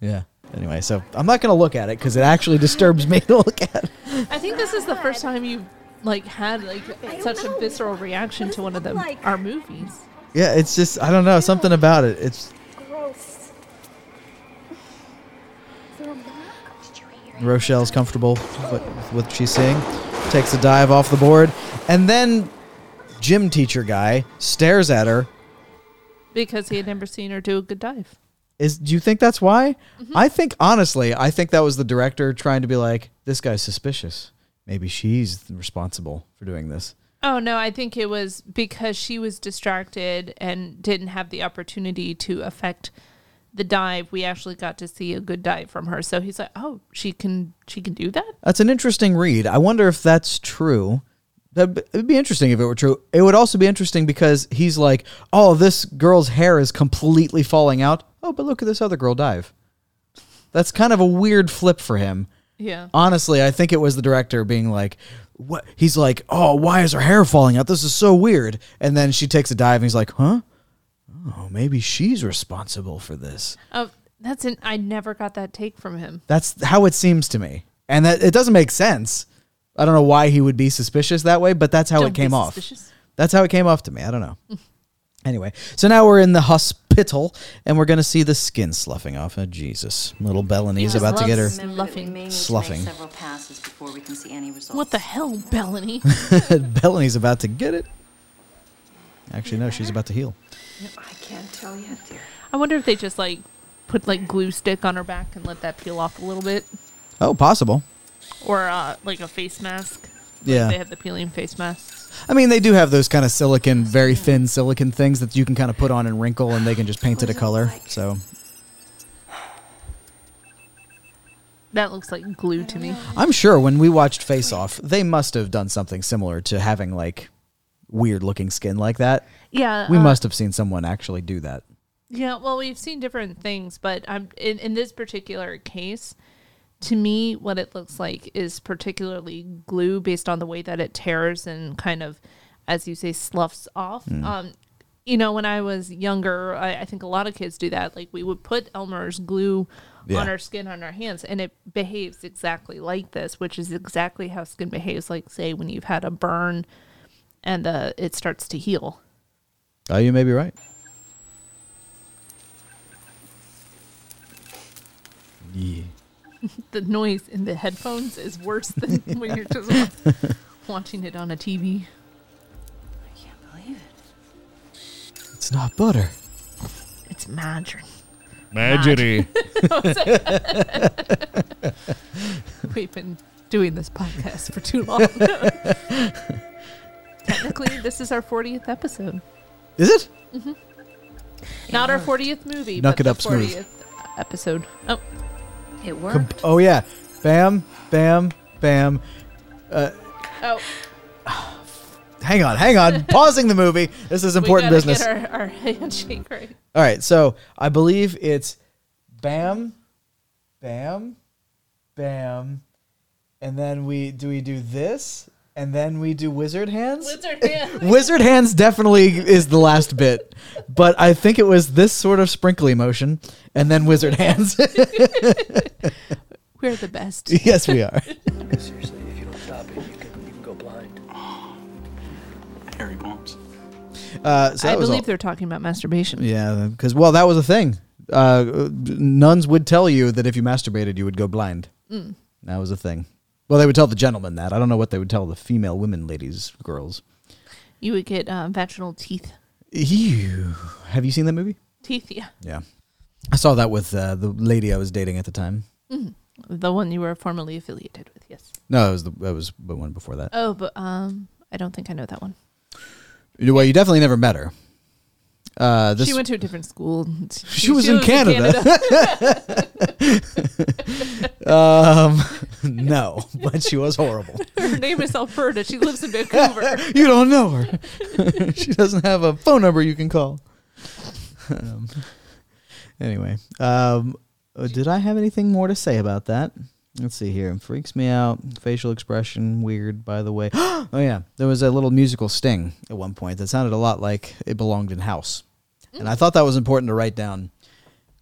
Speaker 2: Yeah. Anyway, so I'm not gonna look at it because it actually disturbs me <laughs> to look at.
Speaker 1: I think this is the first time you like had like such a visceral reaction to one of the our movies.
Speaker 2: Yeah, it's just I don't know something about it. It's
Speaker 10: Gross.
Speaker 2: Rochelle's comfortable with with what she's seeing, takes a dive off the board, and then gym teacher guy stares at her.
Speaker 1: Because he had never seen her do a good dive.
Speaker 2: Is do you think that's why? I think honestly, I think that was the director trying to be like, this guy's suspicious. Maybe she's responsible for doing this.
Speaker 1: Oh no, I think it was because she was distracted and didn't have the opportunity to affect the dive. We actually got to see a good dive from her. So he's like, "Oh, she can she can do that?"
Speaker 2: That's an interesting read. I wonder if that's true. That'd be- it'd be interesting if it were true. It would also be interesting because he's like, "Oh, this girl's hair is completely falling out. Oh, but look at this other girl dive." That's kind of a weird flip for him.
Speaker 1: Yeah.
Speaker 2: Honestly, I think it was the director being like, "What?" He's like, "Oh, why is her hair falling out? This is so weird." And then she takes a dive, and he's like, "Huh? Oh, maybe she's responsible for this."
Speaker 1: Oh, that's an. I never got that take from him.
Speaker 2: That's how it seems to me, and that it doesn't make sense. I don't know why he would be suspicious that way, but that's how
Speaker 1: Don't
Speaker 2: it
Speaker 1: be
Speaker 2: came off.
Speaker 1: suspicious.
Speaker 2: That's how it came off to me. I don't know. <laughs> anyway, so now we're in the hospital, and we're gonna see the skin sloughing off. Oh, Jesus, little Bellamy's about to get her
Speaker 15: Make
Speaker 2: sloughing. <laughs>
Speaker 15: several passes before we can see any results.
Speaker 1: What the hell,
Speaker 2: <laughs>
Speaker 1: Bellany?
Speaker 2: Bellamy's about to get it. Actually, no, she's about to heal.
Speaker 9: I can't tell yet, dear.
Speaker 1: I wonder if they just like put like glue stick on her back and let that peel off a little bit,
Speaker 2: Oh, possible.
Speaker 1: or uh, like a face mask. Like,
Speaker 2: Yeah.
Speaker 1: they have the peeling face masks.
Speaker 2: I mean, they do have those kind of silicon, very thin silicon things that you can kind of put on and wrinkle, and they can just paint it a color. So
Speaker 1: That looks like glue to me.
Speaker 2: I'm sure when we watched Face Off, they must have done something similar to having like weird looking skin like that.
Speaker 1: Yeah,
Speaker 2: We
Speaker 1: uh,
Speaker 2: must have seen someone actually do that.
Speaker 1: Yeah, well, we've seen different things, but I'm in, in this particular case. To me, what it looks like is particularly glue, based on the way that it tears and kind of, as you say, sloughs off.
Speaker 16: Mm.
Speaker 1: Um, you know, when I was younger, I, I think a lot of kids do that. Like we would put Elmer's glue
Speaker 16: Yeah.
Speaker 1: on our skin, on our hands, and it behaves exactly like this, which is exactly how skin behaves. Like say when you've had a burn, and uh, it starts to heal.
Speaker 2: Oh, you may be right. Yeah.
Speaker 1: <laughs> the noise in the headphones is worse <laughs> than when you're just watching it on a TV.
Speaker 2: It's not butter.
Speaker 1: It's margarine.
Speaker 2: Margarine. <laughs>
Speaker 1: Margarine. <laughs> We've been doing this podcast for too long. Technically, this is our 40th episode.
Speaker 2: Is it?
Speaker 1: hmm Not our 40th movie,
Speaker 2: Knock
Speaker 1: but
Speaker 2: it
Speaker 1: the
Speaker 2: up smooth.
Speaker 1: 40th episode. Oh,
Speaker 15: it
Speaker 2: Com- oh yeah, bam, bam, bam. Uh,
Speaker 1: Oh,
Speaker 2: hang on, hang
Speaker 1: <laughs>
Speaker 2: on. Pausing the movie. This is
Speaker 1: we
Speaker 2: important
Speaker 1: gotta
Speaker 2: business.
Speaker 1: Get our, <laughs> our handshake right.
Speaker 2: All right, so I believe it's bam, bam, bam, and then we do we do this, and then we do wizard hands.
Speaker 1: Wizard hands.
Speaker 2: <laughs> wizard hands definitely is the last bit, but I think it was this sort of sprinkly motion, and then wizard hands.
Speaker 1: <laughs>
Speaker 2: <laughs>
Speaker 1: We're the best.
Speaker 2: yes, we
Speaker 1: <laughs>
Speaker 2: are.
Speaker 17: Seriously, if you don't stop it, you can, you can go blind.
Speaker 8: Harry won't.
Speaker 2: Uh, so
Speaker 1: I
Speaker 2: that was all-
Speaker 1: believe they're talking about masturbation.
Speaker 2: Yeah, because well, that was a thing. Uh, nuns would tell you that if you masturbated, you would go blind.
Speaker 1: Mm.
Speaker 2: That was a thing. Well, they would tell the gentlemen that. I don't know what they would tell the female women, ladies, girls.
Speaker 1: You would get um, vaginal teeth.
Speaker 2: Ew. Have you seen that movie?
Speaker 1: Teeth, yeah.
Speaker 2: Yeah, I saw that with uh, the lady I was dating at the time.
Speaker 1: Mhm. The one you were formerly affiliated with, yes.
Speaker 2: No, it was the it was the one before that.
Speaker 1: Oh, but um, I don't think I know that one.
Speaker 2: Well, you definitely never met her. Uh, this
Speaker 1: she went to a different school.
Speaker 2: <laughs>
Speaker 1: <laughs>
Speaker 2: She was in Canada. <laughs> um, no, but she was horrible.
Speaker 1: <laughs> Her name is Alberta. She lives in Vancouver.
Speaker 2: <laughs> you don't know her. <laughs> she doesn't have a phone number you can call. Um, anyway, um, uh, did I have anything more to say about that? Let's see here. Freaks me out. Facial expression weird. By the way, <gasps> oh yeah, there was a little musical sting at one point that sounded a lot like it belonged in house, and I thought that was important to write down.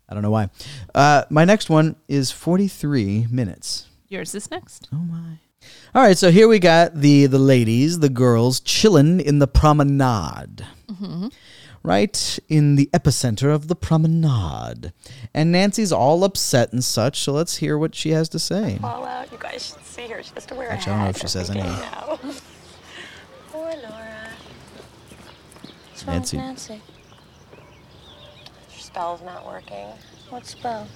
Speaker 2: I don't know why. Uh, my next one is forty-three minutes.
Speaker 1: Yours is next.
Speaker 2: Oh my. All right, so here we got the the ladies, the girls chillin' in the promenade,
Speaker 1: hmm
Speaker 2: right in the epicenter of the promenade, and Nancy's all upset and such. So let's hear what she has to say.
Speaker 12: Fallout, you guys should see her. She has to wear
Speaker 2: Actually,
Speaker 12: a
Speaker 2: I don't
Speaker 12: hat.
Speaker 2: know if she says
Speaker 12: every day
Speaker 2: any.
Speaker 12: now.
Speaker 9: Poor Laura.
Speaker 12: What's
Speaker 2: wrong with Nancy.
Speaker 12: Her spell's not working. What spell?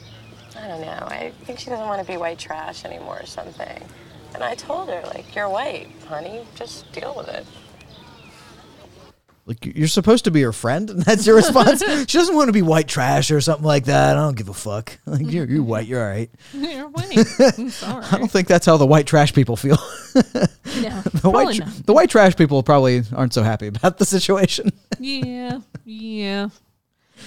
Speaker 12: I don't know. I think she doesn't want to be white trash anymore or something. And I told her, like, you're white, honey. Just deal with it.
Speaker 2: Like you're supposed to be her friend, and that's your
Speaker 1: <laughs>
Speaker 2: response. she doesn't want to be white trash or something like that. I don't give a fuck. <laughs> Like you're you're <laughs>
Speaker 1: <laughs>
Speaker 2: white, you're all right.
Speaker 1: You're white. I'm sorry.
Speaker 2: <laughs> I don't think that's how the white trash people feel.
Speaker 1: No,
Speaker 2: the white
Speaker 1: probably
Speaker 2: tr-
Speaker 1: not.
Speaker 2: the white trash people probably aren't so happy about the situation.
Speaker 1: Yeah, yeah.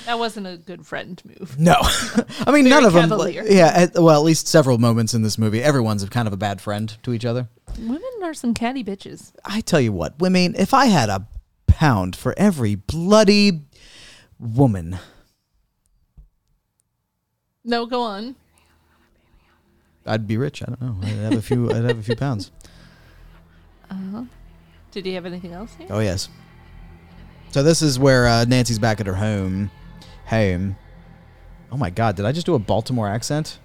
Speaker 1: That wasn't a good friend move. <laughs>
Speaker 2: No, <laughs> I mean
Speaker 1: Very
Speaker 2: none of them.
Speaker 1: cavalier.
Speaker 2: yeah, at, well, at least several moments in this movie, everyone's a kind of a bad friend to each other.
Speaker 1: Women are some catty bitches.
Speaker 2: I tell you what, I mean, if I had a pound for every bloody woman,
Speaker 1: No, go on.
Speaker 2: I'd be rich. I don't know. I'd have a few. I'd have a few
Speaker 1: <laughs>
Speaker 2: pounds.
Speaker 1: Uh-huh. Did he have anything else here?
Speaker 2: Oh yes. So this is where uh, Nancy's back at her home. Home. Oh my God! Did I just do a Baltimore accent?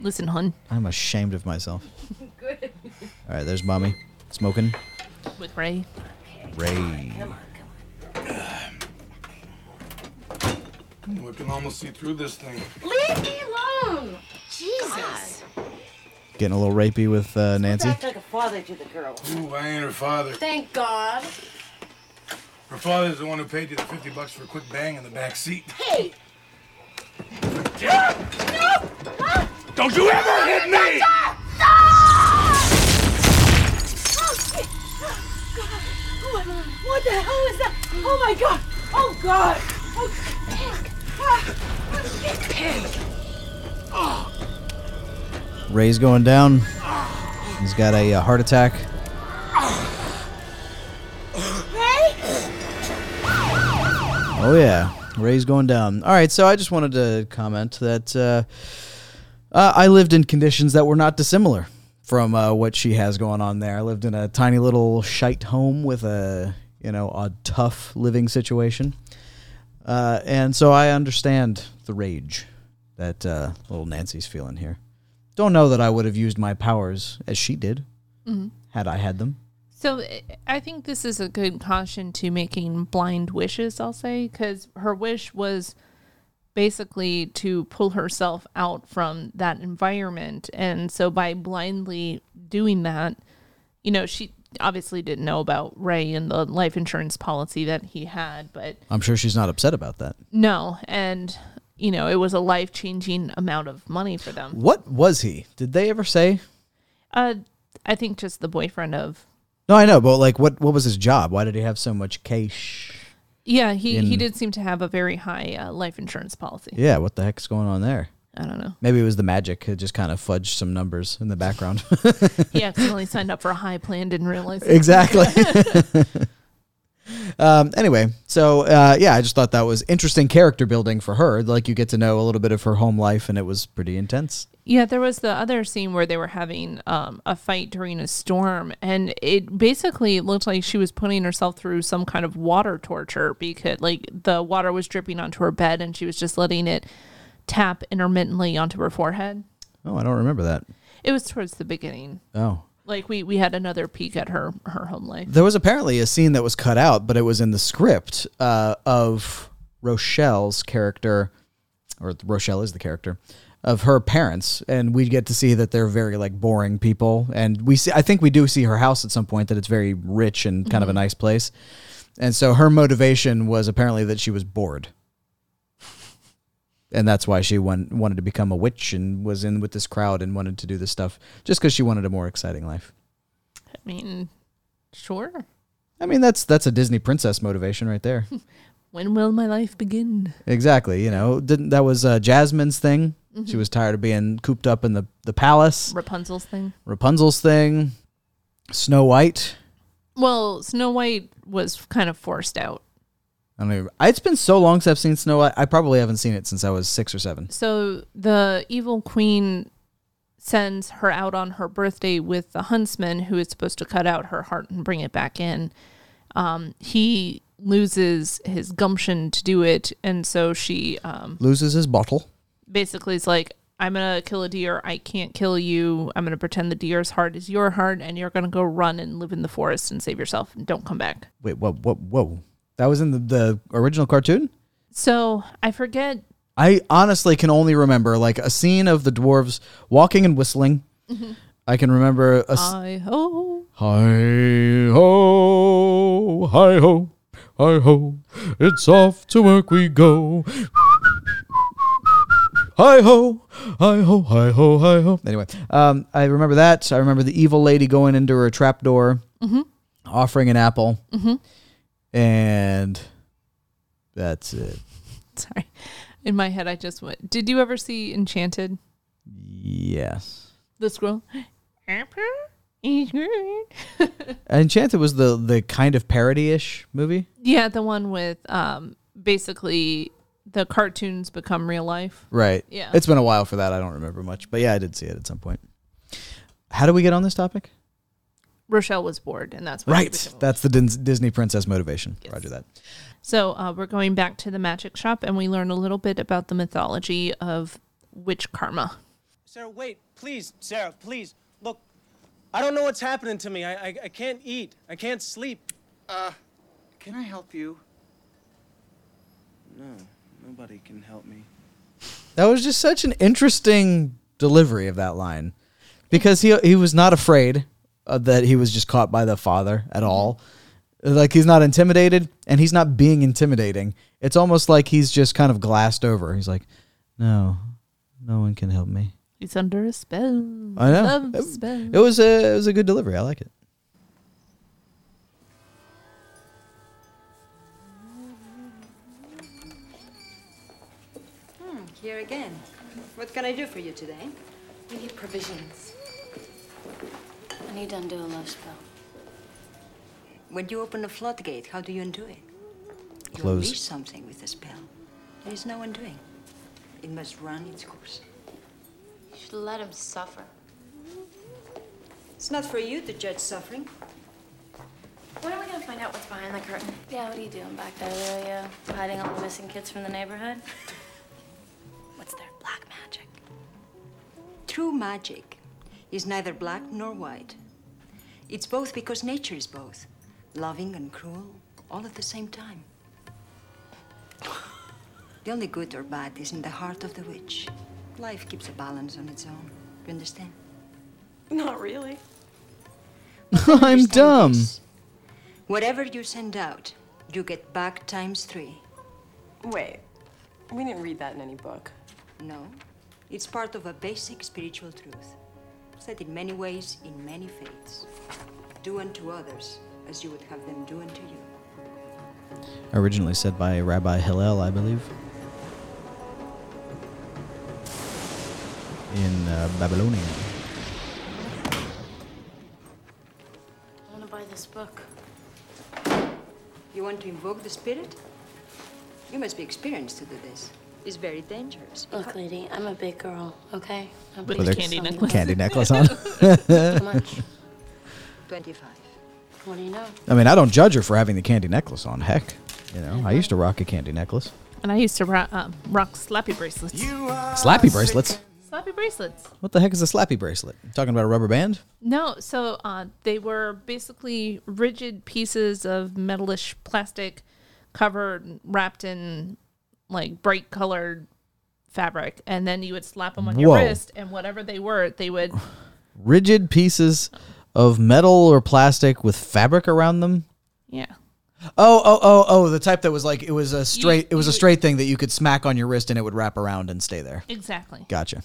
Speaker 1: Listen, hun.
Speaker 2: I'm ashamed of myself.
Speaker 1: <laughs> Good.
Speaker 2: All right, there's mommy smoking.
Speaker 1: With Ray.
Speaker 2: Ray.
Speaker 7: <laughs> We can almost see through this thing.
Speaker 5: Leave me alone! Jesus!
Speaker 2: Getting a little rapey with uh, Nancy.
Speaker 5: like a father to the girl.
Speaker 7: Ooh, I ain't her father.
Speaker 5: Thank God.
Speaker 7: Her father's the one who paid you the 50 bucks for a quick bang in the back seat.
Speaker 5: Hey!
Speaker 7: Don't you ever hit me!
Speaker 5: Oh, my God. What the hell is that? Oh, my God! Oh, God! Oh, Pig! Ah, Pig! Oh!
Speaker 2: Ray's going down. He's got a, uh heart attack. Oh yeah, Ray's going down. All right, so I just wanted to comment that uh, uh, I lived in conditions that were not dissimilar from uh, what she has going on there. I lived in a tiny little shite home with a you know a tough living situation, uh, and so I understand the rage that uh, little Nancy's feeling here. Don't know that I would have used my powers as she did
Speaker 1: Mhm.
Speaker 2: had I had them.
Speaker 1: So uh, I think this is a good caution to making blind wishes, I'll say, because her wish was basically to pull herself out from that environment. And so by blindly doing that, you know, she obviously didn't know about Ray and the life insurance policy that he had, but
Speaker 2: I'm sure she's not upset about that.
Speaker 1: no. And, you know, it was a life changing amount of money for them.
Speaker 2: What was he? Did they ever say?
Speaker 1: Uh, I think just the boyfriend of
Speaker 2: No, I know, but like, what what was his job? Why did he have so much cash?
Speaker 1: yeah he, he
Speaker 2: in-
Speaker 1: did seem to have a very high uh, life insurance policy.
Speaker 2: Yeah, what the heck's going on there?
Speaker 1: I don't know.
Speaker 2: Maybe it was the magic. It just kind of fudged some numbers in the
Speaker 1: <laughs>
Speaker 2: background. <laughs>
Speaker 1: He accidentally signed up for a high plan, didn't realize. it.
Speaker 2: exactly. <laughs> um, anyway, so uh, yeah, I just thought that was interesting character building for her. Like, you get to know a little bit of her home life, and it was pretty intense.
Speaker 1: <laughs> yeah, there was the other scene where they were having um, a fight during a storm, and it basically looked like she was putting herself through some kind of water torture because, like, the water was dripping onto her bed, and she was just letting it tap intermittently onto her forehead.
Speaker 2: Oh, I don't remember that.
Speaker 1: It was towards the beginning.
Speaker 2: Oh.
Speaker 1: Like we we had another peek at her her home life.
Speaker 2: There was apparently a scene that was cut out, but it was in the script uh, of Rochelle's character, or Rochelle is the character of her parents, and we get to see that they're very like boring people, and we see. I think we do see her house at some point that it's very rich and kind of a
Speaker 1: Mhm.
Speaker 2: nice place, and so her motivation was apparently that she was bored. And that's why she went, wanted to become a witch and was in with this crowd and wanted to do this stuff just because she wanted a more exciting life.
Speaker 1: I mean, sure.
Speaker 2: I mean, that's that's a Disney princess motivation right there.
Speaker 1: <laughs> When will my life begin?
Speaker 2: Exactly. You know, didn't that was uh, Jasmine's thing?
Speaker 1: Mhm.
Speaker 2: She was tired of being cooped up in the the palace.
Speaker 1: Rapunzel's thing.
Speaker 2: Rapunzel's thing. Snow White.
Speaker 1: Well, Snow White was kind of forced out.
Speaker 2: I don't even, it's been so long since I've seen Snow White. I probably haven't seen it since I was six or seven.
Speaker 1: So the evil queen sends her out on her birthday with the huntsman who is supposed to cut out her heart and bring it back in. Um, he loses his gumption to do it, and so she um,
Speaker 2: Loses his bottle.
Speaker 1: basically is like, I'm gonna kill a deer. I can't kill you. I'm gonna pretend the deer's heart is your heart, and you're gonna go run and live in the forest and save yourself and don't come back.
Speaker 2: Wait, whoa, whoa, whoa. That was in the, the original cartoon?
Speaker 1: So I forget
Speaker 2: I honestly can only remember like a scene of the dwarves walking and whistling.
Speaker 1: Mhm.
Speaker 2: I can remember a, s-
Speaker 1: I ho.
Speaker 16: Hi ho, hi ho, hi ho, it's off to work we go.
Speaker 2: Hi ho, hi ho, hi ho, hi ho. Anyway, um, I remember that. I remember the evil lady going into her trapdoor
Speaker 1: Mhm.
Speaker 2: offering an apple,
Speaker 1: Mhm.
Speaker 2: and that's it.
Speaker 1: <laughs> Sorry. In my head, I just went. Did you ever see Enchanted?
Speaker 2: Yes,
Speaker 1: The squirrel? Apple is good.
Speaker 2: Enchanted was the the kind of parody ish movie.
Speaker 1: <laughs> Yeah, the one with um basically the cartoons become real life.
Speaker 2: Right.
Speaker 1: Yeah.
Speaker 2: It's been a while for that. I don't remember much, but yeah, I did see it at some point. How do we get on this topic?
Speaker 1: Rochelle was bored, and that's why she
Speaker 2: Right.
Speaker 1: became-
Speaker 2: That's the Dis- Disney princess motivation. Roger that.
Speaker 1: So uh, we're going back to the magic shop, and we learn a little bit about the mythology of witch karma.
Speaker 18: Sarah, wait, please, Sarah, please. Look, I don't know what's happening to me. I, I, I can't eat. I can't sleep. Uh, can I help you?
Speaker 8: No, nobody can help me.
Speaker 2: That was just such an interesting delivery of that line, because he he was not afraid uh, that he was just caught by the father at all. Like he's not intimidated, and he's not being intimidating. It's almost like he's just kind of glassed over. He's like, "No, no one can help me."
Speaker 1: He's under a spell.
Speaker 2: I know.
Speaker 1: Love
Speaker 2: It,
Speaker 1: spell.
Speaker 2: it was a it was a good delivery. I like <laughs> it.
Speaker 9: Hmm, here again. What can I do for you today?
Speaker 6: We need provisions. I need to undo a love spell.
Speaker 9: When you open a floodgate, how do you undo it? You
Speaker 2: Close.
Speaker 9: unleash something with a spell. There is no undoing. It must run its course.
Speaker 5: You should let him suffer.
Speaker 9: It's not for you to judge suffering.
Speaker 13: When are we gonna find out what's behind the curtain?
Speaker 6: Yeah, what are you doing back there, Lilia? Hiding all the missing kids from the neighborhood? What's there? Black magic.
Speaker 9: True magic is neither black nor white. It's both because nature is both, loving and cruel, all at the same time. The only good or bad is in the heart of the witch. Life keeps a balance on its own. You understand?
Speaker 12: Not really.
Speaker 2: I'm dumb.
Speaker 9: Whatever you send out, you get back times three.
Speaker 12: Wait, we didn't read that in any book.
Speaker 9: No, it's part of a basic spiritual truth, said in many ways, in many faiths. Do unto others as you would have them do unto you.
Speaker 2: Originally said by Rabbi Hillel, I believe, in uh, Babylonia.
Speaker 6: I want to buy this book.
Speaker 9: You want to invoke the spirit? You must be experienced to do this. It's very dangerous.
Speaker 6: Look, lady, I'm a big girl, okay? I'm
Speaker 2: With a <laughs>
Speaker 6: on.
Speaker 2: candy
Speaker 6: <laughs>
Speaker 2: necklace on.
Speaker 6: How
Speaker 2: <laughs>
Speaker 6: much?
Speaker 9: 25.
Speaker 6: What do you know?
Speaker 2: I mean, I don't judge her for having the candy necklace on. Heck, you know, I used to rock a candy necklace.
Speaker 1: And I used to rock, um, rock slappy bracelets.
Speaker 2: Slappy bracelets.
Speaker 1: Slappy bracelets.
Speaker 2: What the heck is a slappy bracelet? You talking about a rubber band?
Speaker 1: No, so uh, they were basically rigid pieces of metalish plastic covered, wrapped in like bright colored fabric. And then you would slap them on your
Speaker 2: Whoa.
Speaker 1: wrist, and whatever they were,
Speaker 2: <sighs>
Speaker 1: they would.
Speaker 2: Rigid pieces of metal or plastic with fabric around them.
Speaker 1: Yeah.
Speaker 2: Oh, oh, oh, oh! The type that was like it was a straight, it was a straight thing that you could smack on your wrist and it would wrap around and stay there.
Speaker 1: Exactly.
Speaker 2: Gotcha.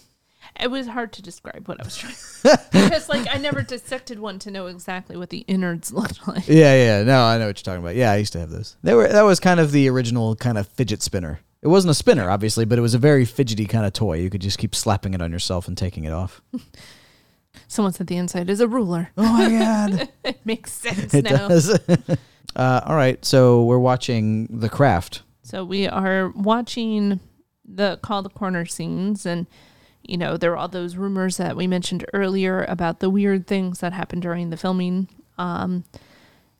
Speaker 1: It was hard to describe what I
Speaker 2: <laughs>
Speaker 1: was trying because, like, I never dissected one to know exactly what the innards looked like.
Speaker 2: Yeah, yeah. No, I know what you're talking about. Yeah, I used to have those. They were that was kind of the original kind of fidget spinner. It wasn't a spinner, obviously, but it was a very fidgety kind of toy. You could just keep slapping it on yourself and taking it off.
Speaker 1: Someone said the inside is a ruler.
Speaker 2: Oh my god,
Speaker 1: <laughs> it makes
Speaker 2: <laughs>
Speaker 1: sense
Speaker 2: It
Speaker 1: now.
Speaker 2: does. uh, all right, so we're watching The Craft.
Speaker 1: So we are watching the call the corner scenes and you know there are all those rumors that we mentioned earlier about the weird things that happened during the filming um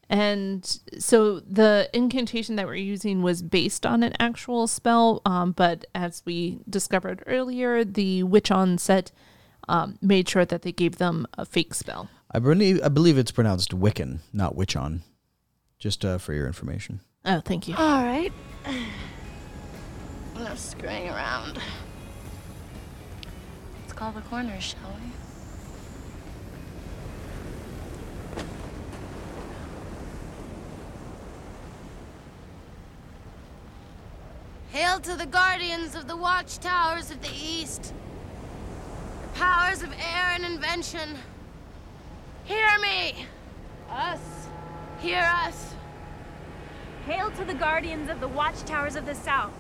Speaker 1: and so the incantation that we're using was based on an actual spell um, but as we discovered earlier the witch on set um, made sure that they gave them a fake spell
Speaker 2: I believe I believe it's pronounced Wiccan, not Witchon. Just uh, for your information.
Speaker 1: oh thank you
Speaker 6: All
Speaker 5: <sighs>
Speaker 6: right.
Speaker 5: No screwing around.
Speaker 6: Let's call the corners, shall we?
Speaker 5: Hail to the guardians of the watchtowers of the east, the powers of air and invention. Hear me!
Speaker 19: Us. Hear us. Hail to the guardians of the watchtowers of the south,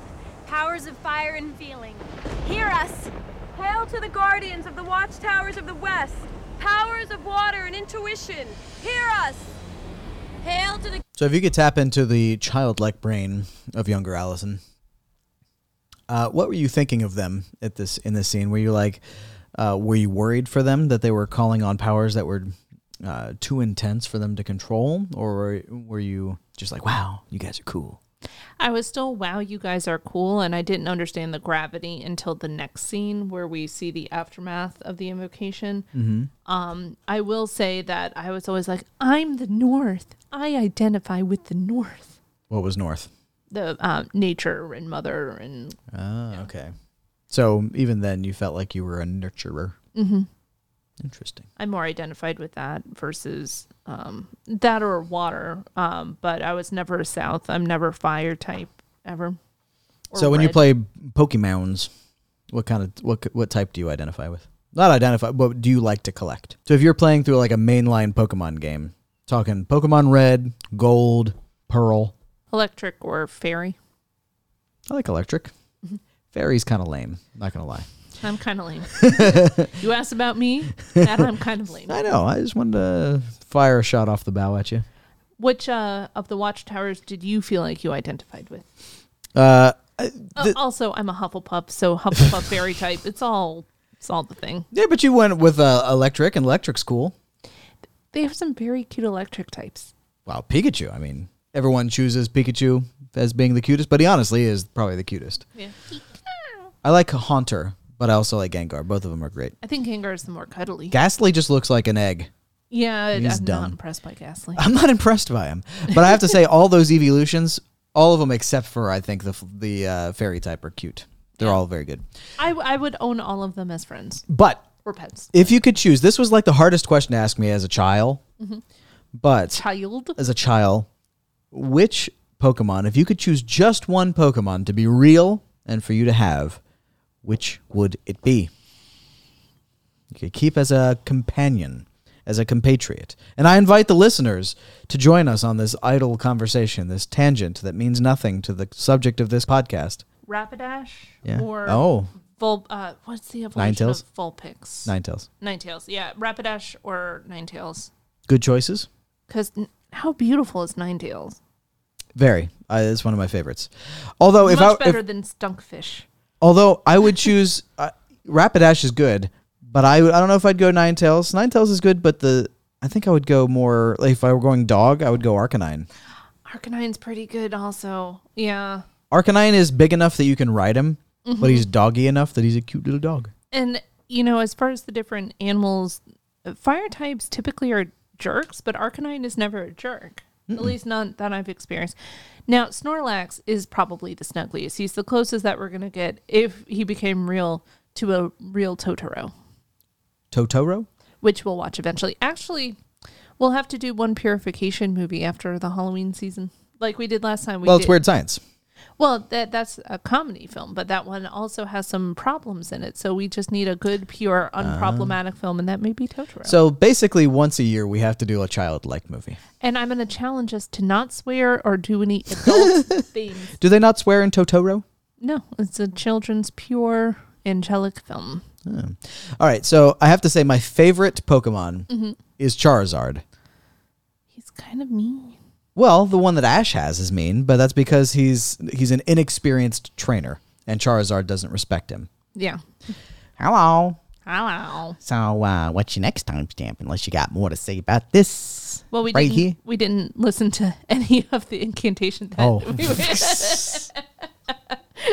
Speaker 19: powers of fire and feeling. Hear us. Hail to the guardians of the watchtowers of the west, powers of water and intuition. Hear us. Hail to the
Speaker 2: So if you could tap into the childlike brain of younger Allison, uh, what were you thinking of them at this in this scene? Were you like, uh, were you worried for them that they were calling on powers that were uh, too intense for them to control, or were, were you just like, wow, you guys are cool?
Speaker 1: I was still, wow, you guys are cool. And I didn't understand the gravity until the next scene where we see the aftermath of the invocation.
Speaker 2: Mhm.
Speaker 1: Um, I will say that I was always like, I'm the North. I identify with the North,
Speaker 2: What was North?
Speaker 1: the um, nature and mother. And
Speaker 2: Ah, okay. So even then, you felt like you were a nurturer.
Speaker 1: Mhm.
Speaker 2: Interesting.
Speaker 1: I'm more identified with that versus um, that or water. Um, but I was never South. I'm never fire type ever. Or
Speaker 2: so when you
Speaker 1: red.
Speaker 2: play Pokemons, what kind of what what type do you identify with? Not identify, but do you like to collect? So if you're playing through like a mainline Pokemon game, talking Pokemon Red, Gold, Pearl,
Speaker 1: electric or fairy,
Speaker 2: I like Electric. Fairy's kind of lame. Not gonna lie.
Speaker 1: Mm-hmm. I'm kind of
Speaker 2: <laughs>
Speaker 1: lame. you asked about me, and I'm kind of lame.
Speaker 2: I know. I just wanted to fire a shot off the bow at you.
Speaker 1: Which uh, of the watchtowers did you feel like you identified with?
Speaker 2: Uh, I-
Speaker 1: Uh,
Speaker 2: the-
Speaker 1: also, I'm a Hufflepuff, so Hufflepuff fairy type. It's all it's all the thing.
Speaker 2: yeah, but you went with uh, Electric, and Electric's cool.
Speaker 1: They have some very cute electric types.
Speaker 2: Wow, Pikachu. I mean, everyone chooses Pikachu as being the cutest, but he honestly is probably the cutest.
Speaker 1: Yeah.
Speaker 2: I like Haunter, but I also like Gengar. Both of them are great.
Speaker 1: I think Gengar is the more cuddly.
Speaker 2: Ghastly just looks like an egg.
Speaker 1: yeah, I-
Speaker 2: He's
Speaker 1: Uh, I'm
Speaker 2: dumb.
Speaker 1: not impressed by Ghastly.
Speaker 2: I'm not impressed by him, but I have to say, all those evolutions, all of them except for I think the f- the uh, fairy type are cute. They're all very good.
Speaker 1: I, I would own all of them as friends
Speaker 2: But
Speaker 1: or pets.
Speaker 2: if you could choose, this was like the hardest question to ask me as a child.
Speaker 1: Mhm.
Speaker 2: But
Speaker 1: Child.
Speaker 2: as a child, which Pokemon, if you could choose just one Pokemon to be real and for you to have, which would it be? You could keep as a companion, as a compatriot. And I invite the listeners to join us on this idle conversation, this tangent that means nothing to the subject of this podcast.
Speaker 1: Rapidash
Speaker 2: Yeah.
Speaker 1: or
Speaker 2: Oh.
Speaker 1: Vul, uh, what's the evolution
Speaker 2: Ninetales?
Speaker 1: of Vulpix?
Speaker 2: Ninetales.
Speaker 1: Ninetales, yeah. Rapidash or Ninetales.
Speaker 2: Good choices?
Speaker 1: Because n- how beautiful is Ninetales?
Speaker 2: Very. Uh, it's one of my favorites. Although if
Speaker 1: Much
Speaker 2: I if-
Speaker 1: better than Stunkfish.
Speaker 2: Although I would choose uh, Rapidash is good, but I I don't know if I'd go Ninetales. Ninetales is good, but the I think I would go more like if I were going dog, I would go Arcanine.
Speaker 1: Arcanine's pretty good also. Yeah.
Speaker 2: Arcanine is big enough that you can ride him,
Speaker 1: Mhm.
Speaker 2: but he's doggy enough that he's a cute little dog.
Speaker 1: And, you know, as far as the different animals, uh, fire types typically are jerks, but Arcanine is never a jerk.
Speaker 2: Mm-mm.
Speaker 1: At least not that I've experienced. Now, Snorlax is probably the snuggliest. He's the closest that we're going to get if he became real to a real Totoro.
Speaker 2: Totoro?
Speaker 1: which we'll watch eventually. Actually, we'll have to do one purification movie after the Halloween season, like we did last time. We
Speaker 2: well, it's
Speaker 1: did-
Speaker 2: weird science.
Speaker 1: Well, that that's a comedy film, but that one also has some problems in it. So we just need a good, pure, unproblematic film, and that may be Totoro.
Speaker 2: So basically, once a year we have to do a childlike movie.
Speaker 1: and I'm going to challenge us to not swear or do any <laughs> adult things.
Speaker 2: Do they not swear in Totoro?
Speaker 1: No, it's a children's pure angelic film.
Speaker 2: Oh. All right, so I have to say my favorite Pokemon
Speaker 1: Mhm.
Speaker 2: is Charizard.
Speaker 1: He's kind of mean.
Speaker 2: Well, the one that Ash has is mean, but that's because he's he's an inexperienced trainer, and Charizard doesn't respect him.
Speaker 1: Yeah.
Speaker 2: Hello.
Speaker 1: Hello.
Speaker 20: So, uh, what's your next time stamp? Unless you got more to say about this.
Speaker 1: Well, we
Speaker 20: right
Speaker 1: didn't.
Speaker 20: here.
Speaker 1: We didn't listen to <laughs> any of the incantation that
Speaker 20: Oh.
Speaker 1: we were. <laughs>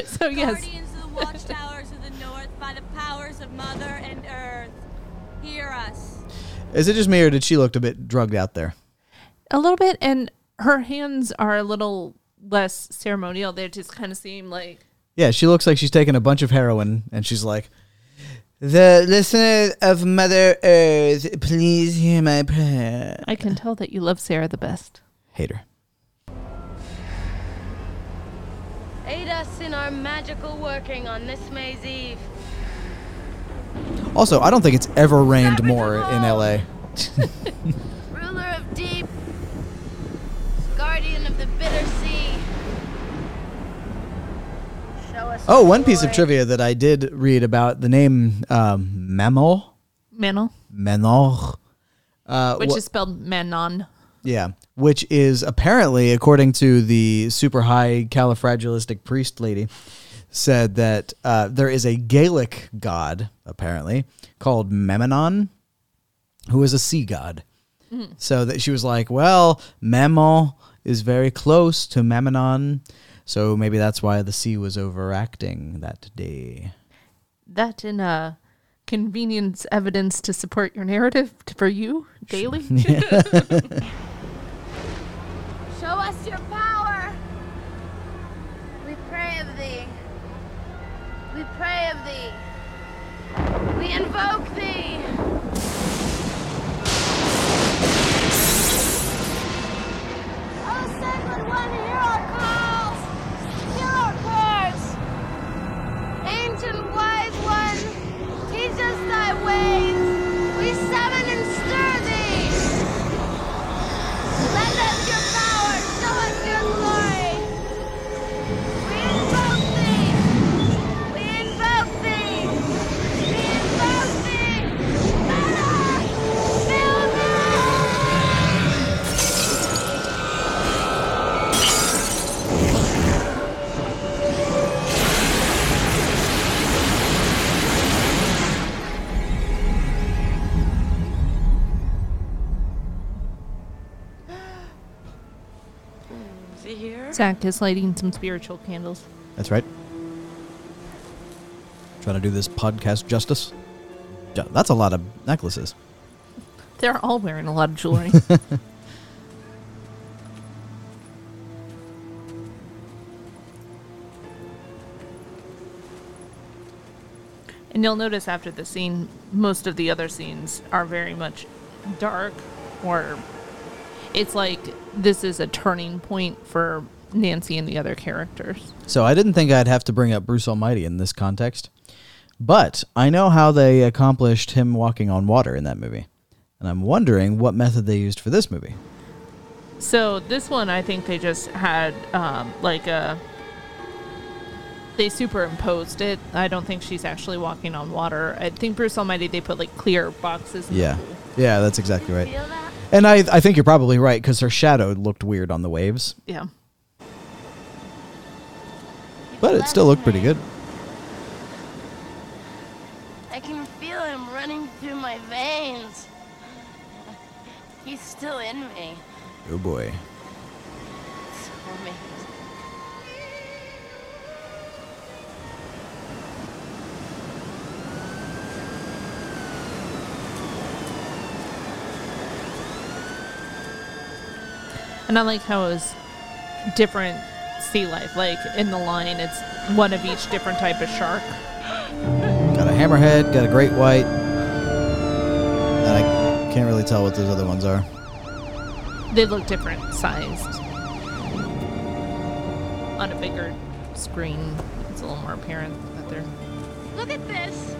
Speaker 1: so yes,
Speaker 21: Guardians of the
Speaker 6: <laughs>
Speaker 21: watchtowers of the north by the powers of mother and earth. Hear us.
Speaker 2: Is it just me, or did she look a bit drugged out there?
Speaker 1: a little bit, and her hands are a little less ceremonial. They just kind of seem like
Speaker 2: Yeah, she looks like she's taking a bunch of heroin, and she's like, "The listener of Mother Earth, please hear my prayer."
Speaker 1: I can tell that you love Sarah the best.
Speaker 2: Hate her.
Speaker 5: Aid us in our magical working on this May's Eve.
Speaker 2: <laughs> Also, I don't think it's ever rained more in L.A.
Speaker 5: Ruler of deep
Speaker 2: Oh, one piece of trivia that I did read about the name um, Mammal.
Speaker 1: Manon,
Speaker 2: Menor. Uh,
Speaker 1: which
Speaker 2: wha-
Speaker 1: is spelled Manon.
Speaker 2: yeah, which is apparently, according to the super high califragilistic priest lady, said that uh, there is a Gaelic god apparently called Memnon, who is a sea god.
Speaker 12: Mm.
Speaker 2: So that she was like, well, Mammon is very close to Mammonon, so maybe that's why the sea was overacting that day.
Speaker 1: That in a convenience evidence to support your narrative t- for you
Speaker 5: <laughs>
Speaker 1: daily.
Speaker 6: Show us your power. We pray of thee. We pray of thee. We invoke thee. Oh, sacred one, hear our calls. Hear our prayers. Ancient wise one, teach us thy ways. We summon and stir thee. Lend us your power, show us your glory. We invoke thee. We invoke thee. We invoke thee. Mother, fill
Speaker 22: Is he here?
Speaker 1: Zach is lighting some spiritual candles.
Speaker 2: That's right. Trying to do this podcast justice. Ju- That's a lot of necklaces.
Speaker 1: <laughs> They're all wearing a lot of jewelry. and you'll notice after the scene, most of the other scenes are very much dark or it's like this is a turning point for Nancy and the other characters.
Speaker 2: So I didn't think I'd have to bring up Bruce Almighty in this context, but I know how they accomplished him walking on water in that movie, and I'm wondering what method they used for this movie.
Speaker 1: So this one, I think they just had um, like a. They superimposed it. I don't think she's actually walking on water. I think Bruce Almighty they put like clear boxes. in the
Speaker 2: Yeah,
Speaker 1: pool.
Speaker 2: yeah, that's exactly right. And I, I think you're probably right because her shadow looked weird on the waves,
Speaker 1: Yeah.
Speaker 2: but it still looked pretty good.
Speaker 6: I can feel him running through my veins. <laughs> He's still in me. <laughs>
Speaker 2: Oh boy.
Speaker 6: It's amazing.
Speaker 1: And I like how it was different sea life. Like in the line, it's one of each different type of shark.
Speaker 2: Got a hammerhead, got a great white, and I can't really tell what those other ones are.
Speaker 1: They look different sized. On a bigger screen, it's a little more apparent that they're
Speaker 6: Look at this.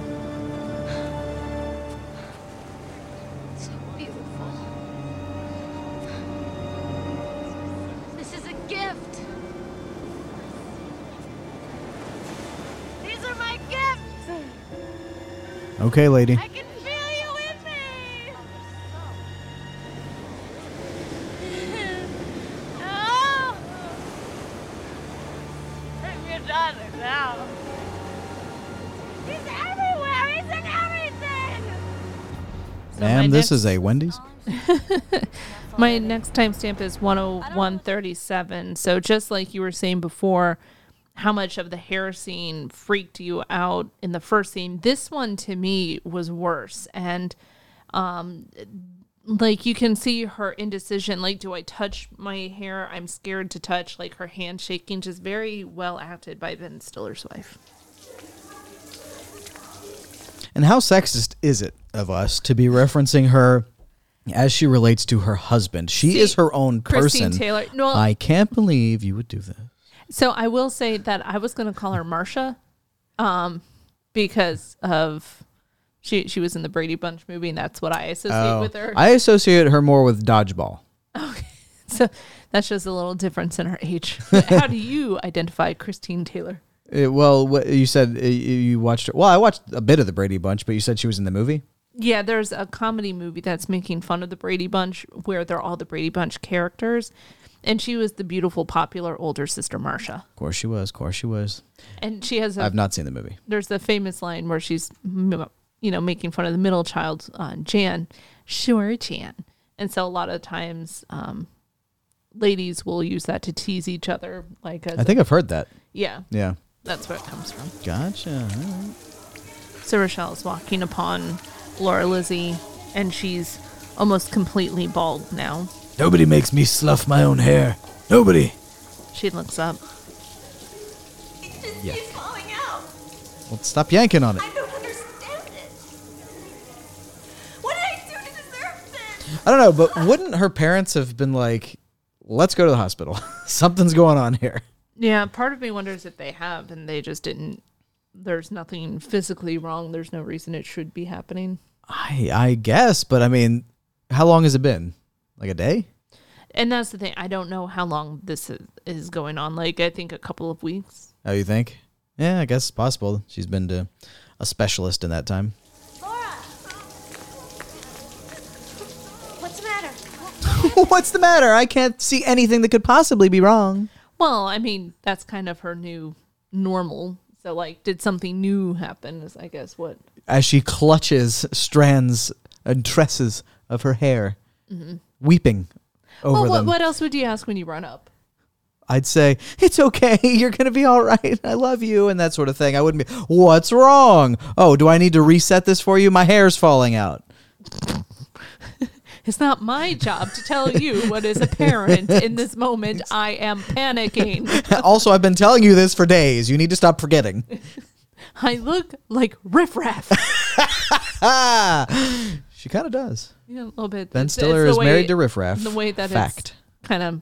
Speaker 6: <sighs> So beautiful. <sighs> This is a gift. These are my gifts.
Speaker 2: Okay, lady.
Speaker 6: I can feel you in me. oh, I'm your daughter now. He's everywhere. He's in everything.
Speaker 2: Ma'am, this is a Wendy's.
Speaker 1: My next timestamp is 10137. So just like you were saying before, how much of the hair scene freaked you out in the first scene? This one to me was worse. And um like you can see her indecision like do I touch my hair? I'm scared to touch like her hand shaking just very well acted by Ben Stiller's wife.
Speaker 2: And how sexist is it of us to be referencing her as she relates to her husband? She is her own
Speaker 1: Christine
Speaker 2: person.
Speaker 1: Taylor- no-
Speaker 2: I can't believe you would do this.
Speaker 1: So I will say that I was going to call her Marcia, um, because of she she was in the Brady Bunch movie, and that's what I associate
Speaker 2: Oh.
Speaker 1: with her.
Speaker 2: I
Speaker 1: <laughs>
Speaker 2: associate her more with dodgeball.
Speaker 1: <laughs> so that's just a little difference in her age. How do you identify Christine Taylor?
Speaker 2: It, Eh, well, what, you said uh, you- you watched. Well, I watched a bit of the Brady Bunch, but you said she was in the movie.
Speaker 1: Yeah, there's a comedy movie that's making fun of the Brady Bunch where they're all the Brady Bunch characters. And she was the beautiful, popular older sister, Marsha.
Speaker 2: Of course she was. Of course she was.
Speaker 1: And she has a.
Speaker 2: I've not seen the movie.
Speaker 1: There's the famous line where she's, m- you know, making fun of the middle child, uh, Jan. Sure, Jan. And so a lot of times, um, ladies will use that to tease each other. Like, as
Speaker 2: I think
Speaker 1: a-
Speaker 2: I've heard that.
Speaker 1: Yeah.
Speaker 2: Yeah.
Speaker 1: That's where it comes from.
Speaker 2: Gotcha. All right.
Speaker 1: So Rochelle's walking upon Laura Lizzie, and she's almost completely bald now.
Speaker 3: Nobody makes me slough my own hair. Nobody.
Speaker 1: She looks up.
Speaker 2: Yeah. Well, stop yanking on it.
Speaker 5: I don't understand it. What did I do to deserve this?
Speaker 2: I don't know, but wouldn't her parents have been like, "Let's go to the hospital. <laughs> Something's going on here."
Speaker 1: Yeah, part of me wonders if they have, and they just didn't. There's nothing physically wrong. There's no reason it should be happening.
Speaker 2: I I guess, but I mean, how long has it been? Like a day?
Speaker 1: And that's the thing. I don't know how long this is, is going on. Like, I think a couple of weeks.
Speaker 2: Oh, you think? Yeah, I guess it's possible. She's been to a specialist in that time. <laughs>
Speaker 5: What's the matter?
Speaker 2: What's the matter? I can't see anything that could possibly be wrong.
Speaker 1: Well, I mean, that's kind of her new normal. So, like, did something new happen? Is I guess what.
Speaker 2: As she clutches strands and tresses of her hair,
Speaker 1: Mhm.
Speaker 2: weeping over
Speaker 1: well, what,
Speaker 2: them,
Speaker 1: what else would you ask when you run up?
Speaker 2: I'd say, It's okay. <laughs> You're going to be all right. I love you. And that sort of thing. I wouldn't be, What's wrong? Oh, do I need to reset this for you? My hair's falling out. <laughs>
Speaker 1: It's not my job to tell you what is apparent in this moment. I am panicking.
Speaker 2: also, I've been telling you this for days. You need to stop
Speaker 1: <laughs>
Speaker 2: forgetting.
Speaker 1: I look like
Speaker 2: <laughs>
Speaker 1: riffraff.
Speaker 2: she kind of does.
Speaker 1: Yeah, a little bit.
Speaker 2: Ben
Speaker 1: It's-
Speaker 2: Stiller
Speaker 1: it's the
Speaker 2: is married to Riff Raff.
Speaker 1: The way that
Speaker 2: Fact.
Speaker 1: it's kind of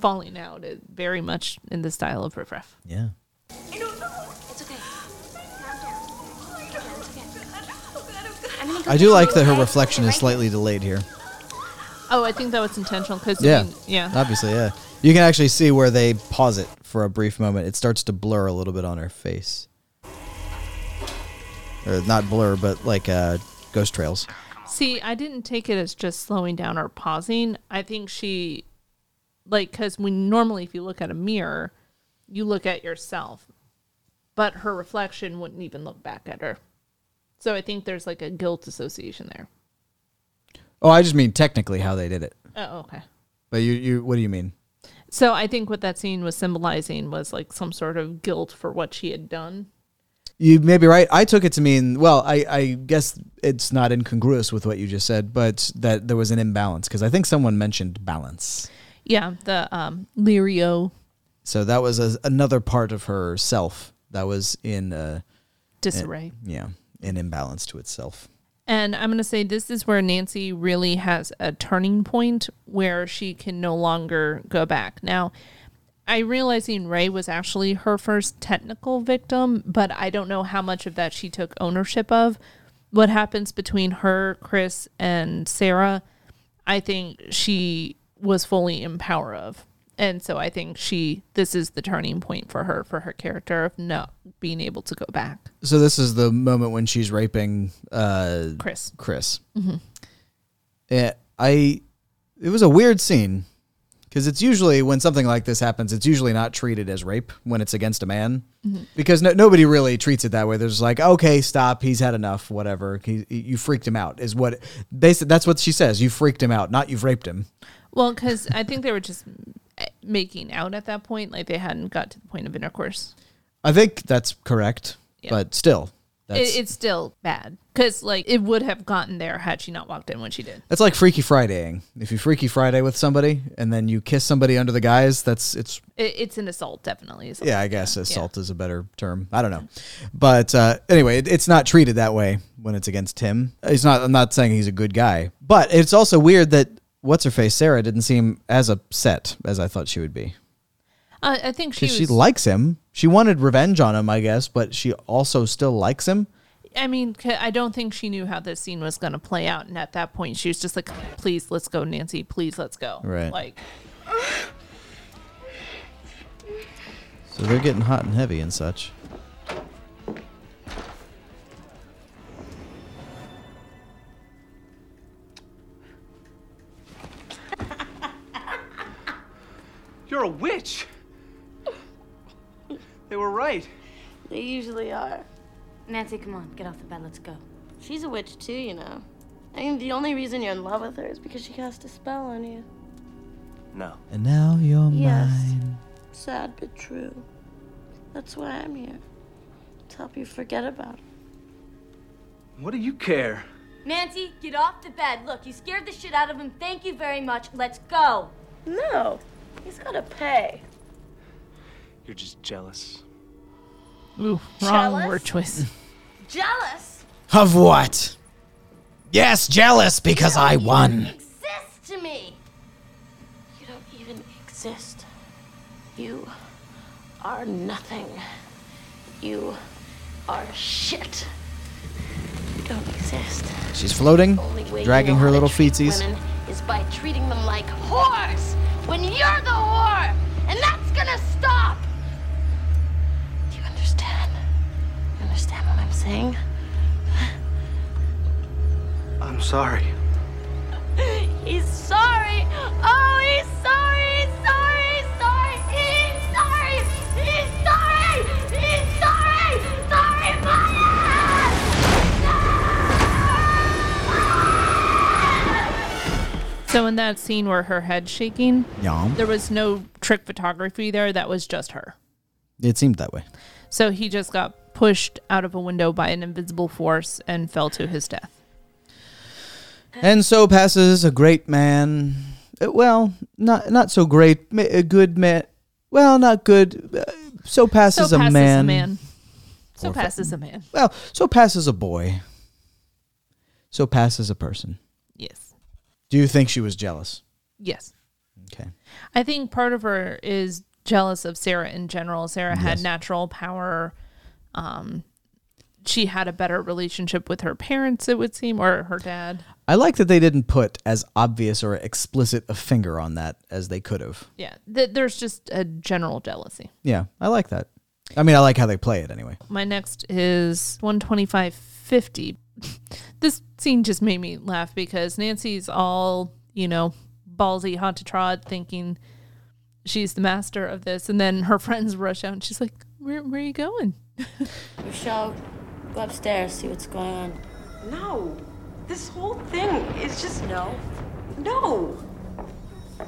Speaker 1: falling out, it very much in the style of Riff Raff.
Speaker 2: Yeah.
Speaker 5: It's okay. Calm down. Yeah, it's okay. I'm gonna go
Speaker 2: I do
Speaker 5: get
Speaker 2: like
Speaker 5: you,
Speaker 2: that her
Speaker 5: okay?
Speaker 2: reflection is
Speaker 5: Right?
Speaker 2: slightly delayed here.
Speaker 1: Oh, I think that was intentional because
Speaker 2: Yeah.
Speaker 1: yeah,
Speaker 2: Obviously, yeah. You can actually see where they pause it for a brief moment. It starts to blur a little bit on her face. Or not blur, but like uh, ghost trails.
Speaker 1: See, I didn't take it as just slowing down or pausing. I think she, like, because we normally, if you look at a mirror, you look at yourself, but her reflection wouldn't even look back at her. So I think there's like a guilt association there.
Speaker 2: Oh, I just mean technically how they did it.
Speaker 1: Oh, okay.
Speaker 2: But you, you what do you mean?
Speaker 1: So I think what that scene was symbolizing was like some sort of guilt for what she had done.
Speaker 2: You may be right. I took it to mean, well, I, I guess it's not incongruous with what you just said, but that there was an imbalance because I think someone mentioned balance.
Speaker 1: Yeah, the um, Lirio
Speaker 2: So that was a, another part of herself that was in uh,
Speaker 1: Disarray.
Speaker 2: in- yeah, an imbalance to itself.
Speaker 1: And I'm going to say this is where Nancy really has a turning point where she can no longer go back. Now, I realizing Ray was actually her first technical victim, but I don't know how much of that she took ownership of. What happens between her, Chris, and Sarah, I think she was fully in power of. And so I think she this is the turning point for her for her character of not being able to go back.
Speaker 2: So this is the moment when she's raping uh,
Speaker 1: Chris.
Speaker 2: Chris.
Speaker 1: Mhm.
Speaker 2: Eh, I. It was a weird scene because it's usually when something like this happens, it's usually not treated as rape when it's against a man
Speaker 3: Mhm.
Speaker 2: because no, nobody really treats it that way. There's like, okay, stop, he's had enough, whatever. He, you freaked him out is what. Basically, that's what she says. You freaked him out, not you've raped him.
Speaker 1: Well, because I think they were just eh, making out at that point, like they hadn't got to the point of intercourse.
Speaker 2: I think that's correct, but still,
Speaker 1: It,
Speaker 2: that's
Speaker 1: it's still bad because like it would have gotten there had she not walked in when she did.
Speaker 2: That's like Freaky Fridaying. If you Freaky Friday with somebody and then you kiss somebody under the guise, that's it's
Speaker 1: It, it's an assault, definitely. Assault.
Speaker 2: yeah, I guess assault is a better term. I don't know, but uh, anyway, it, it's not treated that way when it's against him. It's not. I'm not saying he's a good guy, but it's also weird that what's her face Sarah didn't seem as upset as I thought she would be
Speaker 1: Uh, I think she.
Speaker 2: because
Speaker 1: Was,
Speaker 2: she likes him. She wanted revenge on him, I guess, but she also still likes him.
Speaker 1: I mean, 'ca- I don't think she knew how this scene was going to play out, and at that point, she was just like, "Please, let's go, Nancy. Please, let's go."
Speaker 2: Right.
Speaker 1: Like,
Speaker 2: So they're getting hot and heavy and such.
Speaker 8: You're a witch. They were right.
Speaker 23: They usually are. Nancy, come on, get off the bed, let's go.
Speaker 6: She's a witch too, you know. I mean, the only reason you're in love with her is because she cast a spell on you.
Speaker 24: No.
Speaker 2: And now you're
Speaker 6: Yes.
Speaker 2: mine.
Speaker 6: Sad but true. That's why I'm here. To help you forget about it.
Speaker 8: What do you care?
Speaker 5: Nancy, get off the bed. Look, you scared the shit out of him. Thank you very much. Let's go.
Speaker 6: No. He's gotta pay.
Speaker 24: You're just jealous.
Speaker 1: Ooh, wrong
Speaker 6: Jealous?
Speaker 1: word twist.
Speaker 2: <laughs>
Speaker 5: Jealous?
Speaker 25: Of what? Yes, jealous because I won.
Speaker 6: Exist to me! You don't even exist. You are nothing. You are shit. You don't exist.
Speaker 2: She's floating,
Speaker 6: Only way you
Speaker 2: dragging
Speaker 6: know
Speaker 2: her
Speaker 6: how to
Speaker 2: little
Speaker 6: treat
Speaker 2: feetsies.
Speaker 6: women Is by treating them like whores when you're the whore! And that's gonna stop! Do you understand? You understand what I'm saying?
Speaker 8: I'm sorry.
Speaker 6: He's sorry. Oh, he's sorry. He's sorry. He's sorry. He's sorry. He's sorry. He's sorry. Sorry, Maya.
Speaker 1: So in that scene where her head's shaking,
Speaker 2: Yeah.
Speaker 1: there was no trick photography there. That was just her.
Speaker 2: It seemed that way.
Speaker 1: So he just got pushed out of a window by an invisible force and fell to his death.
Speaker 2: And so passes a great man. uh, Well, not not so great. ma- A good man. Well, not good. uh, So passes,
Speaker 1: so
Speaker 2: a,
Speaker 1: passes
Speaker 2: man.
Speaker 1: a man. So
Speaker 2: Poor fu-
Speaker 1: passes a man.
Speaker 2: Well, so passes a boy. So passes a person.
Speaker 1: Yes.
Speaker 2: Do you think she was jealous?
Speaker 1: Yes.
Speaker 2: Okay.
Speaker 1: I think part of her is jealous of Sarah in general. Sarah had
Speaker 2: Yes.
Speaker 1: natural power. Um, she had a better relationship with her parents, it would seem, or her dad.
Speaker 2: I like that they didn't put as obvious or explicit a finger on that as they could have.
Speaker 1: Yeah. Th- there's just a general jealousy.
Speaker 2: Yeah, I like that. I mean, I like how they play it anyway.
Speaker 1: My next is 125.50. <laughs> this scene just made me laugh because Nancy's all, you know, ballsy, hot to trot, thinking she's the master of this. And then her <laughs> friends rush out and she's like, Where, where are
Speaker 6: <laughs>
Speaker 1: you going?
Speaker 6: Michelle, go upstairs, see what's going on.
Speaker 12: No. This whole thing is just. No. No.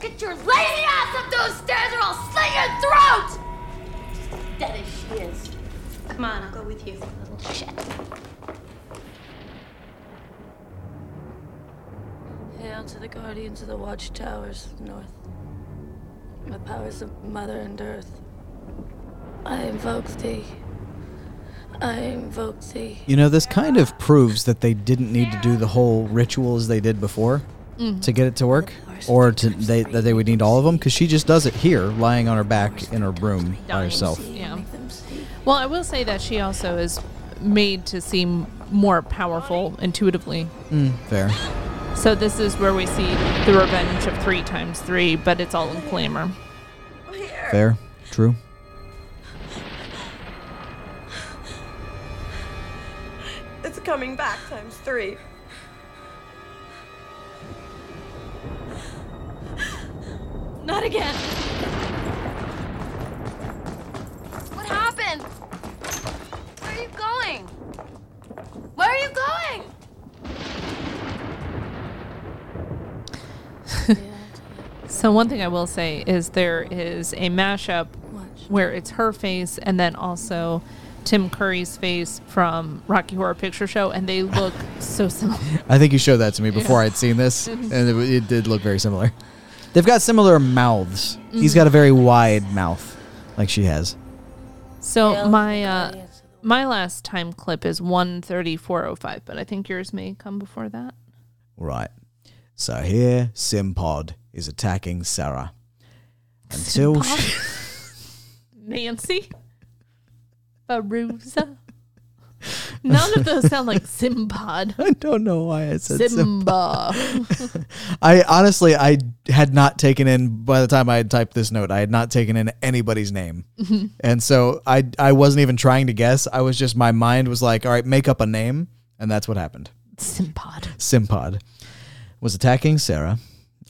Speaker 5: Get your lazy ass up those stairs or I'll slit your throat!
Speaker 6: Dead as she is.
Speaker 5: Come on, I'll go with you.
Speaker 6: Shit. Hail to the guardians of the watchtowers of north, the powers of mother and earth. I invoke thee. I invoke thee.
Speaker 2: You know, this kind of proves that they didn't need to do the whole ritual as they did before
Speaker 6: Mhm.
Speaker 2: to get it to work, or to they, that they would need all of them because she just does it here, lying on her back in her room by herself.
Speaker 1: Yeah. Well, I will say that she also is made to seem more powerful intuitively.
Speaker 2: Mm, fair.
Speaker 1: So this is where we see the revenge of three times three, but it's all in glamour.
Speaker 2: Fair. True.
Speaker 12: It's coming back times three.
Speaker 6: Not again! What happened? Where are you going? Where are you going?
Speaker 1: <laughs> So one thing I will say is there is a mashup where it's her face and then also Tim Curry's face from Rocky Horror Picture Show, and they look
Speaker 2: <laughs>
Speaker 1: so similar.
Speaker 2: I think you showed that to me before
Speaker 1: Yeah.
Speaker 2: I'd seen this, and it, w- it did look very similar. They've got similar mouths. He's got a very wide mouth, like she has.
Speaker 1: So my uh, my last time clip is one thirty four oh five, but I think yours may come before that.
Speaker 2: Right. So here, Simpod is attacking Sarah. Until she,
Speaker 1: Nancy, Arusa. None of those sound like Simpod.
Speaker 2: <laughs> I don't know why I said
Speaker 1: Simba.
Speaker 2: I honestly, I had not taken in by the time I had typed this note. I had not taken in anybody's name,
Speaker 1: Mhm.
Speaker 2: and so I I wasn't even trying to guess. I was just my mind was like, all right, make up a name, and that's what happened.
Speaker 1: Simpod.
Speaker 2: Simpod was attacking Sarah.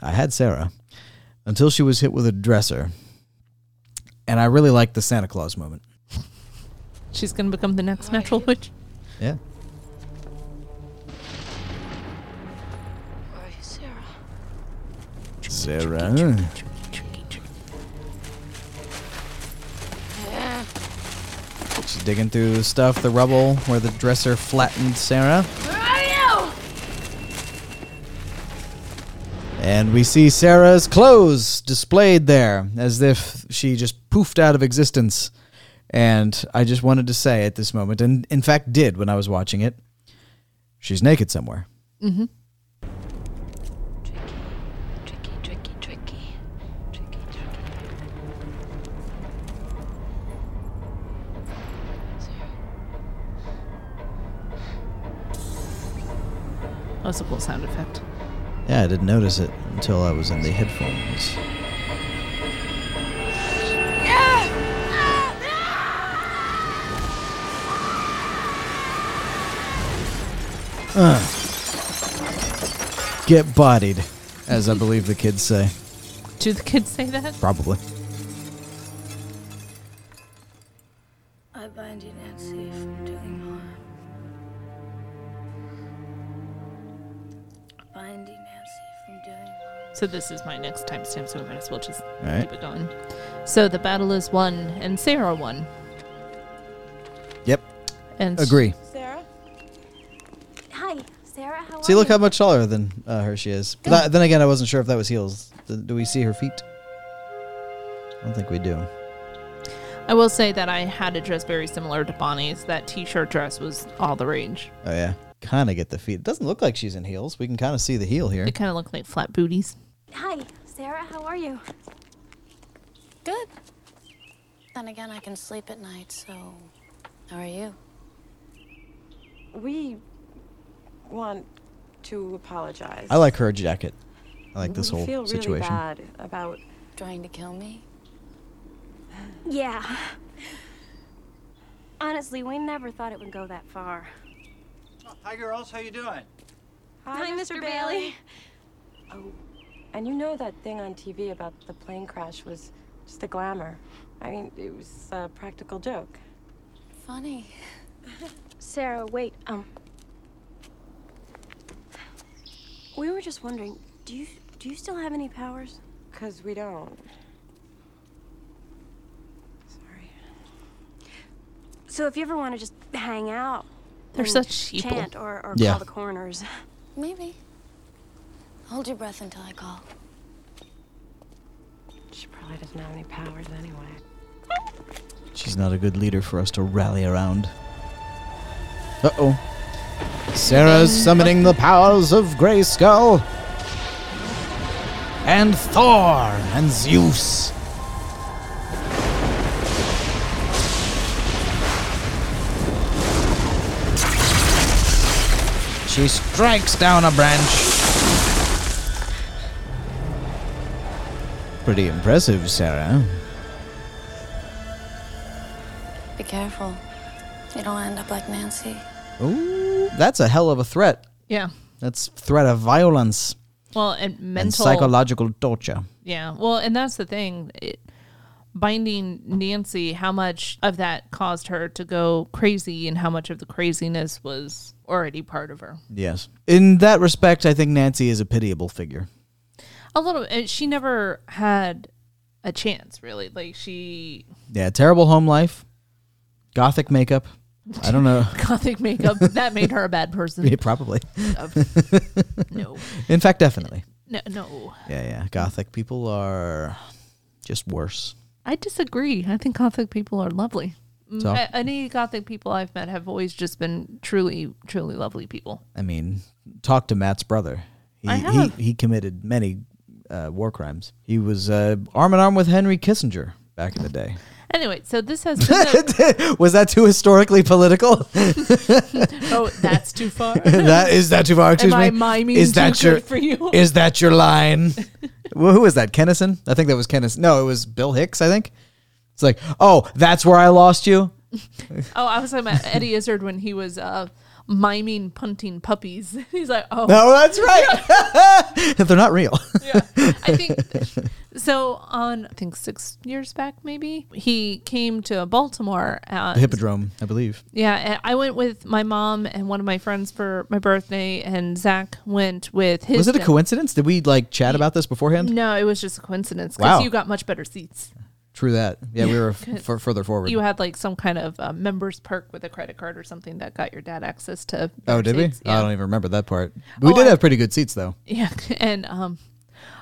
Speaker 2: I had Sarah until she was hit with a dresser. And I really like the Santa Claus moment.
Speaker 1: She's going to become the next natural witch.
Speaker 2: Yeah.
Speaker 6: Where are you, Sarah?
Speaker 2: Sarah.
Speaker 6: Yeah.
Speaker 2: She's digging through the stuff, the rubble where the dresser flattened Sarah.
Speaker 6: Where are you?
Speaker 2: And we see Sarah's clothes displayed there as if she just poofed out of existence. And I just wanted to say at this moment, and in fact did when I was watching it, she's naked somewhere.
Speaker 1: Mm-hmm. That's a cool sound effect.
Speaker 2: Yeah, I didn't notice it until I was in the headphones. Ugh. Get bodied, as I believe the kids say.
Speaker 1: Do the kids say that?
Speaker 2: Probably.
Speaker 6: I bind you, Nancy, from doing harm. I bind you, Nancy, from doing harm.
Speaker 1: So this is my next timestamp, so we might as well just
Speaker 2: right.
Speaker 1: keep it going. So the battle is won, and Sarah won.
Speaker 2: Yep.
Speaker 1: And
Speaker 2: Agree.
Speaker 19: Sarah?
Speaker 10: Hi, Sarah. How
Speaker 2: See,
Speaker 10: are
Speaker 2: look
Speaker 10: you?
Speaker 2: how much taller than uh, her she is. But that- then again, I wasn't sure if that was heels. Th- Do we see her feet? I don't think we do.
Speaker 1: I will say that I had a dress very similar to Bonnie's. That t-shirt dress was all the rage.
Speaker 2: Oh yeah, kind of get the feet. It doesn't look like she's in heels. We can kind of see the heel here.
Speaker 1: It kind of looked like flat booties.
Speaker 10: Hi, Sarah. How are you?
Speaker 6: Good. Then again, I can sleep at night, so how are you?
Speaker 12: We want to apologize.
Speaker 2: I like her jacket. I like this
Speaker 12: we
Speaker 2: whole
Speaker 12: feel really
Speaker 2: situation.
Speaker 12: bad about
Speaker 6: Trying to kill me?
Speaker 10: Yeah. Honestly, we never thought it would go that far.
Speaker 14: Hi, girls. How you doing?
Speaker 10: Hi, Mr. Bailey.
Speaker 12: Oh, and you know that thing on TV about the plane crash was just a glamour. I mean, it was a practical joke.
Speaker 6: Funny.
Speaker 10: <laughs> Sarah, wait. Um. We were just wondering, do you do you still have any powers?
Speaker 12: Cause we don't.
Speaker 10: So if you ever want to just hang out,
Speaker 1: They're
Speaker 10: and
Speaker 1: such people.
Speaker 10: Chant or, or
Speaker 2: Yeah.
Speaker 10: call the <laughs> coroners.
Speaker 6: Maybe. Hold your breath until I call.
Speaker 12: She probably doesn't have any powers anyway.
Speaker 2: She's not a good leader for us to rally around. Uh oh. Sarah's summoning the powers of Grayskull. And Thor and Zeus. She strikes down a branch. Pretty impressive, Sarah.
Speaker 6: Be careful. You don't end up like Nancy.
Speaker 2: Ooh, that's a hell of a threat.
Speaker 1: Yeah.
Speaker 2: That's threat of violence
Speaker 1: Well, and mental
Speaker 2: and psychological torture.
Speaker 1: Yeah. Well, and that's the thing. It, binding Nancy, how much of that caused her to go crazy and how much of the craziness was already part of her.
Speaker 2: Yes. In that respect, I think Nancy is a pitiable figure.
Speaker 1: A little and she never had a chance really. Like she
Speaker 2: Yeah, terrible home life, gothic makeup. I don't know.
Speaker 1: <laughs> gothic makeup that made her a bad person.
Speaker 2: <laughs> Yeah, probably.
Speaker 1: Uh,
Speaker 2: <laughs>
Speaker 1: no.
Speaker 2: In fact, definitely.
Speaker 1: No, no.
Speaker 2: Yeah, yeah. Gothic people are just worse.
Speaker 1: I disagree. I think gothic people are lovely. Mm,
Speaker 2: So?
Speaker 1: a- Any gothic people I've met have always just been truly, truly lovely people.
Speaker 2: I mean, talk to Matt's brother. He
Speaker 1: I have.
Speaker 2: he he committed many uh, war crimes. He was uh, arm in arm with Henry Kissinger back in the
Speaker 1: <gasps>
Speaker 2: day.
Speaker 1: Anyway, so this has been a-
Speaker 2: was that too historically political?
Speaker 1: <laughs>
Speaker 2: <laughs>
Speaker 1: Oh, that's too <laughs> far.
Speaker 2: that is that too far? Excuse
Speaker 1: Am
Speaker 2: me.
Speaker 1: I miming
Speaker 2: is
Speaker 1: too
Speaker 2: that
Speaker 1: good
Speaker 2: your
Speaker 1: for you?
Speaker 2: <laughs> is that your line? well, who was that? Kennison? I think that was Kennison. No, it was Bill Hicks. I think it's like, oh, that's where I lost you.
Speaker 1: <laughs>
Speaker 2: <laughs>
Speaker 1: oh, I was talking about Eddie Izzard when he was uh, miming punting puppies. <laughs> He's like,
Speaker 2: <laughs>
Speaker 1: oh,
Speaker 2: No, that's right. They're not real.
Speaker 1: I think <laughs> So on, I think six years back, maybe he came to Baltimore. Uh,
Speaker 2: The hippodrome, I believe.
Speaker 1: Yeah, and I went with my mom and one of my friends for my birthday, and Zach went with his.
Speaker 2: Was it a
Speaker 1: fa-
Speaker 2: coincidence? Did we like chat about this beforehand?
Speaker 1: No, it was just a coincidence because
Speaker 2: Wow.
Speaker 1: you got much better seats.
Speaker 2: True that. Yeah, we were f-
Speaker 1: 'Cause
Speaker 2: f- further forward.
Speaker 1: You had like some kind of uh, members perk with a credit card or something that got your dad access to.
Speaker 2: oh,
Speaker 1: better
Speaker 2: did
Speaker 1: seats.
Speaker 2: we? I don't even remember that part. We did have pretty good seats though.
Speaker 1: <laughs>
Speaker 2: <laughs>
Speaker 1: Yeah, and um,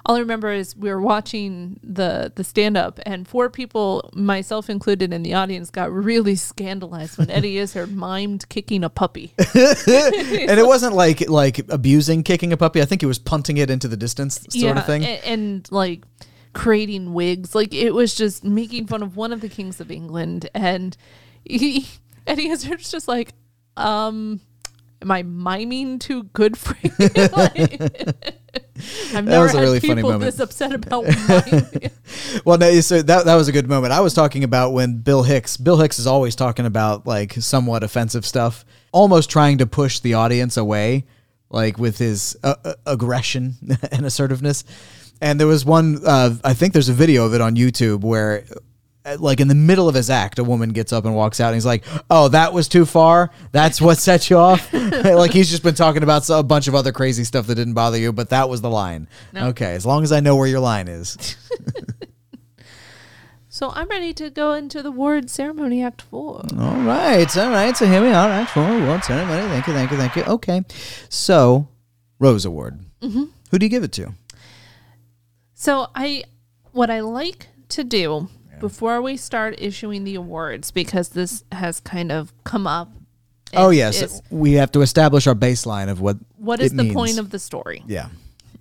Speaker 1: all I remember is we were watching the the stand up, and four people, myself included, in the audience, got really scandalized when Eddie Izzard mimed kicking
Speaker 2: <laughs>
Speaker 1: a puppy.
Speaker 2: and it wasn't like like abusing kicking a puppy. I think it was punting it into the distance sort of thing.
Speaker 1: a- And, like creating wigs, like it was just making fun of one of the kings of England, and he, <laughs> Eddie Izzard's just like, um. Am I miming too good for <laughs> you? Like, <laughs>
Speaker 2: <laughs>
Speaker 1: I've
Speaker 2: That
Speaker 1: never
Speaker 2: was a
Speaker 1: had
Speaker 2: really funny
Speaker 1: people
Speaker 2: moment.
Speaker 1: this
Speaker 2: <laughs>
Speaker 1: upset about <laughs> miming.
Speaker 2: well, no, so that that was a good moment. I was talking about when Bill Hicks. Bill Hicks is always talking about like somewhat offensive stuff, almost trying to push the audience away, like with his uh, uh, aggression <laughs> and assertiveness. And there was one. Uh, I think there's a video of it on YouTube where. uh, Like in the middle of his act, a woman gets up and walks out, and he's like, "Oh, that was too far. That's what set you off." <laughs> like he's just been talking about so- a bunch of other crazy stuff that didn't bother you, but that was the line.
Speaker 1: No.
Speaker 2: Okay, as long as I know where your line
Speaker 1: <laughs>
Speaker 2: is.
Speaker 1: So I'm ready to go into the ward ceremony act four.
Speaker 2: All right, all right. So here we are. All right, for award ceremony. Thank you, thank you, thank you. Okay, so Rose Award.
Speaker 1: Mhm.
Speaker 2: Who do you give it to?
Speaker 1: So I, what I like to do before we start issuing the awards, because this has kind of come up.
Speaker 2: oh
Speaker 1: is-
Speaker 2: yes,
Speaker 1: is
Speaker 2: we have to establish our baseline of what
Speaker 1: what is
Speaker 2: it
Speaker 1: the
Speaker 2: means.
Speaker 1: point of the story?
Speaker 2: Yeah,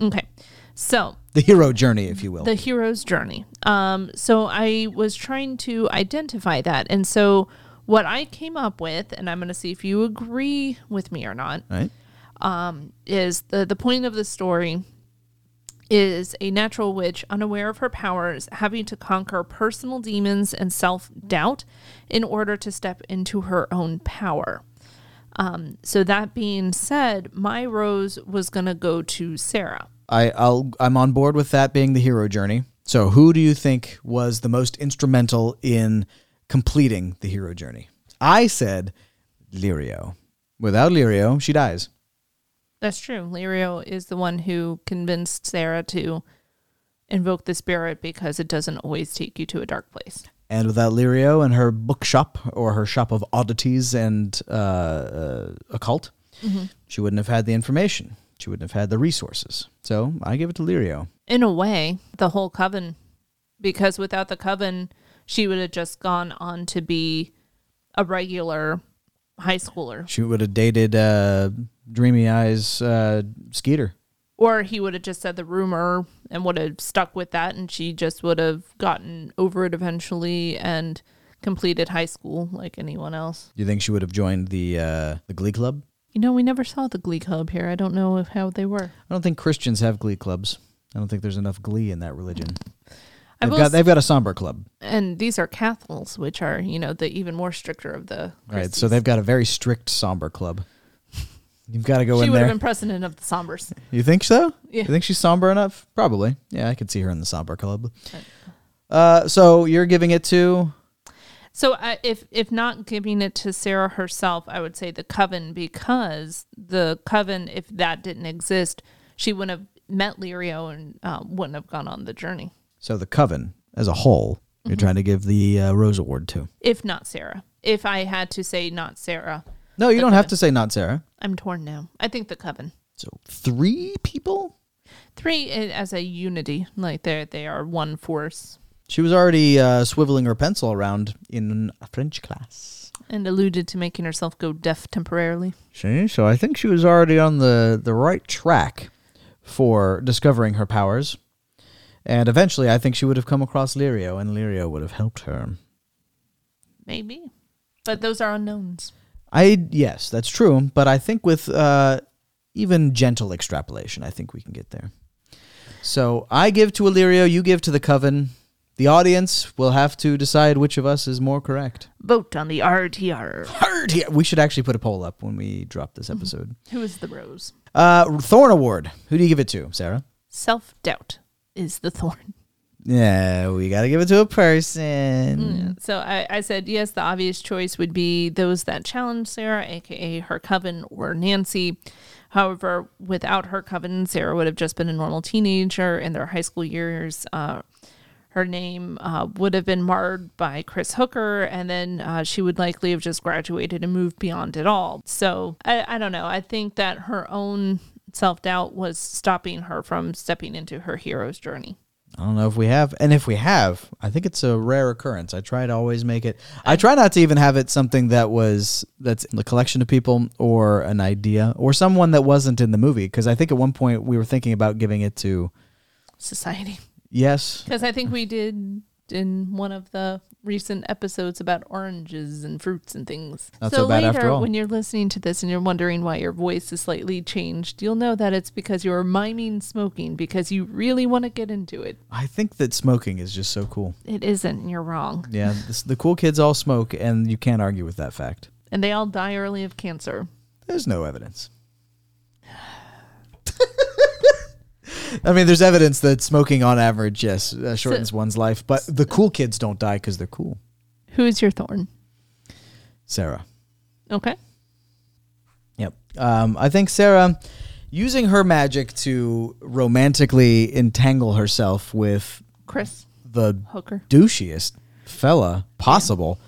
Speaker 1: Okay. So
Speaker 2: the hero journey, if you will.
Speaker 1: the hero's journey. Um, so I was trying to identify that, and so what I came up with, and I'm going to see if you agree with me or not.
Speaker 2: All right.
Speaker 1: um, is the the point of the story is a natural witch unaware of her powers having to conquer personal demons and self-doubt in order to step into her own power um, so that being said my rose was going to go to sarah
Speaker 2: I, I'll, I'm on board with that being the hero journey. So, who do you think was the most instrumental in completing the hero journey? I said Lirio. Without Lirio, she dies.
Speaker 1: that's true lirio is the one who convinced sarah to invoke the spirit because it doesn't always take you to a dark place
Speaker 2: And without Lirio and her bookshop or her shop of oddities and uh, uh, occult,
Speaker 1: Mhm.
Speaker 2: she wouldn't have had the information. She wouldn't have had the resources. So I give it to Lirio.
Speaker 1: in a way, the whole coven, because without the coven, she would have just gone on to be a regular high schooler,
Speaker 2: She would have dated uh, Dreamy Eyes uh, Skeeter.
Speaker 1: or he would have just said the rumor and would have stuck with that, and she just would have gotten over it eventually and completed high school like anyone else.
Speaker 2: Do you think she would have joined the uh, the Glee Club?
Speaker 1: You know, we never saw the Glee Club here. I don't know if how they were.
Speaker 2: I don't think Christians have Glee clubs. I don't think there's enough Glee in that religion.
Speaker 1: I
Speaker 2: They've
Speaker 1: will
Speaker 2: got
Speaker 1: s-
Speaker 2: they've got a somber club,
Speaker 1: And these are Catholics, which are you know the even more stricter of the.
Speaker 2: right? So they've got a very strict somber club. You've got to go
Speaker 1: she
Speaker 2: in
Speaker 1: would
Speaker 2: there.
Speaker 1: have been president of the Sombers.
Speaker 2: You think so?
Speaker 1: Yeah.
Speaker 2: You think she's somber enough? Probably. Yeah, I could see her in the somber club. Uh, so you're giving it to
Speaker 1: So I if if not giving it to Sarah herself, I would say the coven because the coven, if that didn't exist, she wouldn't have met Lirio and uh, wouldn't have gone on the journey.
Speaker 2: so the coven as a whole. You're
Speaker 1: Mm-hmm.
Speaker 2: trying to give the uh, Rose Award to.
Speaker 1: If not Sarah, if I had to say not Sarah,
Speaker 2: No, you don't have to say not Sarah.
Speaker 1: I'm torn now. I think the coven
Speaker 2: So three people.
Speaker 1: three i- as a unity, like they they are one force
Speaker 2: She was already uh, swiveling her pencil around in a French class.
Speaker 1: and alluded to making herself go deaf temporarily.
Speaker 2: See, so I think she was already on the the right track for discovering her powers, and eventually, I think she would have come across Lirio, and Lirio would have helped her.
Speaker 1: Maybe, but those are unknowns.
Speaker 2: I yes, that's true. But I think with uh, even gentle extrapolation, I think we can get there. So I give to Illyrio, you give to the Coven. The audience will have to decide which of us is more correct.
Speaker 1: Vote on the RTR.
Speaker 2: Hard here. We should actually put a poll up when we drop this episode.
Speaker 1: <laughs> Who is the rose?
Speaker 2: Uh, Thorn Award. Who do you give it to, Sarah?
Speaker 1: Self doubt is the thorn.
Speaker 2: Yeah, we got to give it to a person.
Speaker 1: So I, I said, yes, the obvious choice would be those that challenge Sarah, aka her coven or Nancy. However, without her coven, Sarah would have just been a normal teenager in their high school years. Uh, her name uh, would have been marred by Chris Hooker, and then uh, she would likely have just graduated and moved beyond it all. So I, I don't know. I think that her own self doubt was stopping her from stepping into her hero's journey.
Speaker 2: I don't know if we have, and if we have, I think it's a rare occurrence. I try to always make it. I try not to even have it something that was that's in the collection of people or an idea or someone that wasn't in the movie because I think at one point we were thinking about giving it to
Speaker 1: Society.
Speaker 2: yes,
Speaker 1: Because I think we did in one of the recent episodes about oranges and fruits and things.
Speaker 2: Not so bad
Speaker 1: later,
Speaker 2: after all.
Speaker 1: when you're listening to this and you're wondering why your voice is slightly changed, you'll know that it's because you're miming smoking because you really want to get into it.
Speaker 2: I think that smoking is just so cool.
Speaker 1: It isn't. You're wrong.
Speaker 2: Yeah, this, the cool kids all smoke, and you can't argue with that fact.
Speaker 1: And they all die early of cancer.
Speaker 2: There's no evidence. <sighs> I mean, there's evidence that smoking on average, yes, uh, shortens one's life, but the cool kids don't die because they're cool.
Speaker 1: Who is your thorn?
Speaker 2: Sarah.
Speaker 1: Okay.
Speaker 2: Yep. Um, I think Sarah, using her magic to romantically entangle herself with
Speaker 1: Chris
Speaker 2: the
Speaker 1: Hooker.
Speaker 2: douchiest fella possible,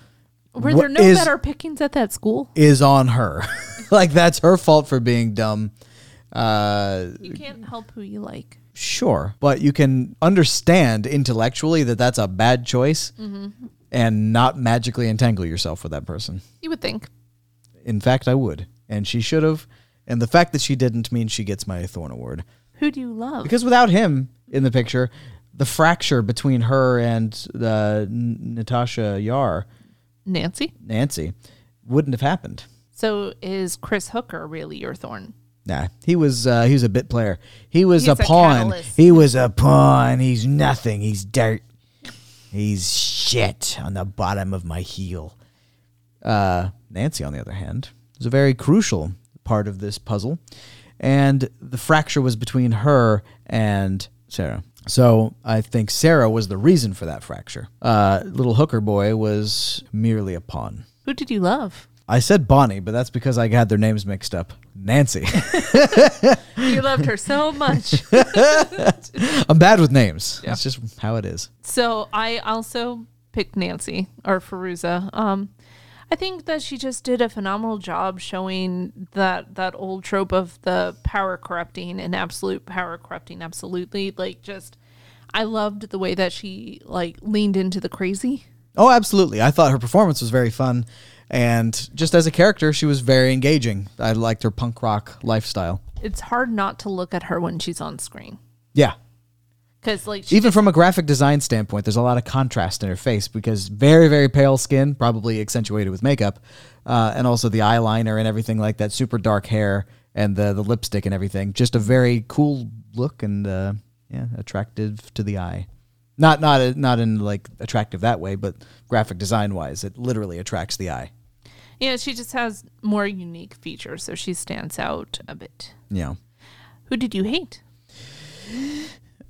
Speaker 1: Were
Speaker 2: wha-
Speaker 1: there no
Speaker 2: is-
Speaker 1: better pickings at that school?
Speaker 2: is on her. <laughs> like that's her fault for being dumb. Uh,
Speaker 1: You can't help who you like.
Speaker 2: sure, but you can understand intellectually that that's a bad choice,
Speaker 1: Mm-hmm.
Speaker 2: and not magically entangle yourself with that person.
Speaker 1: You would think.
Speaker 2: In fact, I would, and she should have. And the fact that she didn't means she gets my Thorn Award.
Speaker 1: Who do you love?
Speaker 2: Because without him in the picture, the fracture between her and uh, N- Natasha Yar,
Speaker 1: Nancy.
Speaker 2: Nancy, wouldn't have happened.
Speaker 1: So is Chris Hooker really your thorn?
Speaker 2: Nah, he was uh, he was a bit player. He was
Speaker 1: He's
Speaker 2: a,
Speaker 1: a
Speaker 2: pawn.
Speaker 1: catalyst.
Speaker 2: He was a pawn. He's nothing. He's dirt. He's shit on the bottom of my heel. Uh, Nancy, on the other hand, was a very crucial part of this puzzle, and the fracture was between her and Sarah. So I think Sarah was the reason for that fracture. Uh, little hooker boy was merely a pawn.
Speaker 1: Who did you love?
Speaker 2: I said Bonnie, but that's because I had their names mixed up. Nancy.
Speaker 1: <laughs> You loved her so much.
Speaker 2: <laughs> I'm bad with names. That's just how it is.
Speaker 1: so I also picked Nancy or Feruza. Um, I think that she just did a phenomenal job showing that that old trope of the power corrupting and absolute power corrupting absolutely. Like just, I loved the way that she like leaned into the crazy.
Speaker 2: Oh, absolutely. I thought her performance was very fun. And just as a character, she was very engaging. I liked her punk rock lifestyle.
Speaker 1: It's hard not to look at her when she's on screen
Speaker 2: Yeah.
Speaker 1: because like she
Speaker 2: Even from a graphic design standpoint, there's a lot of contrast in her face because very, very pale skin, probably accentuated with makeup, uh, and also the eyeliner and everything like that, super dark hair and the, the lipstick and everything. Just a very cool look and uh, yeah, attractive to the eye. Not not not in like attractive that way, but graphic design wise, it literally attracts the eye.
Speaker 1: yeah she just has more unique features, so she stands out a bit.
Speaker 2: You know.
Speaker 1: Who did you hate?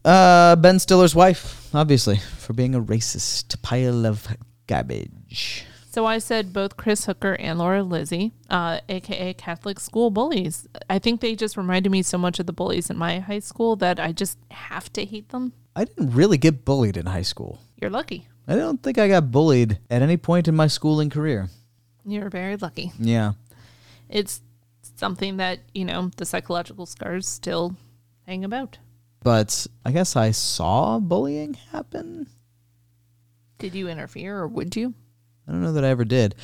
Speaker 2: Uh, ben Stiller's wife, obviously, for being a racist pile of garbage.
Speaker 1: So I said both Chris Hooker and Laura Lizzie, uh, aka Catholic school bullies. I think they just reminded me so much of the bullies in my high school that I just have to hate them.
Speaker 2: I didn't really get bullied in high school.
Speaker 1: You're lucky.
Speaker 2: I don't think I got bullied at any point in my schooling career.
Speaker 1: You're very lucky.
Speaker 2: Yeah.
Speaker 1: It's something that you know the psychological scars still hang about.
Speaker 2: But I guess I saw bullying happen.
Speaker 1: Did you interfere or would you?
Speaker 2: I don't know that I ever did.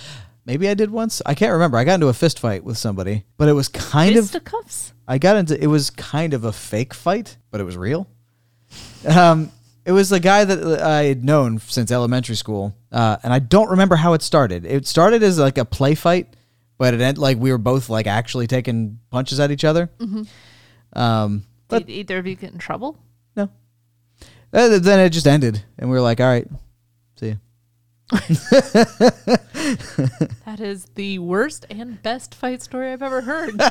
Speaker 2: Maybe I did once. I can't remember. I got into a fist fight with somebody, but it was kind of
Speaker 1: Fisticuffs?
Speaker 2: I got into it was kind of a fake fight, but it was real. Um, it was the guy that I had known since elementary school, uh, and I don't remember how it started. It started as like a play fight, but it ended like we were both like actually taking punches at each other.
Speaker 1: Mhm.
Speaker 2: Um, but
Speaker 1: Did either of you get in trouble?
Speaker 2: uh, then it just ended, and we were like, "All right, see ya."
Speaker 1: That is the worst <laughs> and best fight story I've ever heard.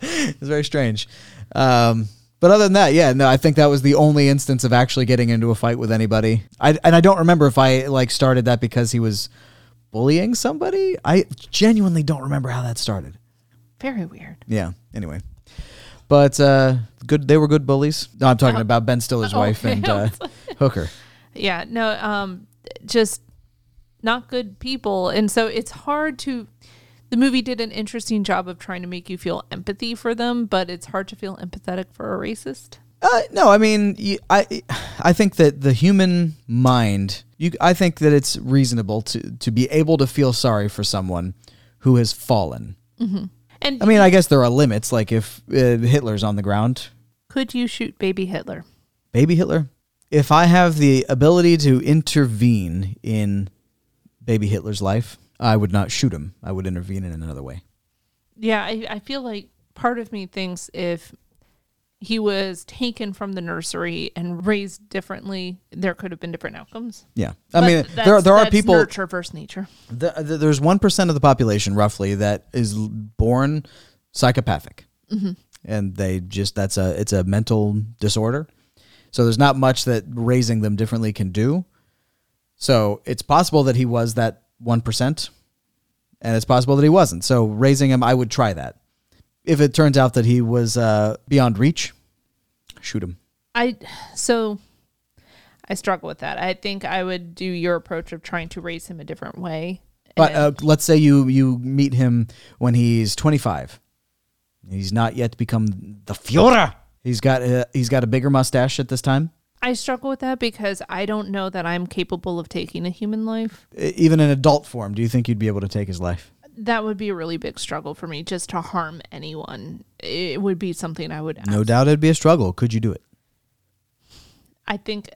Speaker 2: it's very strange. Um, But other than that, yeah, no, I think that was the only instance of actually getting into a fight with anybody. I and I don't remember if I like started that because he was bullying somebody. I genuinely don't remember how that started.
Speaker 1: Very weird.
Speaker 2: Yeah. Anyway. But uh, good, they were good bullies. No, I'm talking
Speaker 1: Oh.
Speaker 2: about Ben Stiller's
Speaker 1: Oh,
Speaker 2: wife
Speaker 1: okay.
Speaker 2: and uh, Hooker.
Speaker 1: Yeah, no, um, just not good people. And so it's hard to. The movie did an interesting job of trying to make you feel empathy for them, but it's hard to feel empathetic for a racist.
Speaker 2: Uh, no, I mean, y- I, I think that the human mind, you, I think that it's reasonable to, to be able to feel sorry for someone who has fallen.
Speaker 1: hmm And
Speaker 2: I mean, I guess there are limits. Like if uh, Hitler's on the ground,
Speaker 1: could you shoot baby Hitler?
Speaker 2: baby Hitler. If I have the ability to intervene in baby Hitler's life, I would not shoot him. I would intervene in another way.
Speaker 1: Yeah, I, I feel like part of me thinks if he was taken from the nursery and raised differently, there could have been different outcomes.
Speaker 2: Yeah. I
Speaker 1: But
Speaker 2: mean,
Speaker 1: that's-
Speaker 2: there, there are
Speaker 1: that's
Speaker 2: people.
Speaker 1: Nurture versus nature.
Speaker 2: th- th- there's 1% of the population, roughly, that is l- born psychopathic.
Speaker 1: Mhm.
Speaker 2: And they just, that's a, it's a mental disorder. So there's not much that raising them differently can do. So it's possible that he was that 1%, and it's possible that he wasn't. So raising him, I would try that. If it turns out that he was uh, beyond reach, shoot him.
Speaker 1: I so I struggle with that. I think I would do your approach of trying to raise him a different way.
Speaker 2: But uh, let's say you you meet him when he's 25. He's not yet become the Führer. He's got a, he's got a bigger mustache at this time.
Speaker 1: I struggle with that because I don't know that I'm capable of taking a human life.
Speaker 2: E- Even in adult form, do you think you'd be able to take his life?
Speaker 1: That would be a really big struggle for me just to harm anyone. It would be something I would
Speaker 2: No doubt it'd be a struggle. Could you do it?
Speaker 1: I think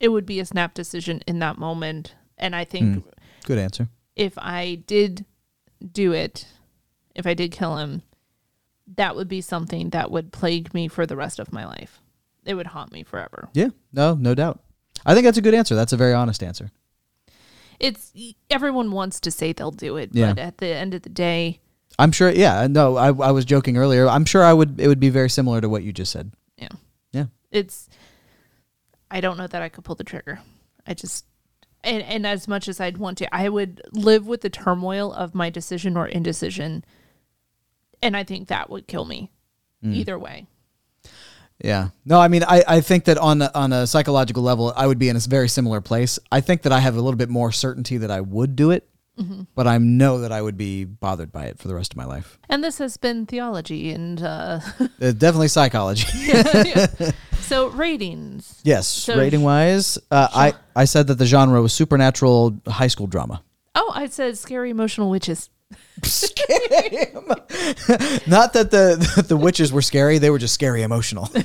Speaker 1: it would be a snap decision in that moment. And I think
Speaker 2: Hmm. Good answer.
Speaker 1: if I did do it, if I did kill him, that would be something that would plague me for the rest of my life. It would haunt me forever.
Speaker 2: Yeah. No, no doubt. I think that's a good answer. That's a very honest answer.
Speaker 1: It's everyone wants to say they'll do it,
Speaker 2: Yeah.
Speaker 1: but at the end of the day,
Speaker 2: I'm sure. Yeah. No, I, I was joking earlier. I'm sure I would. It would be very similar to what you just said.
Speaker 1: yeah.
Speaker 2: Yeah.
Speaker 1: It's I don't know that I could pull the trigger. I just and, and as much as I'd want to, I would live with the turmoil of my decision or indecision. And I think that would kill me.
Speaker 2: Mm.
Speaker 1: Either way.
Speaker 2: Yeah. No, I mean, I, I think that on a, on a psychological level, I would be in a very similar place. I think that I have a little bit more certainty that I would do it,
Speaker 1: Mhm.
Speaker 2: but I know that I would be bothered by it for the rest of my life.
Speaker 1: And this has been theology and uh <laughs>
Speaker 2: Uh, definitely psychology.
Speaker 1: so ratings.
Speaker 2: <laughs> yes.
Speaker 1: So-
Speaker 2: rating wise, uh, I I said that the genre was supernatural high school drama. <laughs>
Speaker 1: Oh, I said scary emotional witches. <laughs>
Speaker 2: Not that the <laughs> that the witches were scary; they were just scary emotional,
Speaker 1: the,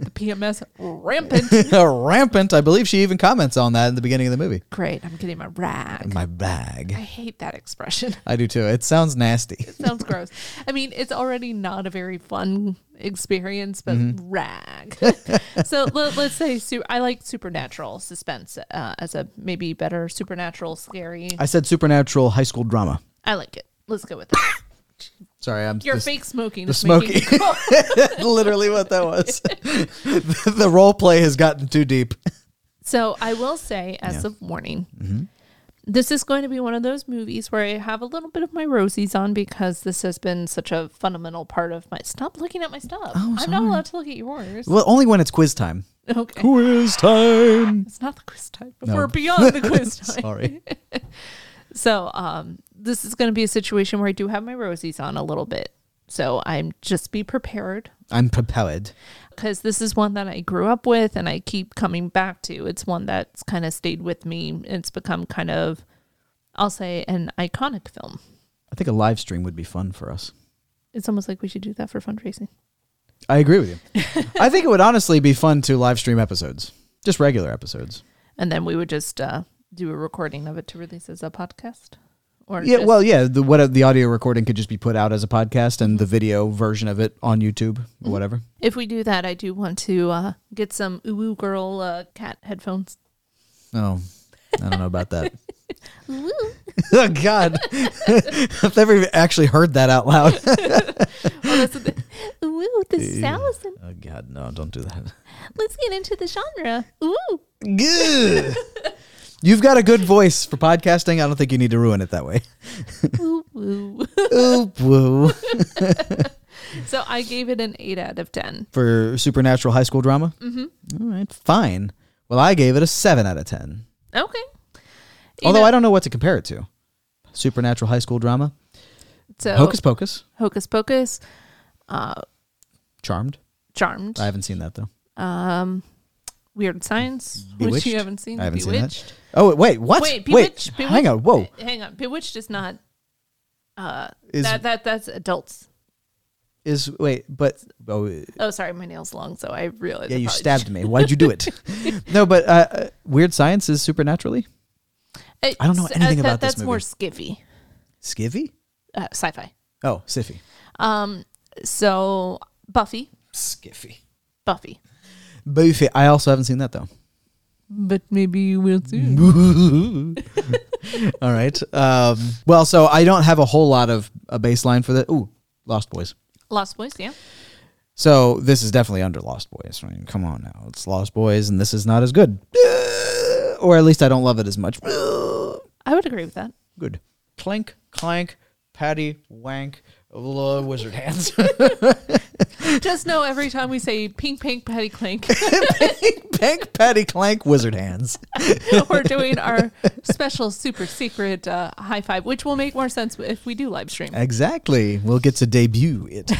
Speaker 1: the PMS rampant.
Speaker 2: <laughs> rampant. I believe she even comments on that in the beginning of the movie.
Speaker 1: Great. I'm getting my rag.
Speaker 2: My
Speaker 1: I
Speaker 2: bag.
Speaker 1: hate that expression. <laughs>
Speaker 2: I do too. It sounds nasty.
Speaker 1: Sounds gross. I mean, it's already not a very fun experience, but
Speaker 2: Mhm. <laughs>
Speaker 1: rag. so let, us say su- I like supernatural suspense uh, as a maybe better supernatural scary.
Speaker 2: I said supernatural high school drama.
Speaker 1: I like it. Let's go with that.
Speaker 2: Sorry, I'm
Speaker 1: Your
Speaker 2: this-
Speaker 1: fake smoking.
Speaker 2: The
Speaker 1: is making
Speaker 2: smoking,
Speaker 1: it cold.
Speaker 2: <laughs> literally what that
Speaker 1: <laughs>
Speaker 2: was. the, the role play has gotten too deep.
Speaker 1: So I will say, as a warning,
Speaker 2: Mhm.
Speaker 1: this is going to be one of those movies where I have a little bit of my rosies on because this has been such a fundamental part of my. Stop looking at my stuff.
Speaker 2: Oh,
Speaker 1: I'm not allowed to look at yours.
Speaker 2: Well, only when it's quiz time.
Speaker 1: Okay.
Speaker 2: Quiz time.
Speaker 1: It's not the quiz time.
Speaker 2: No.
Speaker 1: We're beyond the
Speaker 2: <laughs>
Speaker 1: quiz time.
Speaker 2: Sorry.
Speaker 1: <laughs> So um, this is going to be a situation where I do have my rosies on a little bit. So I'm just be prepared
Speaker 2: I'm prepared.
Speaker 1: because this is one that I grew up with and I keep coming back to. It's one that's kind of stayed with me. It's become kind of, I'll say, an iconic film.
Speaker 2: I think a live stream would be fun for us.
Speaker 1: It's almost like we should do that for fundraising.
Speaker 2: I agree with
Speaker 1: <laughs>
Speaker 2: you. I think it would honestly be fun to live stream episodes, just regular episodes.
Speaker 1: And then we would just uh, do a recording of it to release as a podcast. Or
Speaker 2: Yeah,
Speaker 1: just-
Speaker 2: well, yeah. The what the audio recording could just be put out as a podcast, and the video version of it on YouTube
Speaker 1: Mm-hmm.
Speaker 2: or whatever.
Speaker 1: If we do that, I do want to uh, get some Ooh Ooh Girl uh, cat headphones.
Speaker 2: Oh, I don't know about that. <laughs> oh
Speaker 1: <laughs>
Speaker 2: God, I've never even actually heard that out loud. <laughs>
Speaker 1: Well, that's the- Ooh ooh, this is
Speaker 2: Ew.
Speaker 1: Allison.
Speaker 2: Oh God, no! Don't do that.
Speaker 1: Let's get into the genre. Ooh. <laughs>
Speaker 2: Good. You've got a good voice for podcasting. I don't think you need to ruin it that way. <laughs>
Speaker 1: ooh, ooh.
Speaker 2: Ooh, woo.
Speaker 1: <laughs> so I gave it an 8 out of 10.
Speaker 2: <laughs> for supernatural high school drama.
Speaker 1: Mhm.
Speaker 2: All right, fine. Well, I gave it a seven out of ten.
Speaker 1: Okay. You
Speaker 2: Although
Speaker 1: know-
Speaker 2: I don't know what to compare it to. Supernatural high school drama,
Speaker 1: So
Speaker 2: Hocus Pocus,
Speaker 1: Hocus Pocus, uh,
Speaker 2: Charmed.
Speaker 1: Charmed.
Speaker 2: I haven't seen that though.
Speaker 1: Um, Weird Science, which
Speaker 2: Bewitched?
Speaker 1: you haven't seen.
Speaker 2: I haven't
Speaker 1: Bewitched.
Speaker 2: seen that. Oh wait, what?
Speaker 1: Wait, Bewitched, Bewitched- uh,
Speaker 2: hang on. Whoa,
Speaker 1: Hang on. Bewitched is not. Uh,
Speaker 2: Is-
Speaker 1: that that that's adults.
Speaker 2: is wait, but oh,
Speaker 1: Oh, sorry, my nails long, so I realized.
Speaker 2: yeah,
Speaker 1: I
Speaker 2: you
Speaker 1: probably-
Speaker 2: stabbed me. Why'd you do
Speaker 1: <laughs>
Speaker 2: it? <laughs> no, but uh, uh, Weird Science is supernaturally
Speaker 1: It's- uh,
Speaker 2: I don't know anything about this
Speaker 1: That's more
Speaker 2: movie.
Speaker 1: skiffy,
Speaker 2: skivvy.
Speaker 1: uh, sci-fi.
Speaker 2: Oh, siffy.
Speaker 1: Um, so Buffy,
Speaker 2: Skiffy,
Speaker 1: Buffy,
Speaker 2: Boofy. I also haven't seen that though. <laughs>
Speaker 1: but maybe you will too.
Speaker 2: All right. Um, well, so I don't have a whole lot of a baseline for that. Ooh, Lost Boys.
Speaker 1: Lost Boys, yeah.
Speaker 2: So this is definitely under Lost Boys. I mean, come on now, it's Lost Boys, and this is not as good, or at least I don't love it as much.
Speaker 1: I would agree with that.
Speaker 2: Good. Clink, clank, patty, wank, uh, wizard hands. <laughs>
Speaker 1: <laughs> Just know every time we say pink, pink, patty clink, <laughs>
Speaker 2: Pank, patty, clank, wizard hands.
Speaker 1: we're doing our special super secret uh, high five, which will make more sense if we do live stream.
Speaker 2: Exactly. We'll get to debut it.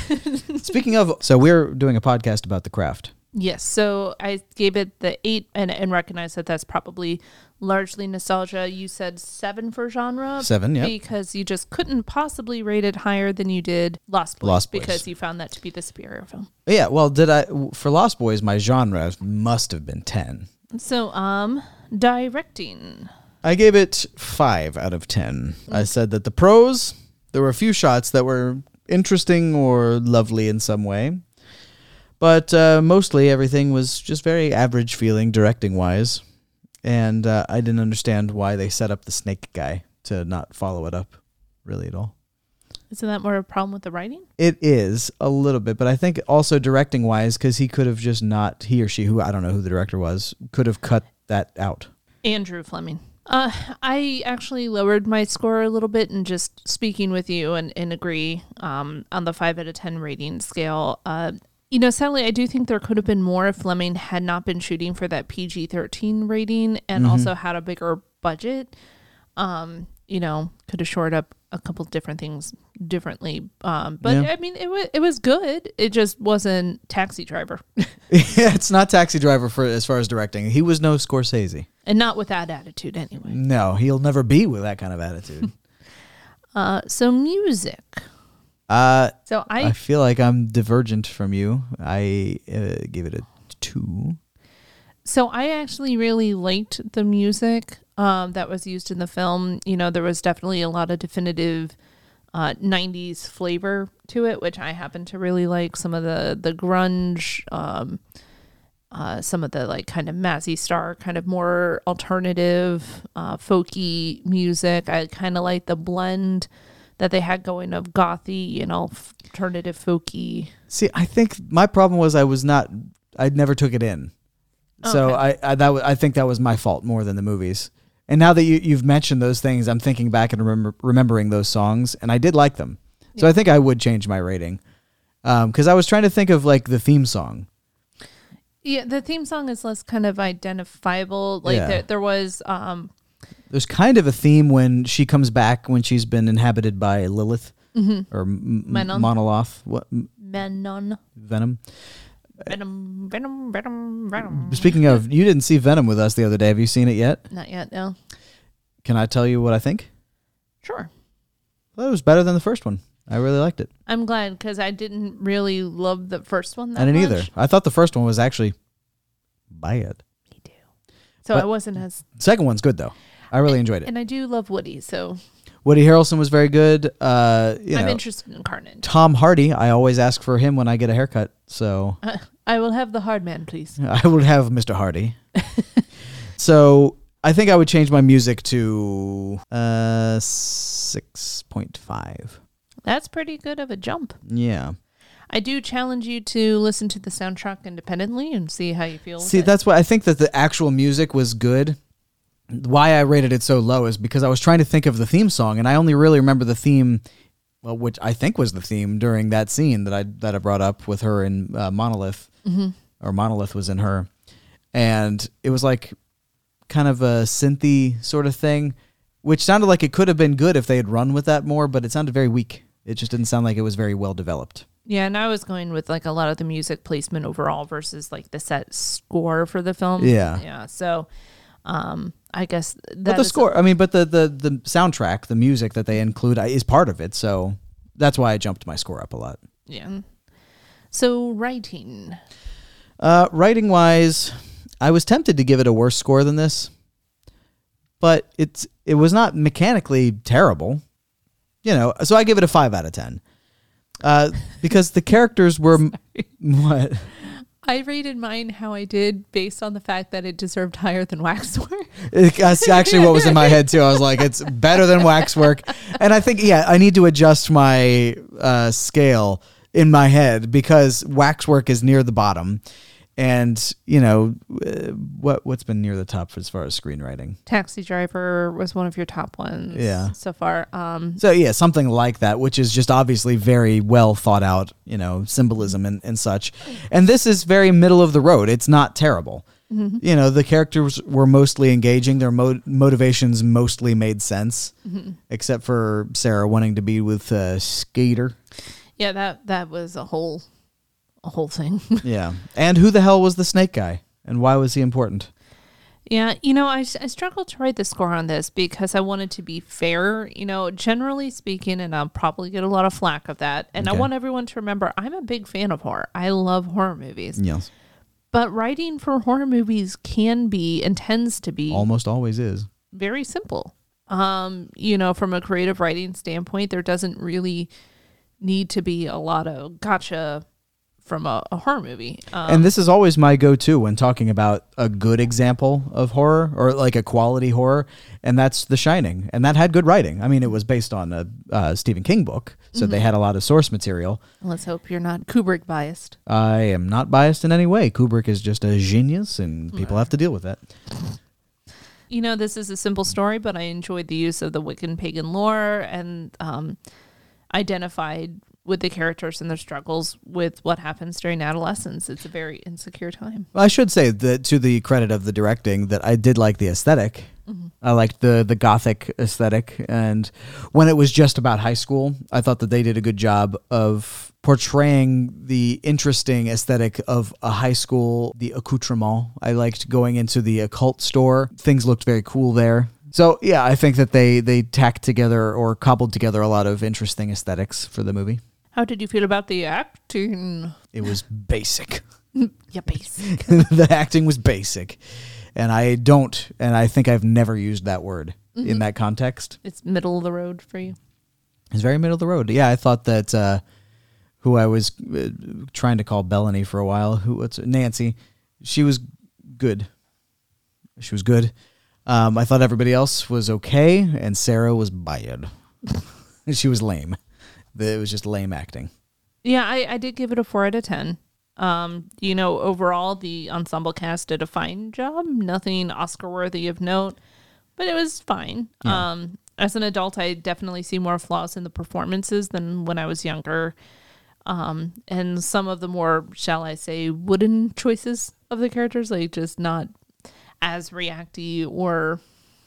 Speaker 2: Speaking of, so we're doing a podcast about the craft.
Speaker 1: Yes, so I gave it the eight and, and recognize that that's probably largely nostalgia. You said seven for genre.
Speaker 2: Seven, yep.
Speaker 1: Because you just couldn't possibly rate it higher than you did Lost Boys.
Speaker 2: Lost Boys.
Speaker 1: Because you found that to be the superior film.
Speaker 2: Yeah, well, did I for Lost Boys? My genre must have been ten.
Speaker 1: So, um, directing.
Speaker 2: I gave it five out of 10 I said that the pros there were a few shots that were interesting or lovely in some way, but uh, mostly everything was just very average feeling directing wise, and uh, I didn't understand why they set up the snake guy to not follow it up, really at all.
Speaker 1: Isn't that more a problem with the writing?
Speaker 2: It is a little bit, but I think also directing wise, because he could have just not he or she who I don't know who the director was could have cut that out.
Speaker 1: Andrew Fleming. Uh, I actually lowered my score a little bit and just speaking with you and, and agree um, on the 5 out of 10 rating scale. Uh, you know, sadly, I do think there could have been more if Fleming had not been shooting for that PG 13 rating and
Speaker 15: Mhm.
Speaker 1: also had a bigger budget. Um, you know, could have shored up a couple different things differently. Um, but
Speaker 2: Yeah.
Speaker 1: I mean, it, wa it was good. It just wasn't Taxi Driver <laughs>
Speaker 2: yeah, <laughs> it's not Taxi Driver for as far as directing. He was no Scorsese.
Speaker 1: and not with that attitude, anyway.
Speaker 2: No, he'll never be with that kind of attitude.
Speaker 1: Uh, so music.
Speaker 2: uh,
Speaker 1: So I-
Speaker 2: I feel like I'm divergent from you. I uh, give it a two.
Speaker 1: So I actually really liked the music um, that was used in the film. You know, there was definitely a lot of definitive uh, '90s flavor to it, which I happen to really like. Some of the the grunge, um, uh, some of the like kind of Mazzy Star, kind of more alternative, uh, folky music. I kind of like the blend that they had going of gothy and al- alternative folky.
Speaker 2: See, I think my problem was I was not. I never took it in. So I, I that wa- I think that was my fault more than the movies. And now that you, you've mentioned those things, I'm thinking back and remember, remembering those songs, and I did like them. So I think I would change my rating because I was trying to think of like the theme song.
Speaker 1: Yeah, the theme song is less kind of identifiable. Like
Speaker 2: Yeah.
Speaker 1: there, there was um
Speaker 2: There's kind of a theme when she comes back when she's been inhabited by Lilith
Speaker 1: Mhm.
Speaker 2: or M-
Speaker 1: Menon.
Speaker 2: Monoloth, what M-
Speaker 1: Menon,
Speaker 2: Venom.
Speaker 1: Venom, Venom, Venom, Venom.
Speaker 2: Speaking of, you didn't see Venom with us the other day. Have you seen it yet?
Speaker 1: Not yet, no.
Speaker 2: Can I tell you what I think?
Speaker 1: Sure.
Speaker 2: Well, it was better than the first one. I really liked it.
Speaker 1: I'm glad because I didn't really love the first one. That
Speaker 2: I didn't
Speaker 1: much,
Speaker 2: either. I thought the first one was actually bad.
Speaker 1: So
Speaker 2: But-
Speaker 1: I wasn't as.
Speaker 2: Second one's good though. I really enjoyed it.
Speaker 1: And I do love Woody, so <laughs>
Speaker 2: Woody Harrelson was very good. Uh, you
Speaker 1: I'm
Speaker 2: know,
Speaker 1: interested in Carnage.
Speaker 2: Tom Hardy. I always ask for him when I get a haircut, so
Speaker 1: I, I will have the hard man, please.
Speaker 2: <laughs> I would have Mr. Hardy. so I think I would change my music to uh, six point five.
Speaker 1: That's pretty good of a jump.
Speaker 2: Yeah.
Speaker 1: I do challenge you to listen to the soundtrack independently and see how you feel. with
Speaker 2: See,
Speaker 1: it.
Speaker 2: that's why I think that the actual music was good. Why I rated it so low is because I was trying to think of the theme song, and I only really remember the theme, well, which I think was the theme during that scene that I that I brought up with her in uh, Monolith,
Speaker 1: Mhm.
Speaker 2: or Monolith was in her, and it was like kind of a synthy sort of thing, which sounded like it could have been good if they had run with that more, but it sounded very weak. It just didn't sound like it was very well developed.
Speaker 1: Yeah, and I was going with like a lot of the music placement overall versus like the set score for the film.
Speaker 2: Yeah.
Speaker 1: Yeah. So um I guess that
Speaker 2: but the
Speaker 1: is-
Speaker 2: score, I mean, but the, the the soundtrack, the music that they include uh, is part of it, so that's why I jumped my score up a lot.
Speaker 1: yeah. Mm. So writing.
Speaker 2: Uh, writing wise, I was tempted to give it a worse score than this, but it's it was not mechanically terrible, you know. So I give it a five out of ten, uh, because the characters were m- <laughs> what
Speaker 1: I rated mine how I did based on the fact that it deserved higher than <laughs> Waxwork.
Speaker 2: It- That's actually what was in my head too. I was like, it's better than waxwork, and I think yeah, I need to adjust my uh, scale in my head because waxwork is near the bottom, and you know uh, what what's been near the top as far as screenwriting.
Speaker 1: Taxi Driver was one of your top ones.
Speaker 2: Yeah.
Speaker 1: So far. Um
Speaker 2: So yeah, something like that, which is just obviously very well thought out, you know, symbolism and, and such. And this is very middle of the road. It's not terrible.
Speaker 1: Mhm.
Speaker 2: You know, the characters were mostly engaging. Their mo- motivations mostly made sense,
Speaker 1: Mhm.
Speaker 2: except for Sarah wanting to be with uh, Skater.
Speaker 1: yeah, that that was a whole a whole thing.
Speaker 2: yeah. And who the hell was the snake guy? And why was he important?
Speaker 1: Yeah, you know, I, s- I struggled to write the score on this because I wanted to be fair. You know, generally speaking, and I'll probably get a lot of flack of that. And I
Speaker 2: Okay.
Speaker 1: want everyone to remember I'm a big fan of horror. I love horror movies.
Speaker 2: Yes.
Speaker 1: But writing for horror movies can be and tends to be
Speaker 2: Almost always is.
Speaker 1: very simple. Um, you know, from a creative writing standpoint, there doesn't really need to be a lot of gotcha from a, a horror movie. Um,
Speaker 2: and this is always my go-to when talking about a good example of horror or like a quality horror and that's the shining and that had good writing i mean it was based on a uh, stephen king book so they
Speaker 1: Mhm.
Speaker 2: had a lot of source material
Speaker 1: let's hope you're not Kubrick biased.
Speaker 2: i am not biased in any way kubrick is just a genius and people have to deal with that
Speaker 1: you know, this is a simple story, but I enjoyed the use of the Wiccan pagan lore and um, identified with the characters and their struggles with what happens during adolescence. It's a very insecure time.
Speaker 2: Well, I should say that to the credit of the directing, that I did like the esthetic
Speaker 1: Mhm.
Speaker 2: I liked the the gothic aesthetic, and when it was just about high school, I thought that they did a good job of portraying the interesting aesthetic of a high school, the accoutrement. I liked going into the occult store; things looked very cool there. So yeah, I think that they they tacked together or cobbled together a lot of interesting aesthetics for the movie.
Speaker 1: How did you feel about the acting?
Speaker 2: It
Speaker 1: <laughs>
Speaker 2: was basic.
Speaker 1: yeah,
Speaker 2: <laughs>
Speaker 1: basic.
Speaker 2: the acting was basic. And I don't, and I think I've never used that word in
Speaker 1: Mhm.
Speaker 2: that context.
Speaker 1: it's middle of the road for you.
Speaker 2: It's very middle of the road. Yeah, I thought that uh, who I was uh, trying to call Bellany for a while, who what's Nancy, she was good. She was good. Um, I thought everybody else was okay, and Sarah was bad. <laughs> she was lame. It was just lame acting.
Speaker 1: Yeah, I, I did give it a four out of ten. Um, you know, overall the ensemble cast did a fine job. Nothing Oscar worthy of note, but it was fine.
Speaker 15: Yeah.
Speaker 1: Um, as an adult, I definitely see more flaws in the performances than when I was younger. Um, and some of the more, shall I say, wooden choices of the characters, like just not as reacty or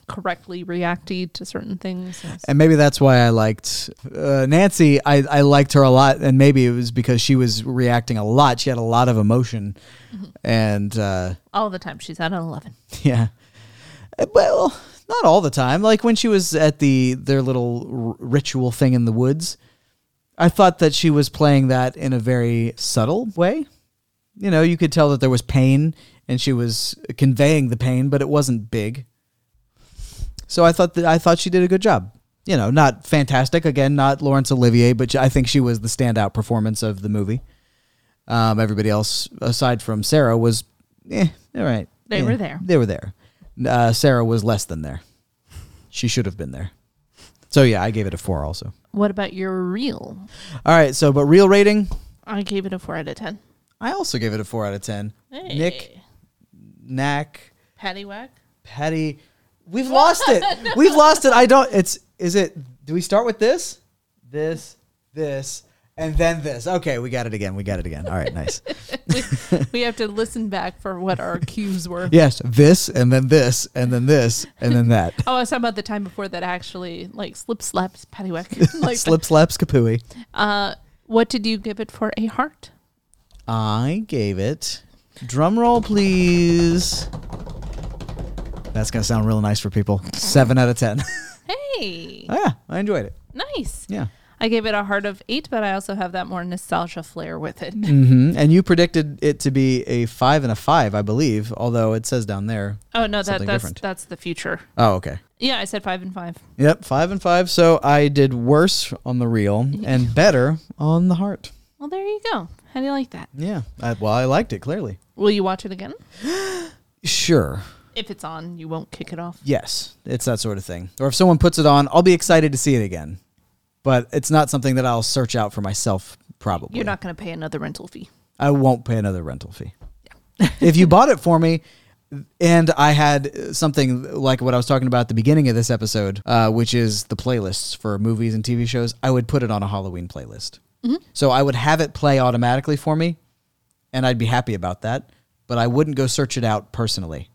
Speaker 1: correctly reacty to certain things.
Speaker 2: And maybe that's why I liked uh, Nancy. I, I liked her a lot, and maybe it was because she was reacting a lot. She had a lot of emotion, and uh, <laughs>
Speaker 1: All the time she's at an eleven.
Speaker 2: yeah, Uh, well, not all the time. Like when she was at the their little r- ritual thing in the woods, I thought that she was playing that in a very subtle way. You know, you could tell that there was pain, and she was conveying the pain, but it wasn't big. So I thought that I thought she did a good job. You know, not fantastic. Again, not Laurence Olivier, but I think she was the standout performance of the movie. Um, everybody else, aside from Sarah, was eh, all right.
Speaker 1: They
Speaker 2: Eh,
Speaker 1: were there.
Speaker 2: They were there. Uh, Sarah was less than there. She should have been there. So yeah, I gave it a four also.
Speaker 1: What about your real?
Speaker 2: All right. So, but real rating,
Speaker 1: I gave it a four out of ten.
Speaker 2: I also gave it a four out of ten. Nick,
Speaker 1: Hey.
Speaker 2: Knack, <laughs>
Speaker 1: Patty whack.
Speaker 2: Patty, we've lost it. We've lost it. I don't. It's is it? Do we start with this, this, this, and then this? Okay, we got it again. We got it again. All right, nice.
Speaker 1: we have to listen back for
Speaker 2: <laughs>
Speaker 1: what our cues were.
Speaker 2: Yes, this, and then this, and then this, and then that.
Speaker 1: Oh, I was talking about the time before that actually like slip slaps Patty whack.
Speaker 2: <laughs>
Speaker 1: <laughs> like
Speaker 2: Slip slaps kapooey.
Speaker 1: Uh, what did you give it for a heart?
Speaker 2: I gave it. Drum roll, please. That's gonna sound real nice for people. Seven out of ten. <laughs>
Speaker 1: Hey,
Speaker 2: yeah, I enjoyed it.
Speaker 1: nice.
Speaker 2: Yeah.
Speaker 1: I gave it a heart of eight, but I also have that more nostalgia flair with it.
Speaker 2: hmm
Speaker 1: <laughs>
Speaker 2: And you predicted it to be a five and a five, I believe. Although it says down there.
Speaker 1: Oh no, that that's
Speaker 2: something different.
Speaker 1: that's the future.
Speaker 2: Oh, okay.
Speaker 1: Yeah, I said five and five.
Speaker 2: Yep, five and five. So I did worse on the reel and better on the heart.
Speaker 1: Well, there you go. How do you like that?
Speaker 2: Yeah. I, well, I liked it clearly.
Speaker 1: Will you watch it again?
Speaker 2: Sure.
Speaker 1: If it's on, you won't kick it off.
Speaker 2: Yes, it's that sort of thing. Or if someone puts it on, I'll be excited to see it again. But it's not something that I'll search out for myself. Probably.
Speaker 1: You're not going to pay another rental fee.
Speaker 2: I won't pay another rental fee. if you bought it for me and I had something like what I was talking about at the beginning of this episode, uh, which is the playlists for movies and TV shows, I would put it on a Halloween playlist.
Speaker 1: Mhm.
Speaker 2: So I would have it play automatically for me and I'd be happy about that, but I wouldn't go search it out personally.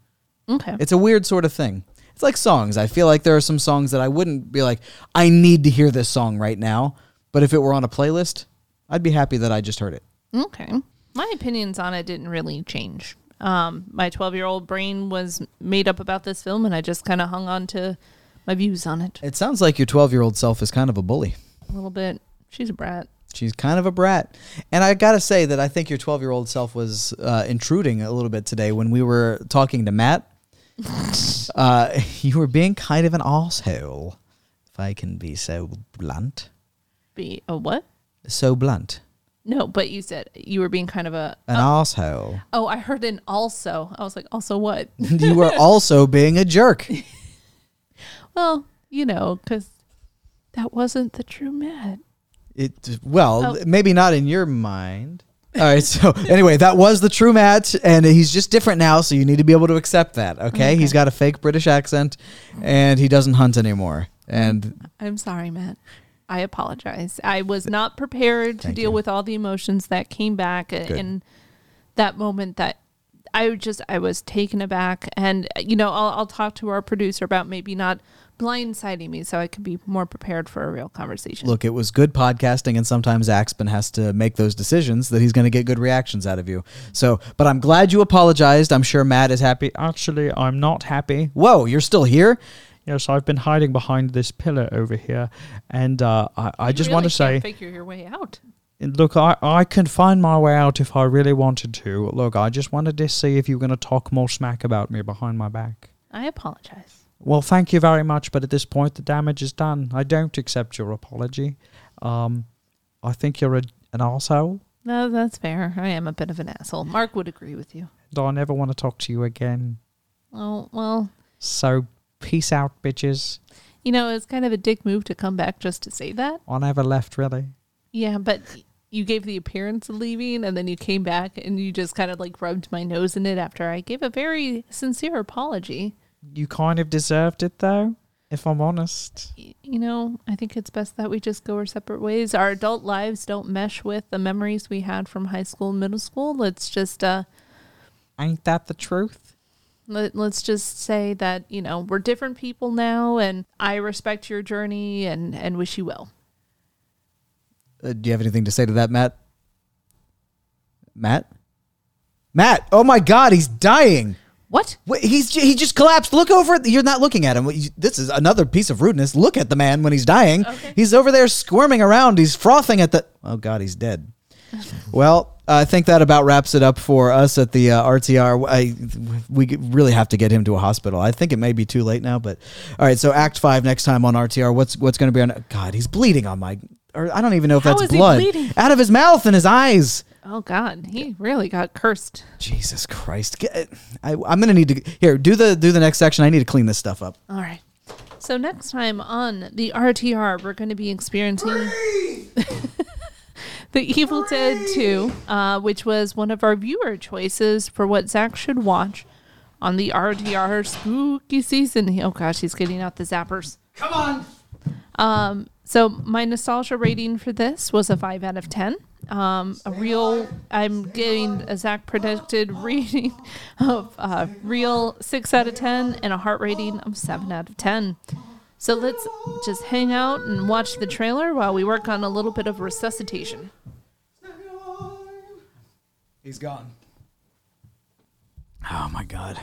Speaker 1: Okay.
Speaker 2: It's a weird sort of thing. It's like songs. I feel like there are some songs that I wouldn't be like, I need to hear this song right now. But if it were on a playlist, I'd be happy that I just heard it.
Speaker 1: Okay. My opinions on it didn't really change. Um, my 12 year old brain was made up about this film, and I just kind of hung on to my views on it
Speaker 2: It sounds like your 12 year old self is kind of a bully.
Speaker 1: a little bit. She's a brat.
Speaker 2: She's kind of a brat. And I got to say that I think your 12 year old self was uh, intruding a little bit today when we were talking to Matt. uh, you were being kind of an asshole, if I can be so blunt.
Speaker 1: Be a what?
Speaker 2: So blunt.
Speaker 1: No, but you said you were being kind of a.
Speaker 2: An asshole.
Speaker 1: Oh, I heard an also. I was like, also what?
Speaker 2: you
Speaker 1: <laughs>
Speaker 2: were also being a jerk.
Speaker 1: well, you know, because that wasn't the true Matt.
Speaker 2: It well,
Speaker 1: Oh.
Speaker 2: maybe not in your mind. All right. So <laughs> anyway, that was the true Matt, and he's just different now. So you need to be able to accept that. Okay?
Speaker 1: Okay.
Speaker 2: He's got a fake British accent, and he doesn't hunt anymore. And
Speaker 1: I'm sorry, Matt. I apologize. I was not prepared to deal with all the emotions that came back uh,
Speaker 2: Good.
Speaker 1: in that moment that I would just I was taken aback and uh, you know I'll I'll talk to our producer about maybe not blindsiding me so I could be more prepared for a real conversation.
Speaker 2: look, it was good podcasting, and sometimes Axman has to make those decisions that he's going to get good reactions out of you. So, but I'm glad you apologized. I'm sure Matt is happy. Actually, I'm not happy. Whoa, you're still here.
Speaker 15: Yes, I've been hiding behind this pillar over here, and uh, I, I
Speaker 1: You
Speaker 15: just want
Speaker 1: really
Speaker 15: to say,
Speaker 1: can't figure your way out.
Speaker 15: look, I, I can find my way out if I really wanted to. Look, I just wanted to see if you were going to talk more smack about me behind my back.
Speaker 1: I apologize.
Speaker 15: Well, thank you very much, but at this point, the damage is done. I don't accept your apology. Um, I think you're a, an arsehole,
Speaker 1: No, that's fair. I am a bit of an asshole. Mark would agree with you.
Speaker 15: and I never want to talk to you again.
Speaker 1: Oh well,
Speaker 15: So, peace out, bitches.
Speaker 1: you know it's kind of a dick move to come back just to say that.
Speaker 15: I never left, really.
Speaker 1: Yeah, but you gave the appearance of leaving and then you came back and you just kind of like rubbed my nose in it after I gave a very sincere apology.
Speaker 15: You kind of deserved it, though, if I'm honest.
Speaker 1: You know, I think it's best that we just go our separate ways. Our adult lives don't mesh with the memories we had from high school and middle school. Let's just uh
Speaker 15: Ain't that the truth?
Speaker 1: Let, let's just say that, you know, we're different people now and I respect your journey and and wish you well.
Speaker 2: Uh, do you have anything to say to that, Matt? Matt? Matt! Oh my God, he's dying.
Speaker 1: What?
Speaker 2: Wait, he's ju- he just collapsed. Look over. at- You're not looking at him. What you- This is another piece of rudeness. Look at the man when he's dying. He's over there squirming around. He's frothing at the. Oh God, he's
Speaker 1: <laughs>
Speaker 2: dead. well, I think that about wraps it up for us at the uh, RTR. I, we really have to get him to a hospital. I think it may be too late now, but all right. So Act Five next time on RTR. What's what's going to be on? God, he's bleeding on my. Or I don't even know if
Speaker 1: How
Speaker 2: that's
Speaker 1: is he
Speaker 2: blood
Speaker 1: bleeding?
Speaker 2: out of his mouth and his eyes.
Speaker 1: Oh god, he really got cursed.
Speaker 2: Jesus Christ! Get, I, I'm gonna need to here do the do the next section. I need to clean this stuff up.
Speaker 1: All right. So next time on <laughs> the RTR, we're going to be experiencing The Evil Dead 2, uh, which was one of our viewer choices for what Zach should watch on the RDR spooky season. Oh gosh, he's getting out the zappers.
Speaker 17: Come on.
Speaker 1: Um, so my nostalgia rating for this was a five out of ten. Um, a real, I'm getting a Zach predicted <laughs> rating of uh, real six out of ten and a heart rating of seven out of ten. So let's just hang out and watch the trailer while we work on a little bit of resuscitation.
Speaker 2: He's gone. Oh my god.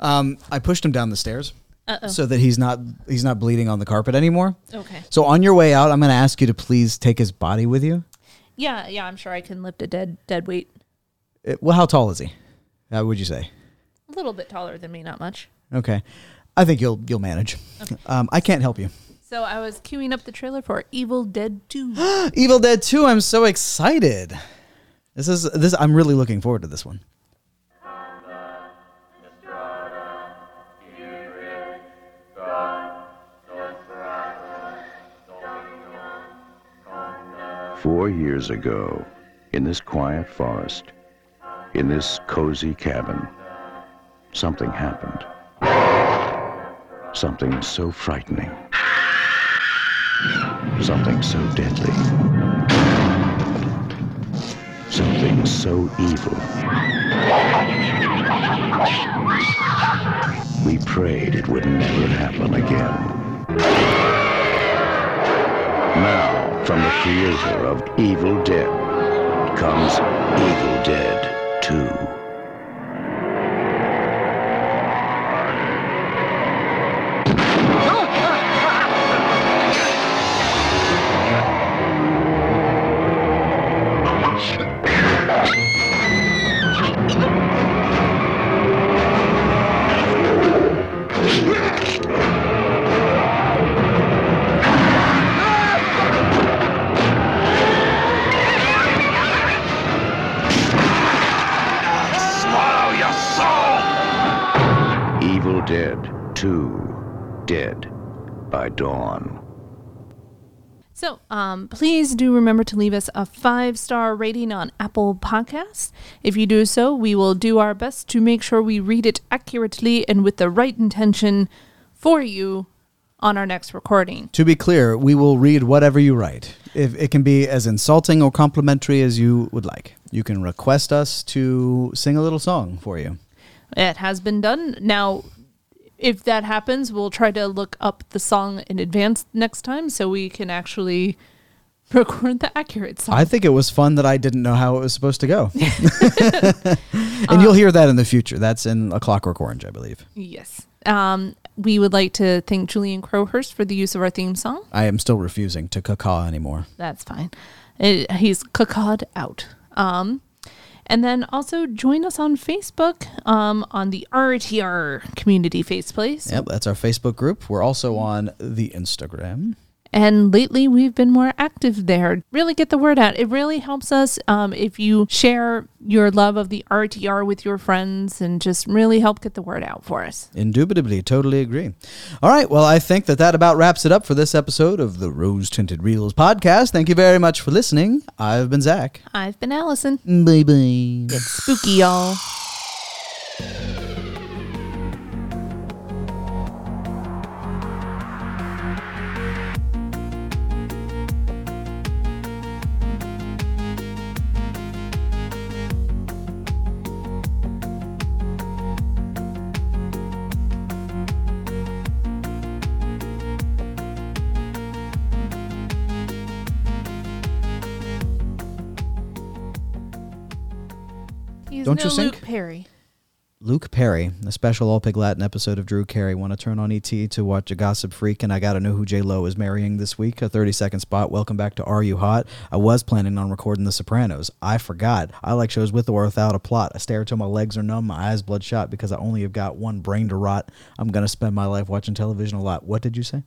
Speaker 2: Um, I pushed him down the stairs
Speaker 1: Uh-oh.
Speaker 2: so that he's not he's not bleeding on the carpet anymore.
Speaker 1: Okay.
Speaker 2: So on your way out, I'm going to ask you to please take his body with you.
Speaker 1: Yeah, yeah, I'm sure I can lift a dead dead weight.
Speaker 2: Uh, well, how tall is he? Uh, would you say?
Speaker 1: A little bit taller than me, not much.
Speaker 2: Okay. I think you'll you'll manage. Um, I can't help you.
Speaker 1: So I was queuing up the trailer for Evil Dead <gasps> 2.
Speaker 2: Evil Dead 2, I'm so excited. This is this I'm really looking forward to this one.
Speaker 26: Four years ago, in this quiet forest, in this cozy cabin, something happened. Something so frightening. Something so deadly. Something so evil. We prayed it would never happen again. Now, from the creator of Evil Dead comes Evil Dead 2.
Speaker 27: Swallow your soul!
Speaker 26: Evil Dead 2 Dead by Dawn.
Speaker 1: So, um, please do remember to leave us a five star rating on Apple Podcasts. If you do so, we will do our best to make sure we read it accurately and with the right intention for you on our next recording.
Speaker 2: To be clear, we will read whatever you write. If it can be as insulting or complimentary as you would like. You can request us to sing a little song for you.
Speaker 1: It has been done. Now, if that happens, we'll try to look up the song in advance next time so we can actually <laughs> record the accurate song.
Speaker 2: I think it was fun that I didn't know how it was supposed to go. and you'll hear that in the future. That's in A Clockwork Orange, I believe.
Speaker 1: Yes. Um, we would like to thank Julian Crowhurst for the use of our theme song.
Speaker 2: I am still refusing to caca anymore.
Speaker 1: That's fine. It, he's cacawed out. Um, and then also join us on Facebook um, on the RTR community faceplace.
Speaker 2: Yep, that's our Facebook group. We're also on the Instagram.
Speaker 1: And lately, we've been more active there. Really get the word out. It really helps us um, if you share your love of the RTR with your friends and just really help get the word out for us.
Speaker 2: Indubitably, totally agree. All right, well, I think that that about wraps it up for this episode of the Rose Tinted Reels podcast. Thank you very much for listening. I've been Zach.
Speaker 1: I've been Allison.
Speaker 2: Bye bye.
Speaker 1: Get spooky, y'all. He's
Speaker 2: Don't
Speaker 1: no
Speaker 2: you think?
Speaker 1: Luke Perry.
Speaker 2: Luke Perry, a special All Pig Latin episode of Drew Carey. Want to turn on ET to watch a gossip freak, and I got to know who J Lo is marrying this week. A 30 second spot. Welcome back to Are You Hot? I was planning on recording The Sopranos. I forgot. I like shows with or without a plot. I stare till my legs are numb, my eyes bloodshot because I only have got one brain to rot. I'm going to spend my life watching television a lot. What did you say?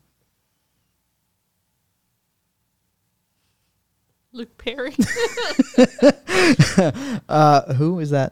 Speaker 2: <laughs>
Speaker 1: Luke Perry.
Speaker 2: <laughs> uh, who is that?